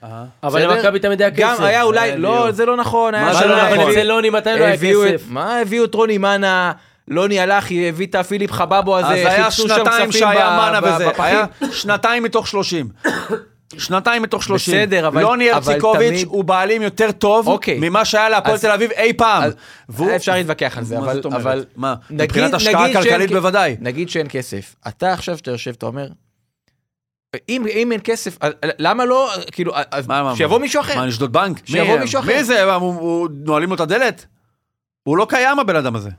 [SPEAKER 8] אבל
[SPEAKER 6] בסדר?
[SPEAKER 8] למכבי תמיד היה כסף.
[SPEAKER 6] גם היה אולי, לא, זה לא נכון. היה
[SPEAKER 8] מה
[SPEAKER 6] שם
[SPEAKER 8] שלא
[SPEAKER 6] אולי
[SPEAKER 8] נכון?
[SPEAKER 6] הביא-
[SPEAKER 8] זה לא נכון. מתי לא היה
[SPEAKER 6] הביאו את-
[SPEAKER 8] כסף?
[SPEAKER 6] מה הביאו את רוני מנה? לוני הלך, הביא את הפיליפ חבבו הזה,
[SPEAKER 5] אז היה
[SPEAKER 6] חיפשו שם
[SPEAKER 5] שנתיים
[SPEAKER 6] כספים ב-
[SPEAKER 5] שהיה מנה
[SPEAKER 6] ב-
[SPEAKER 5] וזה,
[SPEAKER 6] בפחים.
[SPEAKER 5] היה שנתיים מתוך שלושים. שנתיים מתוך שלושים.
[SPEAKER 6] בסדר, אבל-
[SPEAKER 5] לוני
[SPEAKER 6] אבל
[SPEAKER 5] ארציקוביץ'
[SPEAKER 6] תמיד-
[SPEAKER 5] הוא בעלים יותר טוב
[SPEAKER 6] אוקיי.
[SPEAKER 5] ממה שהיה להפועל
[SPEAKER 6] אז-
[SPEAKER 5] תל אביב אי פעם.
[SPEAKER 6] אז- אפשר להתווכח על זה,
[SPEAKER 5] מה
[SPEAKER 6] אבל...
[SPEAKER 5] זאת אומרת?
[SPEAKER 6] אבל-
[SPEAKER 5] מה,
[SPEAKER 6] נגיד-
[SPEAKER 5] מבחינת השקעה
[SPEAKER 6] נגיד שאין
[SPEAKER 5] כלכלית
[SPEAKER 6] כ-
[SPEAKER 5] בוודאי.
[SPEAKER 6] נגיד שאין כסף. אתה עכשיו, שאתה יושב, אתה אומר, אם אם אין כסף, אז- למה לא, כאילו, אז
[SPEAKER 5] מה, מה, מה?
[SPEAKER 6] שיבוא מישהו אחר.
[SPEAKER 5] מה, נשדוד בנק?
[SPEAKER 6] שיבוא
[SPEAKER 5] מי-
[SPEAKER 6] מישהו אחר.
[SPEAKER 5] מי זה? הוא- הוא- נועלים לו את הדלת? הוא לא קיים הבן אדם הזה.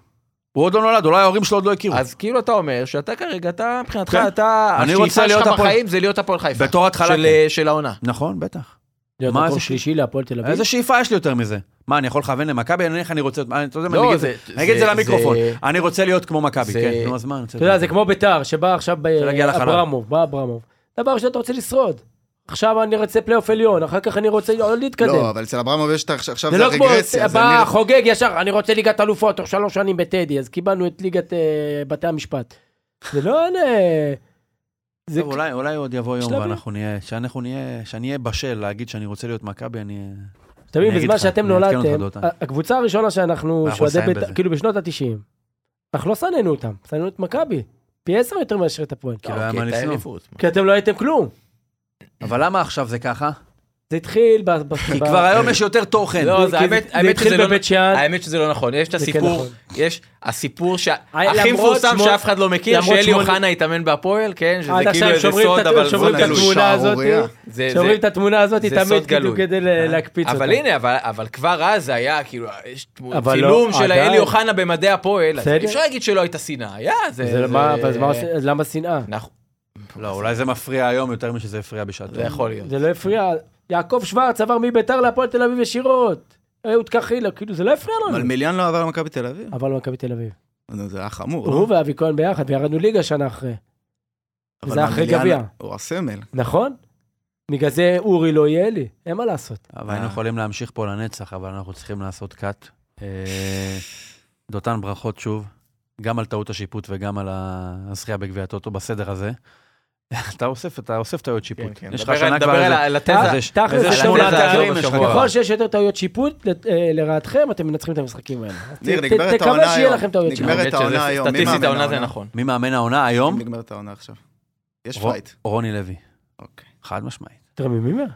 [SPEAKER 5] הוא עוד לא נולד, אולי ההורים שלו עוד לא הכירו.
[SPEAKER 6] אז כאילו אתה אומר שאתה כרגע, אתה מבחינתך,
[SPEAKER 5] כן.
[SPEAKER 6] אתה,
[SPEAKER 5] אני רוצה
[SPEAKER 6] השאיפה
[SPEAKER 5] להיות
[SPEAKER 6] שלך
[SPEAKER 5] הפועל-
[SPEAKER 6] בחיים זה להיות הפועל חיפה.
[SPEAKER 5] בתור התחלה,
[SPEAKER 6] של- של העונה.
[SPEAKER 5] נכון, בטח.
[SPEAKER 8] להיות
[SPEAKER 5] מה
[SPEAKER 8] מקום
[SPEAKER 5] זה?
[SPEAKER 8] שלישי להפועל תל
[SPEAKER 6] אוקיי.
[SPEAKER 8] אביב.
[SPEAKER 5] איזה שאיפה יש לי יותר מזה? מה, אני יכול לכוון למכבי? אני איך אני רוצה... מה, אתה יודע מה, אני
[SPEAKER 6] לא,
[SPEAKER 5] אגיד את זה-
[SPEAKER 6] זה-
[SPEAKER 5] אני אגיד את
[SPEAKER 6] זה-
[SPEAKER 5] זה למיקרופון.
[SPEAKER 6] זה-
[SPEAKER 5] אני רוצה להיות כמו מכבי,
[SPEAKER 6] זה-
[SPEAKER 5] כן, נו, אז מה, אני רוצה...
[SPEAKER 8] אתה יודע, זה כמו ביתר, שבא עכשיו ב-
[SPEAKER 5] להגיע לחלל.
[SPEAKER 8] אברמוב, בא אברמוב. דבר ראשון, אתה רוצה לשרוד. עכשיו אני רוצה פלייאוף עליון, אחר כך אני רוצה עוד
[SPEAKER 7] לא,
[SPEAKER 8] להתקדם.
[SPEAKER 7] אבל אצל אברמוב יש את עכשיו זה
[SPEAKER 8] זה לא כמו,
[SPEAKER 7] הרגרסיה. זה
[SPEAKER 8] בא,
[SPEAKER 7] נראה-
[SPEAKER 8] חוגג ישר, אני רוצה ליגת אלופות, תוך שלוש שנים בטדי, אז קיבלנו את ליגת אה, בתי המשפט. זה לא... אה, זה-
[SPEAKER 5] טוב, אולי, אולי עוד יבוא יום
[SPEAKER 8] שלב
[SPEAKER 5] ואנחנו נהיה, שאנחנו נהיה, שאני אהיה בשל להגיד שאני רוצה להיות מכבי, אני...
[SPEAKER 8] אתה מבין,
[SPEAKER 5] אני אגיד
[SPEAKER 8] בזמן
[SPEAKER 5] לך,
[SPEAKER 8] שאתם
[SPEAKER 5] אני אעדכן
[SPEAKER 8] נולדתם,
[SPEAKER 5] אותך, דותן.
[SPEAKER 8] הקבוצה הראשונה שאנחנו,
[SPEAKER 5] ואנחנו
[SPEAKER 8] שאוהדי
[SPEAKER 5] נסיים
[SPEAKER 8] בית"ר,
[SPEAKER 5] בזה.
[SPEAKER 8] כאילו בשנות ה-90, אנחנו לא שנאנו אותם, שנאנו את מכבי, פי עשר יותר מאשר את הפועל.
[SPEAKER 5] כאילו, היה מה
[SPEAKER 6] אוקיי, את
[SPEAKER 5] לשנוא.
[SPEAKER 6] האליפות.
[SPEAKER 8] כי אתם לא הייתם כלום.
[SPEAKER 5] אבל למה עכשיו זה ככה?
[SPEAKER 8] זה התחיל ב... ב-
[SPEAKER 5] כי
[SPEAKER 8] ב-
[SPEAKER 5] כבר היום יש יותר תוכן.
[SPEAKER 6] לא, אז
[SPEAKER 8] זה
[SPEAKER 6] האמת-
[SPEAKER 8] זה
[SPEAKER 6] האמת שזה
[SPEAKER 8] התחיל
[SPEAKER 6] לא-
[SPEAKER 8] בבית שאן,
[SPEAKER 6] האמת שזה לא נכון, יש את
[SPEAKER 8] זה כן
[SPEAKER 6] הסיפור,
[SPEAKER 8] נכון.
[SPEAKER 6] יש הסיפור
[SPEAKER 8] היה-
[SPEAKER 6] שהכי
[SPEAKER 8] למרות
[SPEAKER 6] מפורסם
[SPEAKER 8] שמונה-
[SPEAKER 6] שאף אחד לא מכיר,
[SPEAKER 8] למרות
[SPEAKER 6] שאלי
[SPEAKER 8] שמונה-
[SPEAKER 6] אוחנה התאמן בהפועל, כן, שזה
[SPEAKER 8] עד
[SPEAKER 6] כאילו
[SPEAKER 8] עכשיו
[SPEAKER 6] איזה
[SPEAKER 8] שומרים
[SPEAKER 6] סוד,
[SPEAKER 8] את
[SPEAKER 6] אבל
[SPEAKER 8] הת- שומרים
[SPEAKER 6] זה
[SPEAKER 8] את
[SPEAKER 6] גלוי.
[SPEAKER 8] התמונה הזאת,
[SPEAKER 7] שערורייה.
[SPEAKER 6] זה- זה-
[SPEAKER 8] שומרים את התמונה הזאת
[SPEAKER 6] זה
[SPEAKER 8] תמיד
[SPEAKER 6] סוד
[SPEAKER 8] כאילו
[SPEAKER 6] גלוי. אה?
[SPEAKER 8] כדי ל- להקפיץ אותה.
[SPEAKER 6] אבל הנה, אבל, אבל כבר אז זה היה, כאילו, יש תמו-
[SPEAKER 8] אבל
[SPEAKER 6] צילום
[SPEAKER 8] לא,
[SPEAKER 6] של
[SPEAKER 8] עדיין.
[SPEAKER 6] האלי אוחנה במדי הפועל, אז
[SPEAKER 8] בסדר.
[SPEAKER 6] אי אפשר להגיד שלא הייתה שנאה, היה, זה...
[SPEAKER 7] אה,
[SPEAKER 8] זה
[SPEAKER 6] זה-
[SPEAKER 8] מה- אבל מה עושה- אז למה שנאה?
[SPEAKER 7] נכון.
[SPEAKER 6] אנחנו-
[SPEAKER 5] לא, אולי זה מפריע היום יותר משזה הפריע בשעתו.
[SPEAKER 6] זה יכול להיות.
[SPEAKER 8] זה לא הפריע. יעקב שוורץ עבר מביתר להפועל תל אביב ישירות. אהוד קחילה, כאילו זה לא הפריע
[SPEAKER 7] אבל
[SPEAKER 8] לנו.
[SPEAKER 7] מיליאן לא עבר למכבי תל אביב.
[SPEAKER 8] אבל מכבי תל אביב.
[SPEAKER 7] נו, זה היה חמור. לא?
[SPEAKER 8] הוא ואבי כהן ביחד, וירדנו ליגה שנה אחרי.
[SPEAKER 7] אבל
[SPEAKER 8] זה
[SPEAKER 7] מה,
[SPEAKER 8] אחרי
[SPEAKER 7] מיליאן-
[SPEAKER 8] גביע.
[SPEAKER 7] הוא הסמל.
[SPEAKER 8] נכון? בגלל זה אורי לא יהיה לי, אין מה לעשות.
[SPEAKER 5] אבל
[SPEAKER 7] אה.
[SPEAKER 5] היינו יכולים להמשיך פה לנצח, אבל אנחנו צריכים לעשות קאט. אה, דותן, ברכות שוב, גם על טעות השיפוט וגם על הזכייה בגביע הטוטו בסדר הזה. אתה אוסף, אתה אוסף טעויות שיפוט.
[SPEAKER 6] כן,
[SPEAKER 5] יש לך
[SPEAKER 6] דבר על-
[SPEAKER 5] שנה
[SPEAKER 6] דבר
[SPEAKER 5] כבר
[SPEAKER 6] על
[SPEAKER 5] איזה-
[SPEAKER 6] ה- על התזה.
[SPEAKER 5] איזה-
[SPEAKER 8] תכלס,
[SPEAKER 5] איזה
[SPEAKER 8] על
[SPEAKER 5] שמונה
[SPEAKER 8] התזה
[SPEAKER 5] תארים
[SPEAKER 6] הזאת
[SPEAKER 5] יש לך
[SPEAKER 6] בשבוע.
[SPEAKER 5] כבר.
[SPEAKER 8] ככל שיש יותר טעויות שיפוט, לת- אה, לרעתכם, אתם מנצחים את המשחקים האלה. אז
[SPEAKER 7] ניר,
[SPEAKER 8] ת-
[SPEAKER 7] נגמרת
[SPEAKER 8] ת-
[SPEAKER 7] העונה
[SPEAKER 8] תקווה שיהיה
[SPEAKER 7] היום.
[SPEAKER 8] לכם טעויות
[SPEAKER 7] נגמרת
[SPEAKER 6] האמת
[SPEAKER 8] שיפוט.
[SPEAKER 6] שזה
[SPEAKER 7] העונה היום, מי
[SPEAKER 6] סטטיסטית
[SPEAKER 7] מאמן
[SPEAKER 6] העונה זה
[SPEAKER 7] העונה?
[SPEAKER 6] נכון.
[SPEAKER 5] מי מאמן העונה
[SPEAKER 8] לא?
[SPEAKER 5] היום?
[SPEAKER 7] נגמרת העונה עכשיו. יש
[SPEAKER 5] רו-
[SPEAKER 7] פייט.
[SPEAKER 5] רוני לוי.
[SPEAKER 7] אוקיי.
[SPEAKER 5] חד משמעית.
[SPEAKER 8] אתם מבינים מה?
[SPEAKER 7] לא,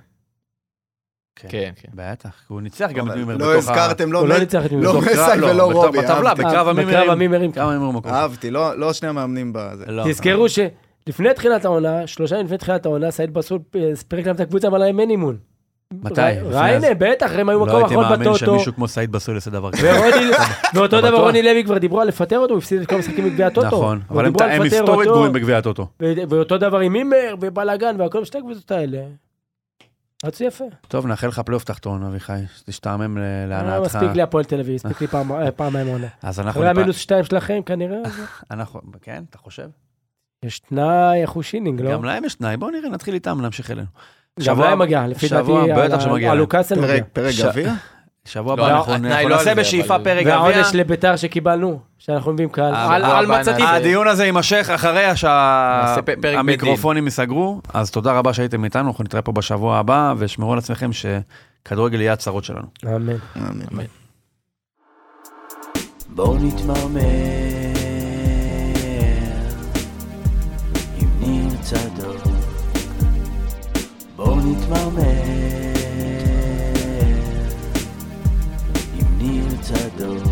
[SPEAKER 6] כן, כן.
[SPEAKER 5] בטח. הוא ניצח גם את
[SPEAKER 7] אבל
[SPEAKER 5] מימר
[SPEAKER 7] לא הזכרתם, לא
[SPEAKER 8] הוא לא
[SPEAKER 7] מת.
[SPEAKER 8] ניצח את
[SPEAKER 7] לא
[SPEAKER 8] מימר.
[SPEAKER 5] בתוך-
[SPEAKER 7] מסי
[SPEAKER 5] לא,
[SPEAKER 7] ולא
[SPEAKER 5] בתוך-
[SPEAKER 7] רובי,
[SPEAKER 5] בטבלה,
[SPEAKER 7] אהבתי.
[SPEAKER 5] בקרב
[SPEAKER 8] בקרב
[SPEAKER 5] המימרים.
[SPEAKER 8] המימרים.
[SPEAKER 5] כמה מימר מקום.
[SPEAKER 7] אהבתי, לא לא שני המאמנים בזה.
[SPEAKER 5] לא.
[SPEAKER 8] תזכרו שלפני תחילת העונה, שלושה ימים לפני תחילת העונה, סעיד בסול אה, פירק להם את הקבוצה אבל היה מינימון.
[SPEAKER 5] מתי?
[SPEAKER 8] ר-
[SPEAKER 5] לפני אז?
[SPEAKER 8] ריינה, בטח, הם היו מקום
[SPEAKER 5] לא הייתי
[SPEAKER 8] אחרון
[SPEAKER 5] מאמין
[SPEAKER 8] בטוטו.
[SPEAKER 5] שמישהו כמו סעיד בסול יעשה דבר כזה.
[SPEAKER 8] ורוני- ואותו
[SPEAKER 5] אתה
[SPEAKER 8] דבר
[SPEAKER 5] בטוח?
[SPEAKER 8] רוני לוי כבר דיברו על לפטר אותו, הוא הפסיד את כל המשחקים בגביע הטוטו.
[SPEAKER 5] נכון, אבל הם-
[SPEAKER 8] ודיברו על
[SPEAKER 5] הם
[SPEAKER 8] לפטר
[SPEAKER 5] היסטורית
[SPEAKER 8] אותו.
[SPEAKER 5] גרועים בגביע הטוטו.
[SPEAKER 8] ו- ואותו דבר עם מימר ובלאגן והכל, שתי הקבוצות האלה. רצו יפה.
[SPEAKER 5] טוב, נאחל לך פלייאוף תחתון, אביחי, שתשתעמם ל-
[SPEAKER 8] לא
[SPEAKER 5] להנאתך.
[SPEAKER 8] מספיק לי הפועל תל אביב, הספיק לי פעם- אה, פעמיים עונה.
[SPEAKER 5] אז אנחנו...
[SPEAKER 8] אחרי
[SPEAKER 5] ניפ-
[SPEAKER 8] המינוס שתיים שלכם כנראה, אז
[SPEAKER 5] אנחנו... כן, אתה חושב?
[SPEAKER 8] יש תנאי אחושינינג, לא?
[SPEAKER 5] גם להם יש תנאי, בואו נראה, נתחיל איתם, נמשיך אלינו.
[SPEAKER 8] גם
[SPEAKER 5] שבוע-
[SPEAKER 8] להם מגיע, לפי דעתי,
[SPEAKER 5] שבוע, בטח
[SPEAKER 8] על-
[SPEAKER 5] שמגיע
[SPEAKER 8] על
[SPEAKER 5] להם.
[SPEAKER 8] לוקאסן מגיע.
[SPEAKER 7] פרק- פרק
[SPEAKER 5] ש-
[SPEAKER 7] גביע?
[SPEAKER 5] שבוע
[SPEAKER 6] לא,
[SPEAKER 5] הבא אנחנו
[SPEAKER 6] התנאי
[SPEAKER 5] אנחנו
[SPEAKER 6] לא
[SPEAKER 5] נעשה
[SPEAKER 6] על זה,
[SPEAKER 5] בשאיפה
[SPEAKER 6] אבל-
[SPEAKER 5] פרק גביע.
[SPEAKER 8] והעונש לביתר שקיבלנו, שאנחנו מביאים קהל.
[SPEAKER 5] אה,
[SPEAKER 8] על-
[SPEAKER 6] שבוע
[SPEAKER 8] על
[SPEAKER 6] הבא
[SPEAKER 8] מצתי.
[SPEAKER 6] נעשה-
[SPEAKER 5] הדיון הזה יימשך אחרי
[SPEAKER 6] נעשה פ- פרק
[SPEAKER 5] שהמיקרופונים ייסגרו, אז תודה רבה שהייתם איתנו, אנחנו נתראה פה בשבוע הבא, ושמרו על עצמכם שכדורגל יהיה הצרות שלנו.
[SPEAKER 8] אמן.
[SPEAKER 7] מאמין.
[SPEAKER 4] בואו נתמרמר עם ניר צדוק בואו נתמרמר עם ניר צדוק